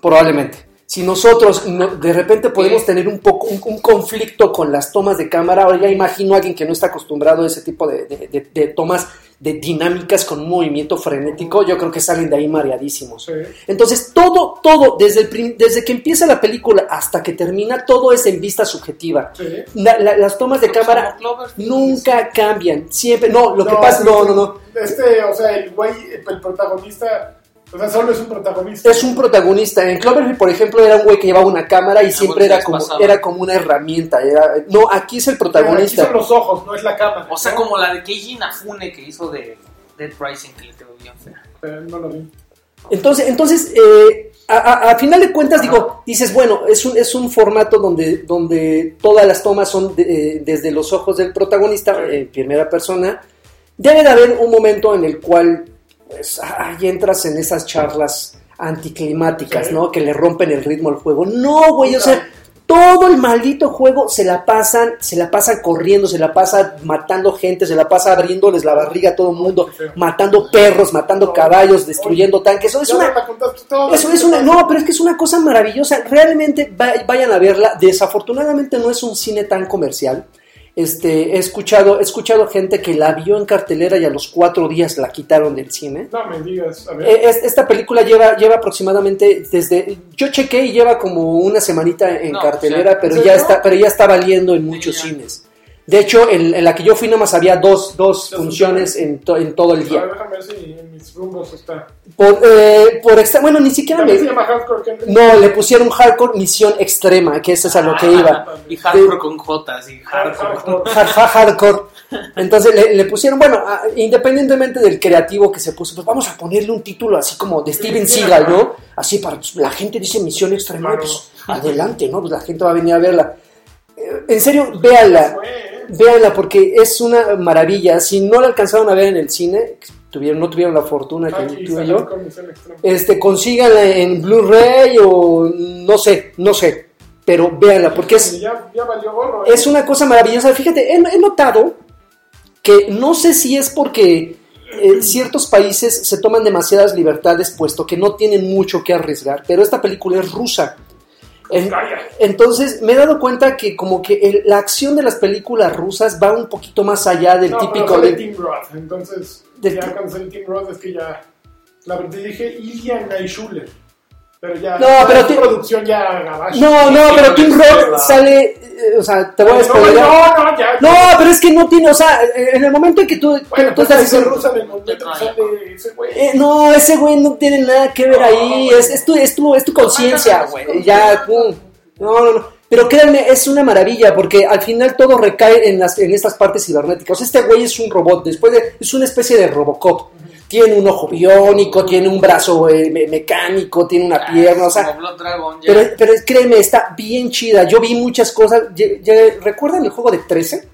[SPEAKER 3] Probablemente. Si nosotros no- de repente podemos
[SPEAKER 1] Sí.
[SPEAKER 3] tener un poco un, un conflicto con las tomas de cámara, ahora ya imagino a alguien que no está acostumbrado a ese tipo de, de- de- de tomas de dinámicas con un movimiento frenético, yo creo que salen de ahí mareadísimos.
[SPEAKER 2] Sí.
[SPEAKER 3] Entonces, todo, todo, desde, el prim- desde que empieza la película hasta que termina, todo es en vista subjetiva.
[SPEAKER 2] Sí.
[SPEAKER 3] La- la- las tomas de cámara
[SPEAKER 1] Cloverfield.
[SPEAKER 3] nunca cambian, siempre, no, lo que
[SPEAKER 2] No,
[SPEAKER 3] pasa,
[SPEAKER 2] sí,
[SPEAKER 3] no,
[SPEAKER 2] sí.
[SPEAKER 3] no, no,
[SPEAKER 2] Este, o sea, el güey, el protagonista, o sea, solo es un protagonista.
[SPEAKER 3] es un protagonista. En Cloverfield, por ejemplo, era un güey que llevaba una cámara y
[SPEAKER 1] Ah,
[SPEAKER 3] siempre
[SPEAKER 1] bueno,
[SPEAKER 3] era
[SPEAKER 1] les
[SPEAKER 3] como,
[SPEAKER 1] pasaba.
[SPEAKER 3] era como una herramienta, era, no, aquí es el
[SPEAKER 2] Aquí
[SPEAKER 3] protagonista.
[SPEAKER 2] son los ojos, no es la cámara.
[SPEAKER 1] O sea,
[SPEAKER 2] ¿no?
[SPEAKER 1] como la de Keiji Inafune que hizo de Dead Rising, que le quedó bien fea.
[SPEAKER 2] Pero Eh, no lo vi.
[SPEAKER 3] Entonces, entonces eh, a, a- a final de cuentas, digo, dices, bueno, es un, es un formato donde, donde todas las tomas son de- eh, desde los ojos del protagonista,
[SPEAKER 2] Sí.
[SPEAKER 3] en primera persona. Debe de haber un momento en el cual pues, ahí entras en esas charlas anticlimáticas,
[SPEAKER 2] Sí.
[SPEAKER 3] ¿no? Que le rompen el ritmo al juego. No, güey, o
[SPEAKER 2] No.
[SPEAKER 3] sea, todo el maldito juego se la pasan, se la pasan corriendo, se la pasa matando gente, se la pasa abriéndoles la barriga a todo el mundo,
[SPEAKER 2] Qué feo.
[SPEAKER 3] matando perros, matando
[SPEAKER 2] No.
[SPEAKER 3] caballos, destruyendo tanques. Eso es
[SPEAKER 2] Ya
[SPEAKER 3] una
[SPEAKER 2] me la contaste toda.
[SPEAKER 3] eso es una, no, pero es que es una cosa maravillosa. Realmente va- vayan a verla. Desafortunadamente no es un cine tan comercial. Este, he escuchado, he escuchado gente que la vio en cartelera y a los cuatro días la quitaron del cine.
[SPEAKER 2] No me digas, a ver.
[SPEAKER 3] Eh, es- Esta película lleva, lleva aproximadamente desde, yo chequé y lleva como una semanita en
[SPEAKER 1] No, o
[SPEAKER 3] cartelera,
[SPEAKER 1] sea,
[SPEAKER 3] pero
[SPEAKER 2] ¿en
[SPEAKER 3] ya
[SPEAKER 2] serio?
[SPEAKER 3] está, pero ya está valiendo en muchos
[SPEAKER 1] ya.
[SPEAKER 3] cines. De hecho, en, en la que yo fui nada más había dos, dos funciones en, to- en todo el
[SPEAKER 2] A ver,
[SPEAKER 3] día.
[SPEAKER 2] déjame ver si en mis rumbos está.
[SPEAKER 3] Por, eh, por extra- bueno, ni siquiera me,
[SPEAKER 2] También se llama Hardcore Henry.
[SPEAKER 3] no, le pusieron hardcore misión extrema, que eso es a lo que iba.
[SPEAKER 1] Ah, Y hardcore con Jotas y hardcore.
[SPEAKER 2] Hardcore.
[SPEAKER 3] Jarfa hardcore. Entonces le, le pusieron, bueno, a- independientemente del creativo que se puso, pues vamos a ponerle un título así como de Steven
[SPEAKER 2] Sí,
[SPEAKER 3] Seagal,
[SPEAKER 2] claro.
[SPEAKER 3] ¿no? Así para pues, la gente dice misión extrema,
[SPEAKER 2] Claro.
[SPEAKER 3] pues adelante, ¿no? Pues la gente va a venir a verla. Eh, En serio, véanla.
[SPEAKER 2] Fue, ¿eh?
[SPEAKER 3] Véanla porque es una maravilla. Si no la alcanzaron a ver en el cine, que tuvieron, no tuvieron la fortuna que
[SPEAKER 2] Aquí
[SPEAKER 3] tuve
[SPEAKER 2] sale
[SPEAKER 3] yo,
[SPEAKER 2] con misión extrema.
[SPEAKER 3] este, consíganla en Blu-ray o no sé, no sé, pero véanla, porque
[SPEAKER 2] Y
[SPEAKER 3] es,
[SPEAKER 2] Ya, ya valió gorro. ¿eh?
[SPEAKER 3] es una cosa maravillosa. Fíjate, he, he notado que no sé si es porque eh, ciertos países se toman demasiadas libertades, puesto que no tienen mucho que arriesgar, pero esta película es rusa. En-
[SPEAKER 2] Pues Calla.
[SPEAKER 3] entonces me he dado cuenta que como que el- la acción de las películas rusas va un poquito más allá del
[SPEAKER 2] No,
[SPEAKER 3] típico
[SPEAKER 2] pero sale
[SPEAKER 3] de-
[SPEAKER 2] Tim Roth, entonces
[SPEAKER 3] del ti-
[SPEAKER 2] ya cuando sale Tim Roth es que ya la dirige Ilya Naishuller. Pero ya
[SPEAKER 3] No,
[SPEAKER 2] ya
[SPEAKER 3] pero
[SPEAKER 2] es
[SPEAKER 3] ti-
[SPEAKER 2] producción ya gabacho.
[SPEAKER 3] No, no,
[SPEAKER 1] Sí,
[SPEAKER 3] pero
[SPEAKER 1] no
[SPEAKER 3] Tim
[SPEAKER 1] es
[SPEAKER 3] Roth
[SPEAKER 1] verdad.
[SPEAKER 3] sale, eh, o sea, te voy a
[SPEAKER 2] no,
[SPEAKER 3] despedir.
[SPEAKER 2] no, no, ya.
[SPEAKER 3] No, pero es que no tiene, o sea, en el momento en que tú,
[SPEAKER 2] Bueno,
[SPEAKER 3] tú
[SPEAKER 2] pues
[SPEAKER 3] estás
[SPEAKER 2] ahí se
[SPEAKER 3] diciendo-
[SPEAKER 2] rusa en el momento que sale ese güey.
[SPEAKER 3] Eh, no, ese güey no tiene nada que ver
[SPEAKER 2] No,
[SPEAKER 3] ahí,
[SPEAKER 2] güey.
[SPEAKER 3] es, es tu, es tu, es tu conciencia,
[SPEAKER 1] no,
[SPEAKER 3] güey, ya, pum. No, no, no. Pero créanme, es una maravilla, porque al final todo recae en, las, en estas partes cibernéticas. O sea, este güey es un robot, después de, es una especie de Robocop. Tiene un ojo biónico, tiene un brazo eh, me- mecánico, tiene una pierna, o sea,
[SPEAKER 1] Ah, Como Blood Dragon, ya.
[SPEAKER 3] Pero, pero créeme, está bien chida. Yo vi muchas cosas. Ye- ye- ¿Recuerdan el juego de 13?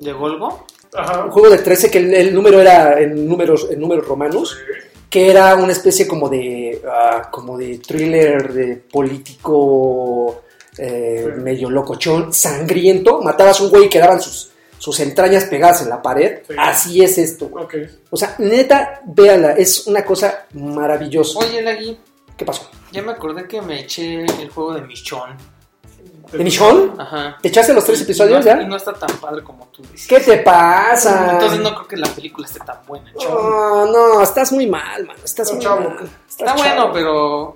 [SPEAKER 1] ¿De Golgo?
[SPEAKER 2] Ajá.
[SPEAKER 3] Un juego de 13 que el, el número era en números, en números romanos, que era una especie como de, ah, como de thriller de político eh,
[SPEAKER 2] Sí.
[SPEAKER 3] medio locochón, sangriento. Matabas a un güey y quedaban sus, sus entrañas pegadas en la pared.
[SPEAKER 2] Sí.
[SPEAKER 3] Así es esto, güey.
[SPEAKER 2] Ok.
[SPEAKER 3] O sea, neta, véala. Es una cosa maravillosa.
[SPEAKER 1] Oye, Lagui,
[SPEAKER 3] ¿Qué pasó?
[SPEAKER 1] ya me acordé que me eché el juego de Michón.
[SPEAKER 3] ¿De Michón?
[SPEAKER 1] Ajá.
[SPEAKER 3] ¿Te echaste los tres episodios
[SPEAKER 1] Y no- Y
[SPEAKER 3] ya?
[SPEAKER 1] no está tan padre como tú dices.
[SPEAKER 3] ¿Qué te pasa?
[SPEAKER 1] Entonces no creo que la película esté tan buena, chavo.
[SPEAKER 3] No, no, estás muy mal, mano. Estás
[SPEAKER 2] Está
[SPEAKER 3] muy
[SPEAKER 2] chavo.
[SPEAKER 3] mal. Estás
[SPEAKER 1] Está
[SPEAKER 3] chavo.
[SPEAKER 1] bueno,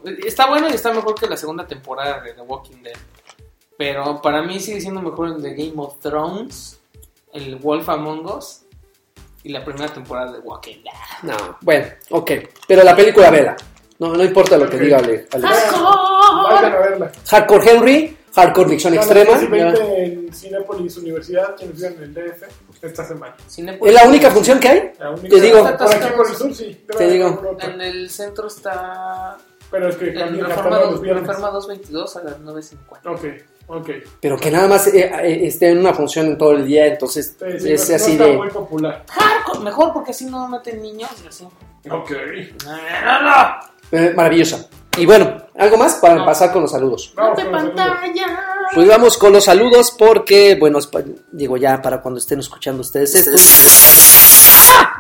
[SPEAKER 1] pero. Está bueno y está mejor que la segunda temporada de The Walking Dead. Pero para mí sigue siendo mejor el de Game of Thrones, el Wolf Among Us y la primera temporada de Walking Dead.
[SPEAKER 3] No, bueno, ok. Pero la película, vela. No, no importa lo que
[SPEAKER 2] Ok.
[SPEAKER 3] diga Ale. Ale.
[SPEAKER 2] Vayan a verla.
[SPEAKER 3] Hardcore Henry, Hardcore Micción Extrema.
[SPEAKER 2] Son
[SPEAKER 3] ya.
[SPEAKER 2] las 10 y 20 en Cinépolis Universidad, que nos dieron en el DF esta semana.
[SPEAKER 3] ¿Es
[SPEAKER 1] Cinépolis-
[SPEAKER 3] la única función que hay?
[SPEAKER 2] La única-
[SPEAKER 3] Te digo.
[SPEAKER 2] Por aquí por el sur, sí. Debe
[SPEAKER 3] Te
[SPEAKER 2] haber
[SPEAKER 3] digo.
[SPEAKER 2] alguna otra.
[SPEAKER 1] En el centro está.
[SPEAKER 2] Pero es que
[SPEAKER 1] En
[SPEAKER 2] cambian la
[SPEAKER 1] Reforma,
[SPEAKER 2] forma los
[SPEAKER 1] dos-
[SPEAKER 2] viernes.
[SPEAKER 1] Reforma 222 a las 9.50.
[SPEAKER 2] Ok, ok.
[SPEAKER 3] Pero que nada más eh, eh, esté en una función en todo el día, entonces
[SPEAKER 2] Sí, sí,
[SPEAKER 3] es
[SPEAKER 2] no-
[SPEAKER 3] así
[SPEAKER 2] no está
[SPEAKER 3] de.
[SPEAKER 2] muy popular.
[SPEAKER 1] Hardcore, mejor porque así no meten niños y así.
[SPEAKER 2] Ok.
[SPEAKER 1] No, no, no.
[SPEAKER 3] eh, maravillosa. Y bueno, ¿algo más para
[SPEAKER 1] No.
[SPEAKER 3] pasar con los saludos?
[SPEAKER 2] Vamos
[SPEAKER 1] te
[SPEAKER 2] con los saludos.
[SPEAKER 3] Pues vamos con los saludos porque, bueno, es pa- digo ya para cuando estén escuchando ustedes esto.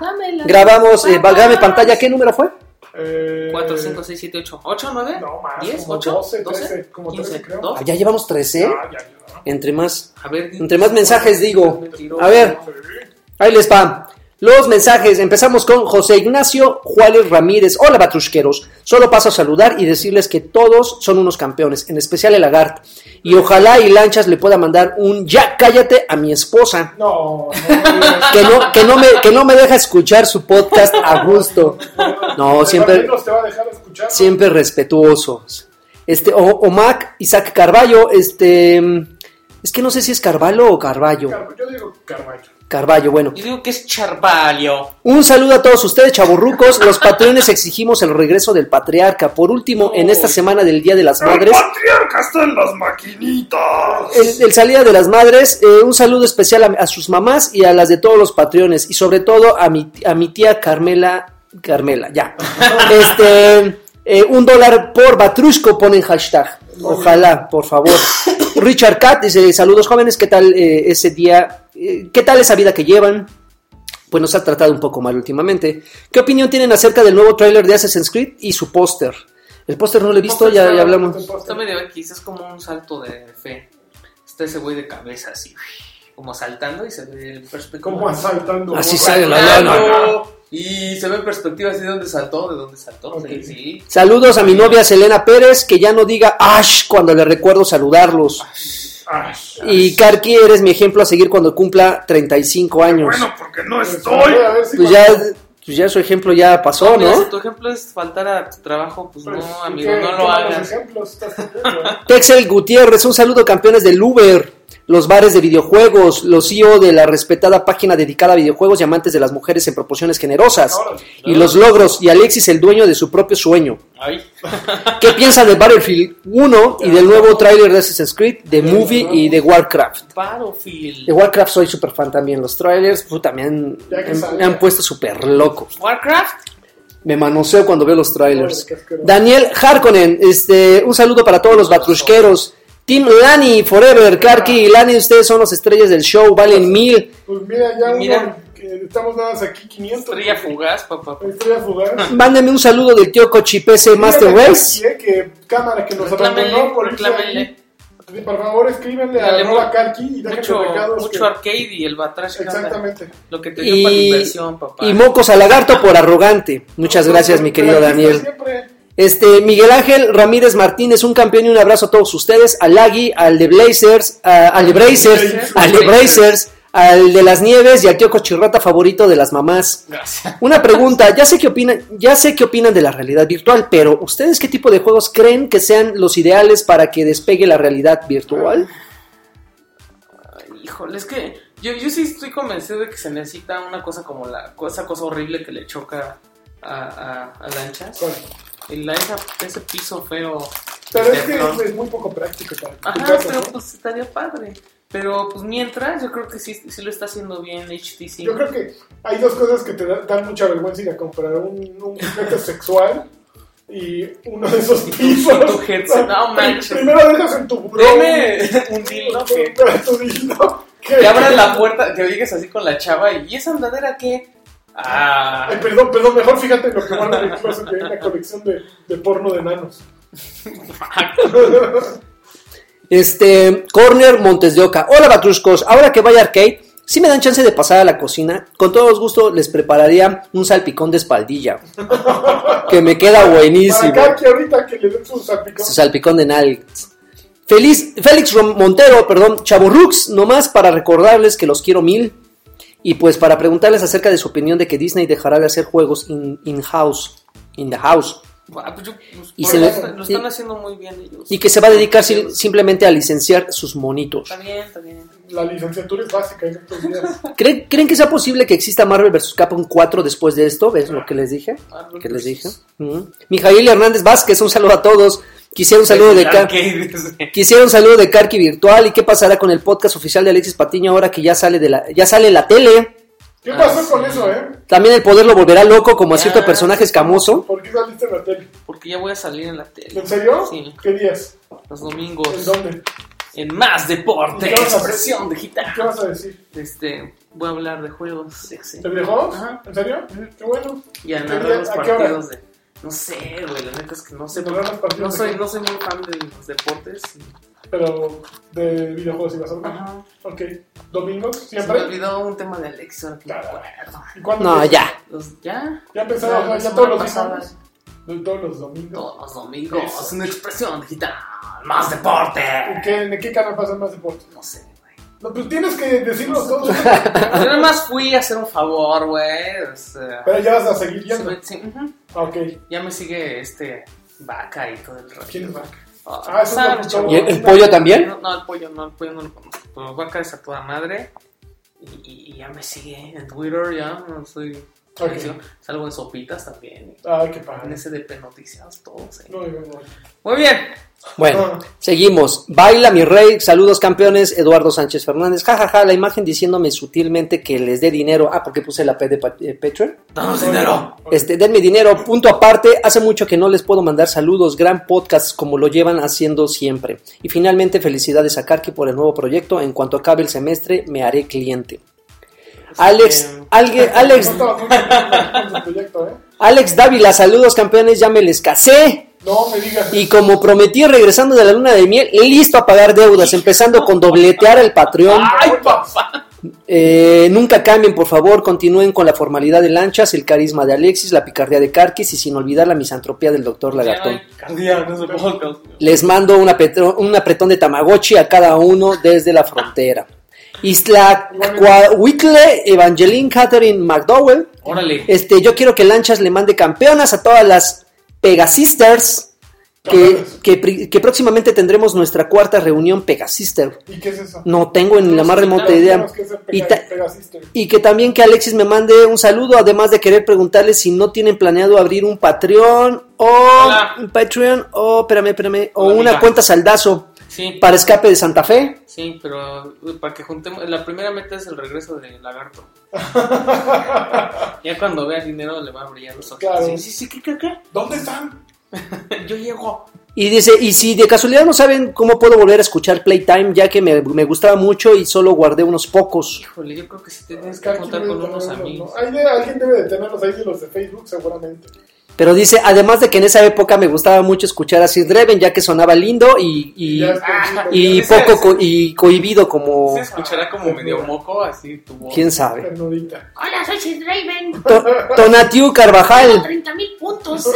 [SPEAKER 4] Dame la
[SPEAKER 3] Grabamos, eh, va- grabe pantalla, ¿qué número fue?
[SPEAKER 2] El Eh,
[SPEAKER 1] 4, 5, 6, 7, 8. ¿8, 9?
[SPEAKER 2] No, más.
[SPEAKER 1] 10,
[SPEAKER 2] como
[SPEAKER 1] 8,
[SPEAKER 2] 12,
[SPEAKER 1] 12,
[SPEAKER 2] 13, como
[SPEAKER 1] 15,
[SPEAKER 2] 13, creo.
[SPEAKER 1] 12.
[SPEAKER 3] Ah, ya llevamos 13.
[SPEAKER 2] Ah, ya, ya.
[SPEAKER 3] Entre más.
[SPEAKER 1] A ver,
[SPEAKER 3] Entre más mensajes digo.
[SPEAKER 1] Mentiroso.
[SPEAKER 3] A ver. Ahí les va. Los mensajes. Empezamos con José Ignacio Juárez Ramírez. Hola, batrusqueros. Solo paso a saludar y decirles que todos son unos campeones, en especial el Lagart. Y ojalá y Lanchas le pueda mandar un ya cállate a mi esposa,
[SPEAKER 2] No, no.
[SPEAKER 3] que no, que no, me, que no me deja escuchar su podcast a gusto. No,
[SPEAKER 2] El
[SPEAKER 3] siempre,
[SPEAKER 2] Barrientos te va a dejar escuchar.
[SPEAKER 3] siempre respetuosos. Este, o, o Mac, Isaac Carballo, este, es que no sé si es Carvalho o Carballo.
[SPEAKER 2] Car- Yo digo Carballo.
[SPEAKER 3] Carballo, bueno.
[SPEAKER 1] Yo digo que es Charvalio.
[SPEAKER 3] Un saludo a todos ustedes, chaburrucos. Los patrones exigimos el regreso del patriarca. Por último, en esta semana del Día de las Madres,
[SPEAKER 4] patriarca está en las maquinitas.
[SPEAKER 3] el, el salida de las madres, eh, un saludo especial a, a sus mamás y a las de todos los patrones. Y sobre todo a mi, a mi tía Carmela. Carmela, ya. Este, eh, un dólar por Batrusco ponen hashtag. Ojalá, por favor. Richard Cat dice: Saludos jóvenes, ¿qué tal eh, ese día? Eh, ¿Qué tal esa vida que llevan? pues nos ha tratado un poco mal últimamente. ¿Qué opinión tienen acerca del nuevo tráiler de Assassin's Creed y su póster? El póster no lo he visto,
[SPEAKER 1] póster
[SPEAKER 3] ya,
[SPEAKER 1] está-
[SPEAKER 3] ya hablamos.
[SPEAKER 1] Está medio X, es como un salto de fe. Está ese güey de cabeza así, como saltando y se ve el perspectiva.
[SPEAKER 2] Como asaltando.
[SPEAKER 3] Así
[SPEAKER 2] borracho.
[SPEAKER 3] sale la
[SPEAKER 1] Claro,
[SPEAKER 3] lana.
[SPEAKER 1] Y se ve en perspectiva así de dónde saltó, de dónde saltó.
[SPEAKER 2] Ok.
[SPEAKER 1] Sí, sí.
[SPEAKER 3] Saludos a mi novia Selena Pérez, que ya no diga Ash cuando le recuerdo saludarlos.
[SPEAKER 2] Ah,
[SPEAKER 3] Y Karki, eres mi ejemplo a seguir cuando cumpla 35 años.
[SPEAKER 4] Bueno, porque no
[SPEAKER 2] pues,
[SPEAKER 4] estoy.
[SPEAKER 2] a ver si
[SPEAKER 3] Pues ya, pues ya su ejemplo ya pasó,
[SPEAKER 1] Mira,
[SPEAKER 3] ¿no?
[SPEAKER 1] si tu ejemplo es faltar a tu trabajo, pues,
[SPEAKER 2] Pues,
[SPEAKER 1] no,
[SPEAKER 2] ¿qué-
[SPEAKER 1] amigo, no
[SPEAKER 2] qué
[SPEAKER 1] lo
[SPEAKER 2] malos
[SPEAKER 1] hagas.
[SPEAKER 2] ejemplos estás poniendo?
[SPEAKER 3] Texel Gutiérrez, un saludo campeones del Uber, los bares de videojuegos, los CEO de la respetada página dedicada a videojuegos y amantes de las mujeres en proporciones generosas,
[SPEAKER 2] Órale.
[SPEAKER 3] y los logros, y Alexis el dueño de su propio sueño.
[SPEAKER 1] Ay.
[SPEAKER 3] ¿Qué piensan de Battlefield 1 y del nuevo tráiler de Assassin's Creed, de Movie y de Warcraft? De
[SPEAKER 1] Battlefield.
[SPEAKER 3] Warcraft soy súper fan también, los trailers puta, me han, em,
[SPEAKER 2] Ya que
[SPEAKER 3] me
[SPEAKER 2] salga.
[SPEAKER 3] han puesto súper loco.
[SPEAKER 1] Warcraft.
[SPEAKER 3] Me manoseo cuando veo los trailers.
[SPEAKER 2] Órale, qué asqueroso.
[SPEAKER 3] Daniel Harkonnen, este, un saludo para todos los batrusqueros. Team Lani, Forever, Karki y Lani, ustedes son los estrellas del show, valen mil.
[SPEAKER 2] Pues mira, ya uno
[SPEAKER 1] Mira.
[SPEAKER 2] que estamos nada más aquí 500.
[SPEAKER 1] Estrella fugaz, papá.
[SPEAKER 2] Estrella fugaz.
[SPEAKER 3] Mándenme un saludo del tío Cochipese Master
[SPEAKER 2] Dígame,
[SPEAKER 3] Race.
[SPEAKER 2] Karki, eh, que cámara que nos abandonó
[SPEAKER 1] Reclámenle,
[SPEAKER 2] por irse
[SPEAKER 1] reclámenle.
[SPEAKER 2] ahí. Por favor, escríbenle a
[SPEAKER 1] Dale,
[SPEAKER 2] Lola
[SPEAKER 1] mu-
[SPEAKER 2] Karki y déjenle
[SPEAKER 1] Mucho,
[SPEAKER 2] recados.
[SPEAKER 1] mucho
[SPEAKER 2] que-
[SPEAKER 1] arcade y el batrash. que anda.
[SPEAKER 2] Exactamente.
[SPEAKER 1] Lo que te dio para la
[SPEAKER 3] Y,
[SPEAKER 1] inversión, papá.
[SPEAKER 3] y mocos a lagarto por arrogante. Muchas gracias, mi
[SPEAKER 2] Pero
[SPEAKER 3] querido
[SPEAKER 2] aquí está
[SPEAKER 3] Daniel.
[SPEAKER 2] siempre.
[SPEAKER 3] Este, Miguel Ángel Ramírez Martínez, un campeón y un abrazo a todos ustedes, al Agui, al de Blazers, a- al de Brazers, al de Brazers, al de las Nieves y al tío Cochirrata favorito de las mamás.
[SPEAKER 1] Gracias.
[SPEAKER 3] Una pregunta, ya sé qué opinan, ya sé qué opinan de la realidad virtual, pero ¿ustedes qué tipo de juegos creen que sean los ideales para que despegue la realidad virtual?
[SPEAKER 1] Ay, Híjole, es que yo, yo sí estoy convencido de que se necesita una cosa como la esa cosa horrible que le choca a, a, a lanchas.
[SPEAKER 2] Bueno,
[SPEAKER 1] El, esa- ese piso feo.
[SPEAKER 2] Pero es
[SPEAKER 1] de tron.
[SPEAKER 2] que es muy poco práctico para tu
[SPEAKER 1] Ajá,
[SPEAKER 2] casa,
[SPEAKER 1] pero
[SPEAKER 2] ¿no?
[SPEAKER 1] pues estaría padre. Pero pues mientras, yo creo que sí, sí lo está haciendo bien HTC.
[SPEAKER 2] Yo creo que hay dos cosas que te da- dan mucha vergüenza ir a comprar un, un juguete sexual y uno de esos
[SPEAKER 1] Y tu-
[SPEAKER 2] pisos.
[SPEAKER 1] y tu headset, no manches.
[SPEAKER 2] Primero dejas en tu buró
[SPEAKER 1] Deme un dildo que-
[SPEAKER 2] Pero tu dildo que-
[SPEAKER 1] Que abras la puerta, que llegues así con la chava y ¿y esa andadera qué? Ah,
[SPEAKER 2] Ay, perdón, perdón, mejor fíjate en lo que guardan en el closet, que hay una colección de, de porno de nanos.
[SPEAKER 3] Este, Corner Montes de Oca. Hola, Batruscos. Ahora que vaya arcade, si me dan chance de pasar a la cocina, con todo gusto les prepararía un salpicón de espaldilla. que me queda buenísimo.
[SPEAKER 2] Para acá, que ahorita que le den sus salpicón.
[SPEAKER 3] Su salpicón de nalgas. Feliz, Félix Rom- Montero, perdón, Chaburrux, nomás para recordarles que los quiero mil. Y pues para preguntarles acerca de su opinión de que Disney dejará de hacer juegos in- in-house, in the house,
[SPEAKER 1] ah, pues yo- pues,
[SPEAKER 3] Y
[SPEAKER 1] por
[SPEAKER 3] se
[SPEAKER 1] lo
[SPEAKER 3] ve-
[SPEAKER 1] está- lo están haciendo muy bien ellos.
[SPEAKER 3] y que se va a dedicar sim-
[SPEAKER 1] Está
[SPEAKER 3] simplemente a licenciar sus monitos.
[SPEAKER 1] bien, está bien.
[SPEAKER 2] La licenciatura es básica en estos días.
[SPEAKER 3] ¿Creen, creen que sea posible que exista Marvel vs. Capcom 4 después de esto? ¿Ves lo que les dije?
[SPEAKER 1] Marvel
[SPEAKER 3] ¿Qué les dije?
[SPEAKER 1] versus-
[SPEAKER 3] Ujú. Mijail Hernández Vázquez, un saludo a todos. Quisiera un saludo de Car-
[SPEAKER 1] Arcade.
[SPEAKER 3] Quisiera un saludo de Karki Virtual. ¿Y qué pasará con el podcast oficial de Alexis Patiño ahora que ya sale de la, ya sale en la tele?
[SPEAKER 2] ¿Qué
[SPEAKER 1] Ah,
[SPEAKER 2] pasó
[SPEAKER 1] sí.
[SPEAKER 2] con eso, eh?
[SPEAKER 3] También el poder lo volverá loco como a
[SPEAKER 1] Ya.
[SPEAKER 3] cierto personaje escamoso.
[SPEAKER 2] ¿Por qué saliste en la tele?
[SPEAKER 1] Porque ya voy a salir en la tele.
[SPEAKER 2] ¿En serio?
[SPEAKER 1] Sí, Pues-
[SPEAKER 2] ¿Qué días?
[SPEAKER 1] los
[SPEAKER 2] ¿En
[SPEAKER 1] domingos.
[SPEAKER 2] dónde?
[SPEAKER 1] En más deporte,
[SPEAKER 2] ¿Y qué vas a
[SPEAKER 1] expresión
[SPEAKER 2] hacer?
[SPEAKER 1] digital.
[SPEAKER 2] ¿Qué vas a decir?
[SPEAKER 1] Este, voy a hablar de juegos. Sí, sí.
[SPEAKER 2] ¿Te videojuegos?
[SPEAKER 1] Ajá.
[SPEAKER 2] ¿En serio? Qué bueno.
[SPEAKER 1] Y a
[SPEAKER 2] ¿Qué
[SPEAKER 1] narrar
[SPEAKER 2] día?
[SPEAKER 1] los
[SPEAKER 2] ¿A qué hora?
[SPEAKER 1] partidos de. No sé, güey, la neta es que no
[SPEAKER 2] Se
[SPEAKER 1] sé.
[SPEAKER 2] tocaron los partidos.
[SPEAKER 1] No soy,
[SPEAKER 2] aquí,
[SPEAKER 1] no soy muy fan de los deportes.
[SPEAKER 2] Pero de videojuegos y vas a hablar.
[SPEAKER 1] Ajá.
[SPEAKER 2] Ok. ¿Domingos?
[SPEAKER 1] Se me
[SPEAKER 2] ¿Siempre?
[SPEAKER 1] olvidó un tema de Alex ahora que me
[SPEAKER 2] Claro.
[SPEAKER 1] acuerdo.
[SPEAKER 2] ¿Y cuándo?
[SPEAKER 3] No, ya.
[SPEAKER 1] Los- ¿Ya?
[SPEAKER 2] Ya
[SPEAKER 1] La
[SPEAKER 2] empezaba, ya
[SPEAKER 1] semana
[SPEAKER 2] todos los
[SPEAKER 1] pasada,
[SPEAKER 2] domingos. Todos los domingos.
[SPEAKER 1] Todos los domingos.
[SPEAKER 2] Eso.
[SPEAKER 1] Una expresión digital. ¡Más deporte!
[SPEAKER 2] ¿Y qué, ¿En qué canal pasan más deportes?
[SPEAKER 1] No sé, güey.
[SPEAKER 2] No, pues tienes que decirlos todos.
[SPEAKER 1] Yo nada más fui a hacer un favor, güey. O sea,
[SPEAKER 2] Pero ya vas a seguir
[SPEAKER 1] se
[SPEAKER 2] yendo.
[SPEAKER 1] me- sí, ujú.
[SPEAKER 2] Ah, Ok.
[SPEAKER 1] Ya me sigue este vaca y todo el rollo.
[SPEAKER 2] ¿Quién es Vaca?
[SPEAKER 1] Ah,
[SPEAKER 2] Ah, eso es
[SPEAKER 1] Saro,
[SPEAKER 2] lo que
[SPEAKER 1] chavo.
[SPEAKER 3] ¿Y el, el pollo también?
[SPEAKER 1] No, no, el pollo no, el pollo no lo conozco. Pero vaca es a toda madre. Y, y- y ya me sigue en Twitter, ya no soy.
[SPEAKER 2] Ok.
[SPEAKER 1] Salgo en sopitas también.
[SPEAKER 2] Ay, qué
[SPEAKER 1] En
[SPEAKER 2] padre.
[SPEAKER 1] SDP Noticias, todos. ahí.
[SPEAKER 2] No, no, no.
[SPEAKER 1] Muy bien.
[SPEAKER 2] Ah.
[SPEAKER 3] Bueno, seguimos. Baila mi rey, saludos campeones, Eduardo Sánchez Fernández. Jajaja, la imagen diciéndome sutilmente que les dé dinero. Ah, porque puse la P de pa- eh, Patreon.
[SPEAKER 1] Danos dinero.
[SPEAKER 2] Ok.
[SPEAKER 3] Este, denme dinero, punto aparte. Hace mucho que no les puedo mandar saludos. Gran podcast, como lo llevan haciendo siempre. Y finalmente, felicidades a Karki por el nuevo proyecto. En cuanto acabe el semestre, me haré cliente. Alex,
[SPEAKER 1] Eh,
[SPEAKER 3] alguien- Alex,
[SPEAKER 2] No estaba muy bien con tu proyecto, ¿eh?
[SPEAKER 3] Alex Dávila, saludos campeones, ya me les casé.
[SPEAKER 2] No me digas.
[SPEAKER 3] Y como prometí regresando de la luna de miel, listo a pagar deudas, empezando con dobletear el Patreon.
[SPEAKER 1] ¡Ay, papá!
[SPEAKER 3] Eh, nunca cambien, por favor, continúen con la formalidad de lanchas, el carisma de Alexis, la picardía de Carquis y sin olvidar la misantropía del doctor Lagartón.
[SPEAKER 1] Cardiano, ese podcast.
[SPEAKER 3] Les mando un, apetro- un apretón de Tamagotchi a cada uno desde la frontera. Isla Whitley, Evangeline Catherine McDowell.
[SPEAKER 1] Órale.
[SPEAKER 3] Este, yo quiero que Lanchas le mande campeonas a todas las Pegasisters. Que,
[SPEAKER 2] Campeonas.
[SPEAKER 3] que, pri- que próximamente tendremos nuestra cuarta reunión Pegasister.
[SPEAKER 2] ¿Y qué es eso?
[SPEAKER 3] No tengo ni la más remota idea.
[SPEAKER 2] Tenemos que ser
[SPEAKER 3] Y,
[SPEAKER 2] pega-
[SPEAKER 3] ta-
[SPEAKER 2] Pegasystem.
[SPEAKER 3] y que también que Alexis me mande un saludo, además de querer preguntarle si no tienen planeado abrir un Patreon o
[SPEAKER 1] Hola.
[SPEAKER 3] un Patreon o espérame, espérame, o
[SPEAKER 1] Hola,
[SPEAKER 3] una
[SPEAKER 1] amiga.
[SPEAKER 3] cuenta saldazo
[SPEAKER 1] Sí,
[SPEAKER 3] para escape de Santa Fe.
[SPEAKER 1] sí, pero uh, para que juntemos. La primera meta es el regreso de Lagarto. ya cuando vea dinero le va a brillar los ojos.
[SPEAKER 2] Claro.
[SPEAKER 1] Sí, sí, sí, ¿qué, qué, qué?
[SPEAKER 2] ¿Dónde están?
[SPEAKER 1] Yo llego.
[SPEAKER 3] Y dice, y si de casualidad no saben cómo puedo volver a escuchar Playtime, ya que me, me gustaba mucho y solo guardé unos pocos.
[SPEAKER 1] Híjole, yo creo que sí te tienes
[SPEAKER 2] Tienes
[SPEAKER 1] que juntar con unos amigos.
[SPEAKER 2] Ah, Alguien debe de tenerlos ahí de los de Facebook, seguramente.
[SPEAKER 3] Pero dice, además de que en esa época me gustaba mucho escuchar a Sid Dreven, ya que sonaba lindo y, y,
[SPEAKER 2] Ya está,
[SPEAKER 1] ah,
[SPEAKER 2] sí,
[SPEAKER 3] y
[SPEAKER 1] Sí, sí,
[SPEAKER 3] poco
[SPEAKER 1] sí.
[SPEAKER 3] co- y cohibido
[SPEAKER 2] pues,
[SPEAKER 3] como...
[SPEAKER 1] Se escuchará como medio moco, así tu voz.
[SPEAKER 3] ¿Quién
[SPEAKER 2] está
[SPEAKER 3] sabe?
[SPEAKER 2] ternurita.
[SPEAKER 5] Hola, soy Sid Raven.
[SPEAKER 3] To- Tonatiu
[SPEAKER 5] Tengo
[SPEAKER 3] Carvajal.
[SPEAKER 5] 30 mil puntos.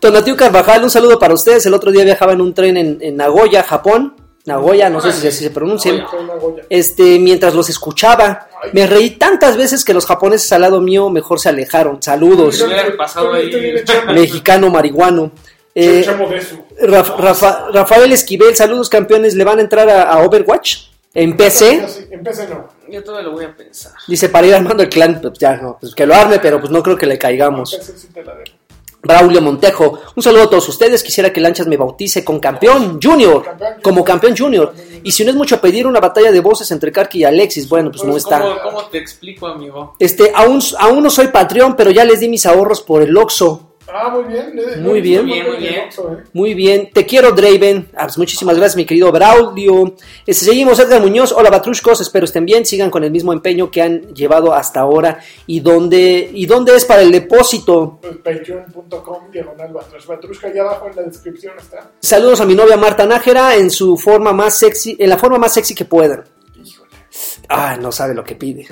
[SPEAKER 3] Tonatiu Carvajal, un saludo para ustedes. El otro día viajaba en un tren en, en Nagoya, Japón. Nagoya, no sé si así se pronuncia.
[SPEAKER 1] Nagoya.
[SPEAKER 2] Fue una Goya.
[SPEAKER 3] Este, mientras los escuchaba, me reí tantas veces que los japoneses al lado mío mejor se alejaron. Saludos.
[SPEAKER 1] Se hubiera pasado ahí.
[SPEAKER 2] Estoy bien echando.
[SPEAKER 3] Mexicano marihuano. Eh,
[SPEAKER 2] Chamo de eso.
[SPEAKER 3] Raf- Rafa- Rafael Esquivel, saludos campeones, ¿le van a entrar a, a Overwatch? En PC,
[SPEAKER 2] Empecé no.
[SPEAKER 1] Yo todavía lo voy a pensar.
[SPEAKER 3] dice, para ir armando el clan, pues ya, no, pues que lo arme, pero pues no creo que le caigamos.
[SPEAKER 2] Empecé sí te la dejo.
[SPEAKER 3] Braulio Montejo, un saludo a todos ustedes, quisiera que Lanchas me bautice con campeón junior, como campeón junior. Y si no es mucho pedir una batalla de voces entre Karki y Alexis, bueno, pues no está.
[SPEAKER 1] ¿Cómo, cómo te explico, amigo?
[SPEAKER 3] Este, aún, aún no soy Patreon, pero ya les di mis ahorros por el Oxxo.
[SPEAKER 2] Ah, muy bien. eh,
[SPEAKER 3] Muy
[SPEAKER 2] eh,
[SPEAKER 3] bien.
[SPEAKER 2] muy
[SPEAKER 1] Bien, muy
[SPEAKER 2] bien,
[SPEAKER 1] bien.
[SPEAKER 2] Oxxo, eh.
[SPEAKER 3] Muy bien, te quiero Draven. Ah, pues muchísimas gracias, mi querido Braulio. Este, seguimos, Edgar Muñoz. Hola, Batrushcos. Espero estén bien. Sigan con el mismo empeño que han llevado hasta ahora. ¿Y dónde, y dónde es para el depósito?
[SPEAKER 2] Pues, Patreon.com diagonal Batrash Batrushka. Allá abajo en la descripción está.
[SPEAKER 3] Saludos a mi novia Marta Nájera en su forma más sexy, en la forma más sexy que puedan.
[SPEAKER 2] Híjole.
[SPEAKER 3] Ah, no sabe lo que pide.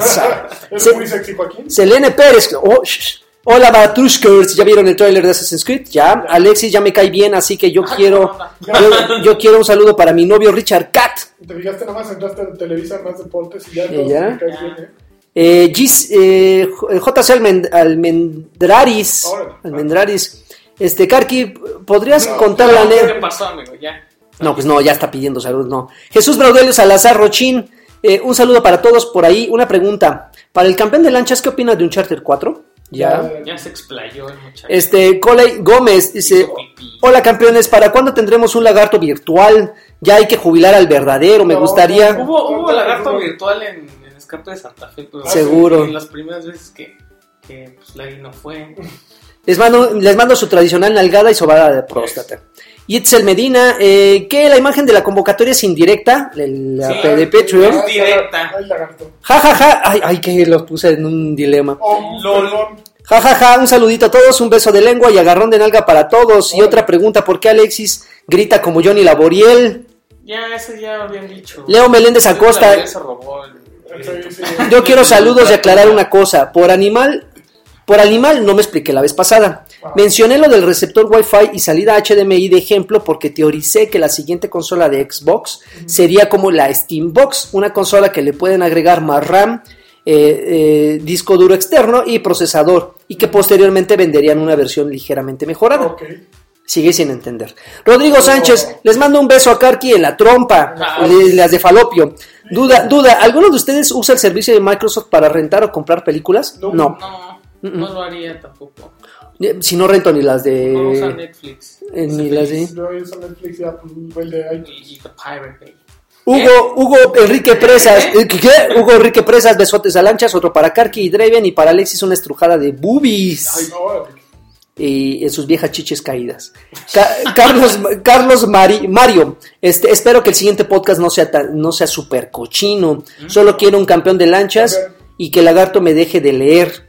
[SPEAKER 3] sabe.
[SPEAKER 2] ¿Es
[SPEAKER 3] Se-
[SPEAKER 2] muy sexy, Joaquín?
[SPEAKER 3] Selene Pérez. Oh, sh- Hola, Batrushkers. ¿Ya vieron el tráiler de Assassin's Creed? Ya. Alexis ya me cae bien, así que yo quiero, yo, yo quiero un saludo para mi novio Richard Cat.
[SPEAKER 2] ¿Te fijaste nomás? Entraste en Televisa, más deportes y ya.
[SPEAKER 3] ¿Y
[SPEAKER 2] todos
[SPEAKER 3] ya?
[SPEAKER 2] me caes bien, eh.
[SPEAKER 3] Eh, Gis- eh, J- JC Almen- Almendraris.
[SPEAKER 2] Órale.
[SPEAKER 3] Almendraris. Este, Karki, ¿podrías
[SPEAKER 2] No,
[SPEAKER 3] contar la
[SPEAKER 1] ¿Qué
[SPEAKER 3] anécdota?
[SPEAKER 1] te pasó, amigo? Ya.
[SPEAKER 3] No, pues no, ya está pidiendo salud, no. Jesús Braudelio Salazar Rochín, eh, un saludo para todos por ahí. Una pregunta. Para el campeón de lanchas, ¿qué opinas de un Charter 4? Ya.
[SPEAKER 1] Ya se explayó el muchacho.
[SPEAKER 3] Este, Coley Gómez dice:
[SPEAKER 1] Hizo pipí.
[SPEAKER 3] Hola campeones, ¿para cuándo tendremos un lagarto virtual? Ya hay que jubilar al verdadero, me
[SPEAKER 2] No,
[SPEAKER 3] gustaría.
[SPEAKER 1] Hubo, hubo lagarto virtual en, en Escape de Santa Fe. pero-
[SPEAKER 3] Seguro.
[SPEAKER 1] en las primeras veces que, que pues, Larry no fue.
[SPEAKER 3] Les mando, les mando su tradicional nalgada y sobada de próstata. Itzel Medina, eh, que la imagen de la convocatoria es indirecta, el- la
[SPEAKER 1] Sí,
[SPEAKER 3] P de Patreon.
[SPEAKER 1] directa.
[SPEAKER 2] Ay, lagarto.
[SPEAKER 3] Ja, ja, ja. Ay, ay, que los puse en un dilema.
[SPEAKER 2] Oh,
[SPEAKER 1] Lol.
[SPEAKER 2] perdón.
[SPEAKER 3] Ja, ja, ja, un saludito a todos, un beso de lengua y agarrón de nalga para todos. Y
[SPEAKER 2] Órale.
[SPEAKER 3] otra pregunta, ¿por qué Alexis grita como Johnny Laboriel?
[SPEAKER 1] Ya, ese ya lo habían dicho.
[SPEAKER 3] Leo Meléndez Acosta,
[SPEAKER 1] Se robó el-
[SPEAKER 2] Sí, sí.
[SPEAKER 3] yo quiero saludos y aclarar una cosa. Por animal, por animal no me expliqué la vez pasada. Mencioné lo del receptor Wi-Fi y salida HDMI de ejemplo porque teoricé que la siguiente consola de Xbox sería como la Steambox, una consola que le pueden agregar más RAM, eh, eh, disco duro externo y procesador, y que posteriormente venderían una versión ligeramente mejorada.
[SPEAKER 2] Ok.
[SPEAKER 3] Sigue sin entender. Rodrigo Sánchez, les mando un beso a Karki en la trompa,
[SPEAKER 1] Ah.
[SPEAKER 3] le- las de Falopio. Duda, duda, ¿alguno de ustedes usa el servicio de Microsoft para rentar o comprar películas?
[SPEAKER 2] No.
[SPEAKER 3] No.
[SPEAKER 1] No,
[SPEAKER 3] Mm-mm.
[SPEAKER 1] no lo haría tampoco.
[SPEAKER 3] Eh, Si no rento ni las
[SPEAKER 1] No usa
[SPEAKER 3] de...
[SPEAKER 1] Netflix.
[SPEAKER 3] eh, ni las de...
[SPEAKER 2] Yo uso Netflix y Apple, el de iTunes.
[SPEAKER 1] Y, y The Pirate Bay.
[SPEAKER 3] Hugo, Hugo Enrique Presas, eh, ¿qué? Hugo Enrique Presas, besotes a lanchas, otro para Karki y Draven y para Alexis una estrujada de
[SPEAKER 2] Ay,
[SPEAKER 3] boobies
[SPEAKER 2] no, órale.
[SPEAKER 3] y en sus viejas chiches caídas. Ca- Carlos, Carlos Mari- Mario, este, espero que el siguiente podcast no sea, tan- no sea super cochino, solo quiero un campeón de lanchas y que el lagarto me deje de leer.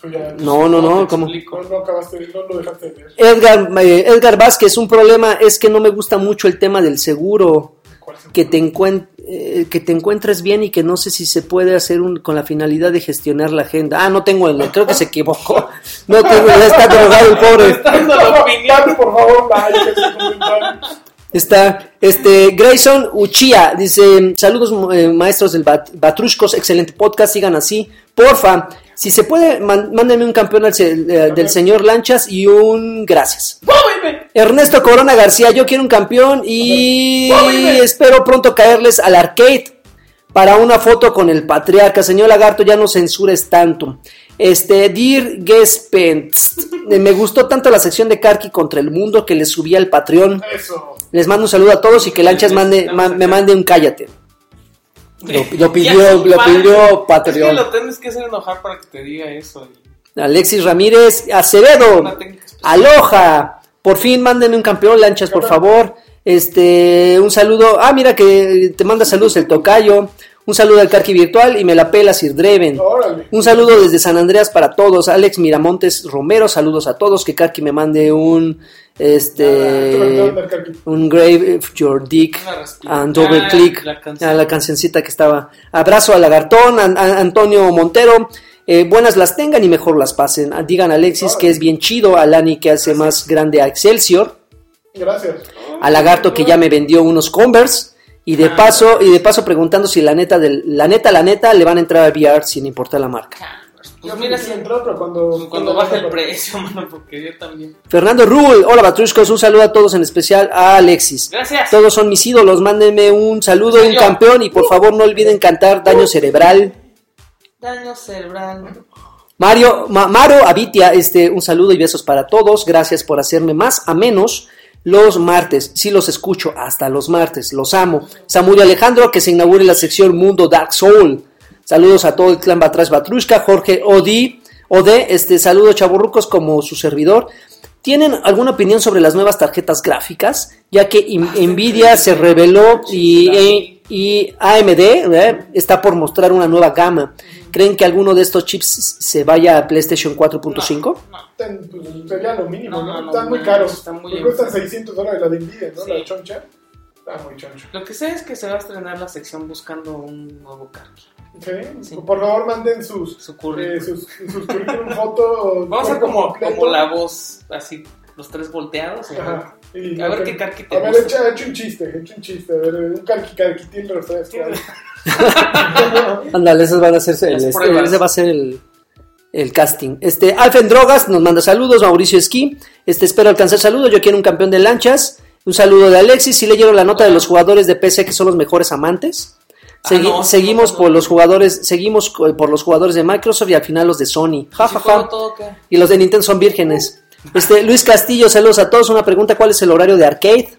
[SPEAKER 2] Pues ya,
[SPEAKER 3] No, no, no,
[SPEAKER 1] te
[SPEAKER 3] ¿cómo?
[SPEAKER 1] explico.
[SPEAKER 2] No, no acabaste, de- no lo dejaste de ver.
[SPEAKER 3] Edgar, eh, Edgar Vázquez, un problema es que no me gusta mucho el tema del seguro.
[SPEAKER 2] ¿Cuál es el-
[SPEAKER 3] que te, encuen- eh, que te encuentres bien y que no sé si se puede hacer un, con la finalidad de gestionar la agenda. Ah, no tengo el, creo que se equivocó. No tengo, ya está drogado el pobre.
[SPEAKER 1] Dando la opinión.
[SPEAKER 2] Dale, por favor, like, ese comentario.
[SPEAKER 3] Está, este, Grayson Uchía dice, saludos eh, maestros del Bat- Batruscos, excelente podcast, sigan así, porfa. Si se puede, man- mándenme un campeón al se- eh, del señor Lanchas y un gracias. Ernesto Corona García, yo quiero un campeón y espero pronto caerles al arcade para una foto con el patriarca. Señor Lagarto, ya no censures tanto. Este, Dear Gespent, me gustó tanto la sección de Karki contra el mundo que le subí al Patreon.
[SPEAKER 2] Eso.
[SPEAKER 3] Les mando un saludo a todos y que Lanchas mande, ma- me mande un cállate. Lo, lo
[SPEAKER 1] Ya,
[SPEAKER 3] pidió,
[SPEAKER 1] sí,
[SPEAKER 3] lo
[SPEAKER 1] padre.
[SPEAKER 3] pidió
[SPEAKER 1] Es que
[SPEAKER 3] Patreon.
[SPEAKER 1] lo tienes que hacer enojar para que te diga eso. y-
[SPEAKER 3] Alexis Ramírez Acevedo.
[SPEAKER 1] Una técnica especial.
[SPEAKER 3] Aloha. Por fin mándenme un campeón, lanchas, por favor. Este, un saludo. Ah, mira que te manda saludos el tocayo. Un saludo al Carqui Virtual y me la pela Sir Dreven.
[SPEAKER 2] Órale.
[SPEAKER 3] Un saludo desde San Andreas para todos. Alex Miramontes Romero, saludos a todos. Que Carqui me mande un
[SPEAKER 2] Nada, tú me acabas de
[SPEAKER 3] este
[SPEAKER 2] marcar aquí.
[SPEAKER 3] un grave of your dick
[SPEAKER 1] Una respirada.
[SPEAKER 3] and double
[SPEAKER 1] Ah,
[SPEAKER 3] click
[SPEAKER 1] la canción.
[SPEAKER 3] a la cancioncita que estaba. Abrazo a Lagartón, a, a Antonio Montero. Eh, buenas las tengan y mejor las pasen. Ah, Digan a Alexis que es bien chido, a Lani que hace más grande a Excelsior,
[SPEAKER 2] Gracias.
[SPEAKER 3] a Lagarto que ya me vendió unos Converse y
[SPEAKER 1] Ah.
[SPEAKER 3] de paso y de paso preguntando si la neta del la neta la neta le van a entrar a VR sin importar la marca.
[SPEAKER 1] Pues mira,
[SPEAKER 2] si
[SPEAKER 1] si
[SPEAKER 2] entró, pero cuando.
[SPEAKER 1] cuando baja el precio, mano, porque yo también.
[SPEAKER 3] Fernando Rull, hola Batruscos, un saludo a todos en especial a Alexis.
[SPEAKER 1] Gracias.
[SPEAKER 3] Todos son mis ídolos, mándenme un saludo y un
[SPEAKER 1] Señor. Uh.
[SPEAKER 3] campeón y por favor no olviden cantar Daño Cerebral.
[SPEAKER 1] Daño cerebral.
[SPEAKER 3] Mario, Ma- Maro Abitia, este, un saludo y besos para todos. Gracias por hacerme más a menos los martes. Sí los escucho hasta los martes. Los amo. Samuel Alejandro, que se inaugure la sección Mundo Dark Soul. Saludos a todo el clan Batrash Batrushka, Jorge Odi, Ode, este, saludos chaburrucos como su servidor. ¿Tienen alguna opinión sobre las nuevas tarjetas gráficas? Ya que in- Nvidia se reveló y, e- y AMD ¿eh? está por mostrar una nueva gama. ¿Creen que alguno de estos chips se vaya a PlayStation 4.5?
[SPEAKER 1] No.
[SPEAKER 2] Ten, pues, sería lo mínimo,
[SPEAKER 1] No,
[SPEAKER 2] ¿no?
[SPEAKER 1] no, no,
[SPEAKER 2] Están muy
[SPEAKER 1] no,
[SPEAKER 2] caros.
[SPEAKER 1] están muy
[SPEAKER 2] Me cuestan
[SPEAKER 1] enfermos.
[SPEAKER 2] 600 dólares la de Nvidia, ¿no?
[SPEAKER 1] Sí.
[SPEAKER 2] La choncha. Está muy choncha.
[SPEAKER 1] Lo que sé es que se va a estrenar la sección buscando un nuevo cargo.
[SPEAKER 2] ¿Sí?
[SPEAKER 1] Sí.
[SPEAKER 2] Por favor, manden sus.
[SPEAKER 1] Su currículum.
[SPEAKER 2] Eh, sus, sus currículum, foto.
[SPEAKER 1] Vamos a hacer como,
[SPEAKER 2] completo.
[SPEAKER 1] como la voz, así, los tres volteados. ¿no?
[SPEAKER 2] Ajá. Y
[SPEAKER 1] A
[SPEAKER 2] lo
[SPEAKER 1] ver
[SPEAKER 2] que-
[SPEAKER 1] qué carqui te
[SPEAKER 2] A ver,
[SPEAKER 1] gusta.
[SPEAKER 2] echa, echa un chiste, echa un chiste. A ver, un carqui carqui tiene los tres.
[SPEAKER 1] Tiene-
[SPEAKER 3] Ándale, esas van a ser el,
[SPEAKER 1] Las
[SPEAKER 3] este,
[SPEAKER 1] pruebas.
[SPEAKER 3] ese va a ser el, el casting. Este, Alfen Drogas nos manda saludos, Mauricio Esquí, este, espero alcanzar saludos, yo quiero un campeón de lanchas, un saludo de Alexis, si leyeron la nota de los jugadores de PC que son los mejores amantes. Segui-
[SPEAKER 1] Ah, no,
[SPEAKER 3] seguimos
[SPEAKER 1] no, no.
[SPEAKER 3] por los jugadores, seguimos co- por los jugadores de Microsoft y al final los de Sony. Ja,
[SPEAKER 1] Si
[SPEAKER 3] ja,
[SPEAKER 1] juego
[SPEAKER 3] ja.
[SPEAKER 1] todo, ¿qué?
[SPEAKER 3] Y los de Nintendo son vírgenes. Este, Luis Castillo, saludos a todos. Una pregunta, ¿cuál es el horario de arcade?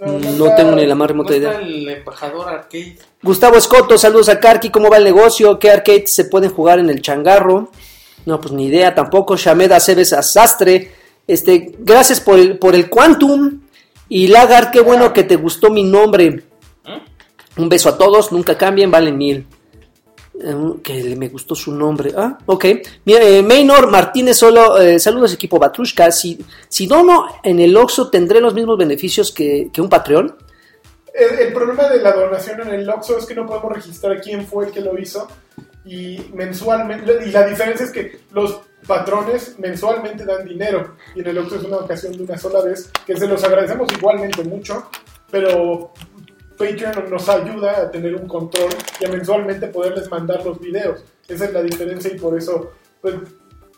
[SPEAKER 3] No,
[SPEAKER 2] está-
[SPEAKER 3] tengo ni la más
[SPEAKER 1] ¿No
[SPEAKER 3] remota idea.
[SPEAKER 1] está el embajador arcade?
[SPEAKER 3] Gustavo Escoto, saludos a Karki, ¿cómo va el negocio? ¿Qué arcades se pueden jugar en el changarro? No, pues ni idea tampoco. Shamed Aceves Asastre, este, gracias por el, por el Quantum. Y Lagar, qué bueno que te gustó mi nombre. Un beso a todos, nunca cambien, valen mil. Eh, que le- me gustó su nombre. Ah, ok. Mira, eh, Maynor Martínez Solo, eh, saludos equipo Batrushka. Si, si dono en el Oxxo, ¿tendré los mismos beneficios que, que un Patreon?
[SPEAKER 2] El, el problema de la donación en el Oxxo es que no podemos registrar quién fue el que lo hizo y mensualmente y la diferencia es que los patrones mensualmente dan dinero y en el Oxxo es una ocasión de una sola vez que se los agradecemos igualmente mucho, pero Patreon nos ayuda a tener un control y a mensualmente poderles mandar los videos. Esa es la diferencia y por eso pues,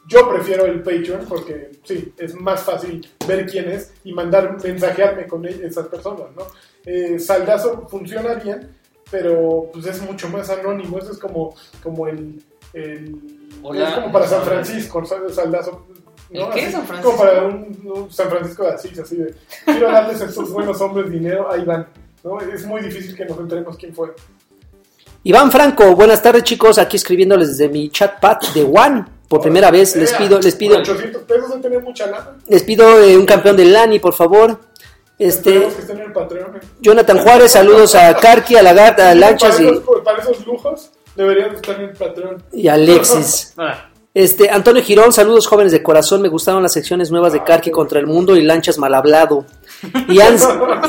[SPEAKER 2] yo prefiero el Patreon porque sí, es más fácil ver quién es y mandar mensajearme con e- esas personas, ¿no? Eh, Saldazo funciona bien, pero pues es mucho más anónimo, eso es como, como el, el-
[SPEAKER 1] Hola.
[SPEAKER 2] es como para San Francisco, ¿sabes? Saldazo. ¿no?
[SPEAKER 1] ¿El qué,
[SPEAKER 2] Así,
[SPEAKER 1] San Francisco?
[SPEAKER 2] Como para un, un San Francisco de Asís, así de, quiero darles a estos buenos hombres dinero, ahí van. ¿no? Es muy difícil que nos enteremos quién fue.
[SPEAKER 3] Iván Franco, buenas tardes chicos, aquí escribiéndoles desde mi chatpad de One. Por primera vez les
[SPEAKER 2] Eh,
[SPEAKER 3] pido, les pido,
[SPEAKER 2] 800 pesos de tener mucha lana.
[SPEAKER 3] les pido eh, un campeón de Lani, por favor. Este,
[SPEAKER 2] Esperemos que estén en el Patreon. eh.
[SPEAKER 3] Jonathan Juárez, saludos a Karki, a Lagarta, a Lanchas
[SPEAKER 2] para,
[SPEAKER 3] y,
[SPEAKER 2] esos, para esos lujos deberían estar en el Patreon.
[SPEAKER 3] y a Alexis.
[SPEAKER 1] Ah,
[SPEAKER 3] Este, Antonio Girón, saludos jóvenes de corazón, me gustaron las secciones nuevas de Karki contra el mundo y lanchas mal hablado. Ian,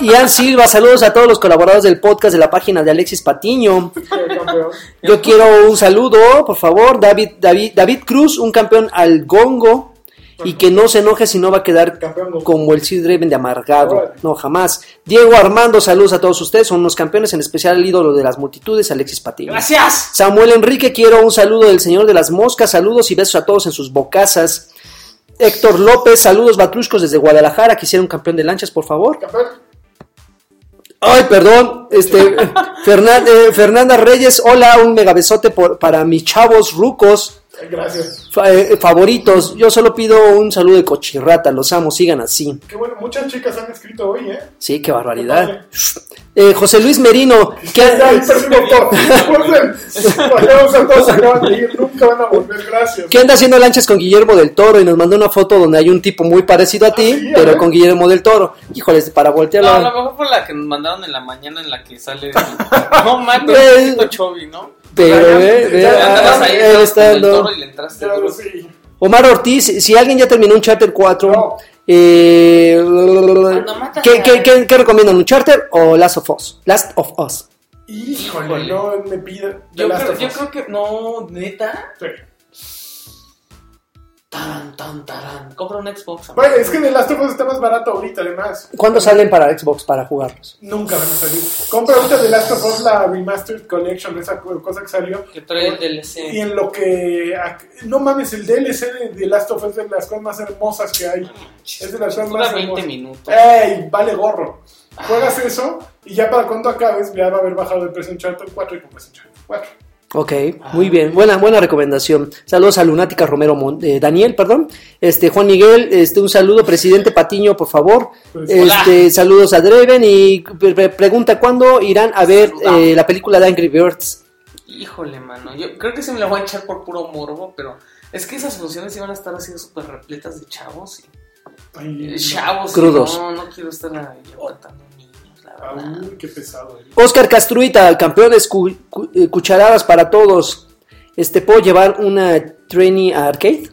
[SPEAKER 3] Ian Silva, saludos a todos los colaboradores del podcast de la página de Alexis Patiño.
[SPEAKER 2] eh, campeón.
[SPEAKER 3] Yo quiero un saludo, por favor, David, David, David Cruz, un campeón al gongo y que no se enoje si no va a quedar
[SPEAKER 2] Campeón gongo.
[SPEAKER 3] como el Sid Draven de amargado.
[SPEAKER 2] Órale.
[SPEAKER 3] No, jamás. Diego Armando, saludos a todos ustedes, son unos campeones, en especial el ídolo de las multitudes, Alexis Patiño.
[SPEAKER 1] ¡Gracias!
[SPEAKER 3] Samuel Enrique, quiero un saludo del señor de las moscas, saludos y besos a todos en sus bocazas. Héctor López, saludos batruscos desde Guadalajara, quisiera un campeón de lanchas, por favor.
[SPEAKER 2] Campeón.
[SPEAKER 3] Ay, perdón, este, Fernan- eh, Fernanda Reyes, hola, un megabesote por, para mis chavos rucos
[SPEAKER 2] Eh, Gracias.
[SPEAKER 3] fa- eh, favoritos. Yo solo pido un saludo de cochirrata, los amo, sigan así.
[SPEAKER 2] Qué bueno, muchas chicas han escrito hoy, ¿eh?
[SPEAKER 3] Sí, qué barbaridad. Eh, José Luis Merino, ¿qué,
[SPEAKER 2] Ya, el próximo top. Volvemos a todos, acaban de ir, nunca van a volver, gracias.
[SPEAKER 3] que anda haciendo lanchas con Guillermo del Toro y nos mandó una foto donde hay un tipo muy parecido a ti,
[SPEAKER 2] sí,
[SPEAKER 3] pero
[SPEAKER 2] ¿eh?
[SPEAKER 3] con Guillermo del Toro. Híjoles, para
[SPEAKER 1] No,
[SPEAKER 3] voltearla.
[SPEAKER 1] a lo mejor fue la que nos mandaron en la mañana en la que sale. No
[SPEAKER 3] Güey.
[SPEAKER 1] mames, un Chovy, ¿no?
[SPEAKER 3] pero,
[SPEAKER 2] Ya,
[SPEAKER 3] eh,
[SPEAKER 2] ya,
[SPEAKER 3] ve,
[SPEAKER 2] ya,
[SPEAKER 1] Le
[SPEAKER 2] ya,
[SPEAKER 3] ah,
[SPEAKER 1] andabas ahí
[SPEAKER 3] él está
[SPEAKER 1] con el
[SPEAKER 3] dando-
[SPEAKER 1] toro y le entraste.
[SPEAKER 2] Claro,
[SPEAKER 1] duro.
[SPEAKER 2] sí.
[SPEAKER 3] Omar Ortiz, si alguien ya terminó un Charter 4,
[SPEAKER 2] No.
[SPEAKER 3] eh,
[SPEAKER 1] matas
[SPEAKER 3] ¿qué,
[SPEAKER 1] a
[SPEAKER 3] qué,
[SPEAKER 1] alguien.
[SPEAKER 3] qué- qué recomiendan? ¿Un Charter o Last of Us? Last of Us.
[SPEAKER 2] Híjole, no me piden.
[SPEAKER 1] Yo creo, yo creo que. No, neta. Tan, tan, tarán. Compra un Xbox. amigo.
[SPEAKER 2] Bueno, es que The Last of Us está más barato ahorita, además.
[SPEAKER 3] ¿Cuándo salen para Xbox para jugarlos?
[SPEAKER 2] Nunca van a salir. Compra ahorita The Last of Us la Remastered Collection, esa co- cosa que salió.
[SPEAKER 1] Que trae el
[SPEAKER 2] Y
[SPEAKER 1] DLC.
[SPEAKER 2] en lo que. ac- No mames, el DLC de The Last of Us es de las cosas más hermosas que hay. Es de las cosas
[SPEAKER 1] Dura
[SPEAKER 2] más
[SPEAKER 1] 20
[SPEAKER 2] hermosas.
[SPEAKER 1] minutos.
[SPEAKER 2] ¡Ey! Vale gorro. Juegas eso y ya para cuando acabes ya va a haber bajado el precio en Charter 4 y compras en Charter 4.
[SPEAKER 3] Ok, muy bien, buena, buena recomendación. Saludos a Lunática Romero Mon- eh, Daniel, perdón. Este, Juan Miguel, este, un saludo, presidente Patiño, por favor.
[SPEAKER 2] Pues,
[SPEAKER 1] Eh,
[SPEAKER 3] Este, saludos a Dreven y pre- pre- pregunta cuándo irán a ver
[SPEAKER 1] Saludamos.
[SPEAKER 3] eh, la película de Angry Birds.
[SPEAKER 1] Híjole, mano. Yo creo que se me la voy a echar por puro morbo, pero es que esas funciones iban a estar así de súper repletas de chavos. y-
[SPEAKER 2] Ay,
[SPEAKER 1] Chavos. y
[SPEAKER 3] Crudos.
[SPEAKER 1] No, no quiero estar ahí aguantando niños, la
[SPEAKER 2] no.
[SPEAKER 1] verdad.
[SPEAKER 2] Ay, qué pesado. eh.
[SPEAKER 3] Oscar Castruita, campeones cu- cu- eh, cucharadas para todos. Este, ¿puedo llevar una trainee a arcade?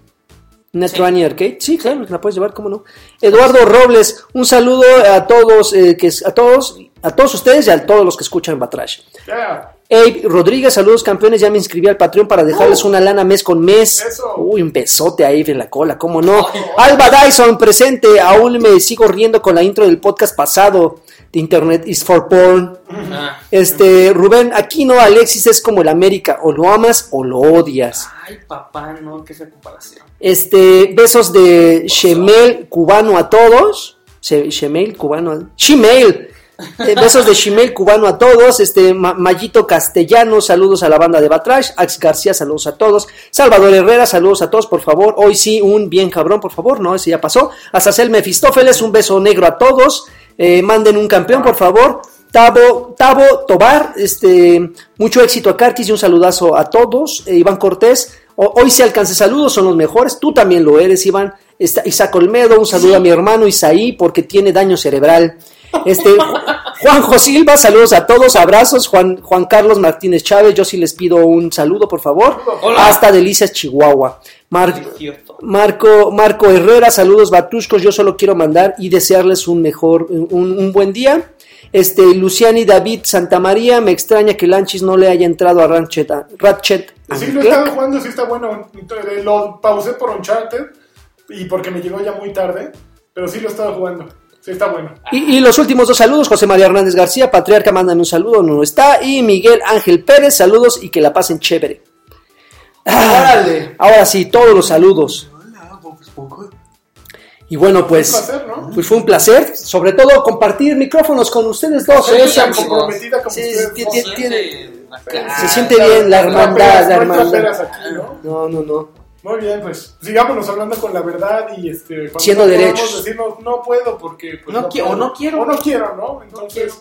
[SPEAKER 3] ¿Una
[SPEAKER 1] Sí.
[SPEAKER 3] trainee a arcade? Sí, claro, la puedes llevar, cómo no. Eduardo Robles, un saludo a todos, eh, que, es- a todos, a todos ustedes y a todos los que escuchan Batrash.
[SPEAKER 2] Ya.
[SPEAKER 3] Abe Rodríguez, saludos campeones, ya me inscribí al Patreon para dejarles una lana mes con mes.
[SPEAKER 2] Eso.
[SPEAKER 3] Uy, un besote a Abe en la cola, cómo no. Alba Dyson, presente, aún me sigo riendo con la intro del podcast pasado de Internet is for Porn.
[SPEAKER 1] Ah.
[SPEAKER 3] Este, Rubén, aquí no, Alexis es como el América, o lo amas o lo odias.
[SPEAKER 1] Ay, papá, no, qué fea comparación.
[SPEAKER 3] Este, besos de Shemel cubano a todos. She- Shemel cubano. a- Shemel. Eh, besos de Shemel cubano a todos. Este, Ma- Mayito Castellano, saludos a la banda de Batrash. Ax García, saludos a todos. Salvador Herrera, saludos a todos, por favor. Hoy sí, un bien cabrón, por favor. No, ese ya pasó. Azazel Mefistófeles, un beso negro a todos. Eh, manden un campeón, por favor. Tabo, Tabo Tobar, este, mucho éxito a Carquis y un saludazo a todos. Eh, Iván Cortés, o- hoy se alcance saludos, son los mejores. Tú también lo eres, Iván. Está Isaac Olmedo, un saludo a mi hermano Isaí porque tiene daño cerebral. Este, Ju- Juanjo Silva, saludos a todos, abrazos. Juan, Juan Carlos Martínez Chávez, yo sí les pido un saludo, por favor.
[SPEAKER 1] Hola.
[SPEAKER 3] Hasta Delicias, Chihuahua. Mar-
[SPEAKER 1] Cierto.
[SPEAKER 3] Marco, Marco Herrera, saludos batuscos, yo solo quiero mandar y desearles un mejor, un, un buen día. Este, Luciani David Santamaría, me extraña que Lanchis no le haya entrado a Ratchet, a- Ratchet and
[SPEAKER 2] Sí, lo he
[SPEAKER 3] Clank.
[SPEAKER 2] estado jugando, sí está bueno. Entonces, Lo pausé por Uncharted y porque me llegó ya muy tarde, pero sí lo he estado jugando. Sí está bueno.
[SPEAKER 3] Y, y los últimos dos saludos, José María Hernández García, Patriarca, mándame un saludo, no está. Y Miguel Ángel Pérez, saludos y que la pasen chévere. Ah,
[SPEAKER 1] Órale.
[SPEAKER 3] Ahora sí, todos los saludos. Y bueno,
[SPEAKER 2] Es
[SPEAKER 3] pues,
[SPEAKER 2] un placer, ¿no?
[SPEAKER 3] pues fue un placer, sobre todo compartir micrófonos con ustedes dos.
[SPEAKER 1] Sí,
[SPEAKER 3] ¿eh?
[SPEAKER 2] Gente tan
[SPEAKER 1] amigos.
[SPEAKER 2] comprometida como
[SPEAKER 3] Sí,
[SPEAKER 2] ustedes.
[SPEAKER 3] sí,
[SPEAKER 2] ¿no?
[SPEAKER 3] sí, tiene-
[SPEAKER 1] La
[SPEAKER 3] Se
[SPEAKER 1] cara.
[SPEAKER 3] siente bien la
[SPEAKER 2] No
[SPEAKER 3] hermandad,
[SPEAKER 2] apenas,
[SPEAKER 3] la
[SPEAKER 2] no hay
[SPEAKER 3] hermandad.
[SPEAKER 2] apenas aquí, ¿no?
[SPEAKER 3] No, no, no.
[SPEAKER 2] Muy bien, pues sigámonos hablando con la verdad y este, cuando
[SPEAKER 3] Siendo
[SPEAKER 2] no
[SPEAKER 3] derechos.
[SPEAKER 2] podamos decirnos, no puedo porque pues,
[SPEAKER 1] No qui- o
[SPEAKER 2] puedo".
[SPEAKER 1] no quiero.
[SPEAKER 2] o no quiero, ¿no? Entonces,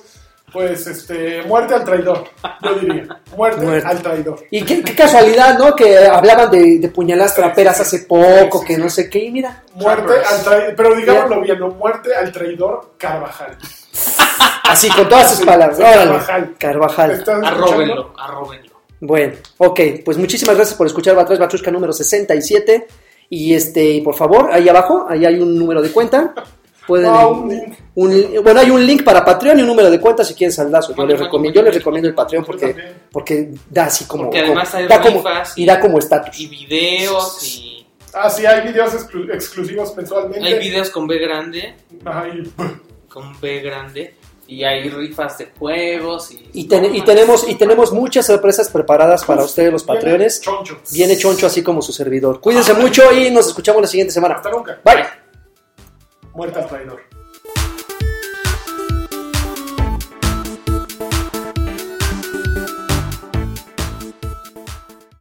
[SPEAKER 2] pues este, muerte al traidor, yo diría, muerte,
[SPEAKER 3] Muerte.
[SPEAKER 2] al traidor.
[SPEAKER 3] Y qué, qué casualidad, ¿no? Que hablaban de, de puñaladas traperas hace poco,
[SPEAKER 2] Sí, sí,
[SPEAKER 3] que
[SPEAKER 2] sí.
[SPEAKER 3] no sé qué, y mira.
[SPEAKER 2] Muerte
[SPEAKER 1] Trappers.
[SPEAKER 2] al traidor, pero digámoslo bien, ¿no? muerte al traidor Carvajal.
[SPEAKER 3] Así, con todas sus
[SPEAKER 2] Sí,
[SPEAKER 3] palabras.
[SPEAKER 2] sí,
[SPEAKER 3] Órale.
[SPEAKER 2] Carvajal. ¿Te
[SPEAKER 3] Carvajal.
[SPEAKER 2] estás Ah, escuchando?
[SPEAKER 1] Arróbenlo, arróbenlo.
[SPEAKER 3] Bueno, ok, pues muchísimas gracias por escuchar Batrás Batrushka número 67. Y este, y por favor, ahí abajo, ahí hay un número de cuenta. Pueden,
[SPEAKER 2] No, un link.
[SPEAKER 3] un- bueno, hay un link para Patreon y un número de cuenta si quieren saldazo. Yo
[SPEAKER 1] Bueno,
[SPEAKER 3] les
[SPEAKER 1] bueno,
[SPEAKER 3] recomiendo, yo
[SPEAKER 1] bueno.
[SPEAKER 3] les recomiendo el Patreon
[SPEAKER 2] Yo
[SPEAKER 3] porque,
[SPEAKER 2] también.
[SPEAKER 3] porque da así como,
[SPEAKER 1] Porque
[SPEAKER 3] como-
[SPEAKER 1] además hay
[SPEAKER 3] da como
[SPEAKER 1] rifas
[SPEAKER 3] y da como estatus.
[SPEAKER 1] Y videos y.
[SPEAKER 2] Ah, sí, hay videos exclu- exclusivos mensualmente.
[SPEAKER 1] Hay videos con B grande.
[SPEAKER 2] Ajá, y-
[SPEAKER 1] Con B grande. Y hay rifas de juegos. Y,
[SPEAKER 3] Y, ten- y tenemos, y tenemos muchas sorpresas preparadas para ustedes los patrones.
[SPEAKER 2] Choncho.
[SPEAKER 3] Viene choncho así como su servidor. Cuídense mucho y nos escuchamos la siguiente semana.
[SPEAKER 2] Hasta nunca.
[SPEAKER 3] Bye.
[SPEAKER 2] Muerte al traidor.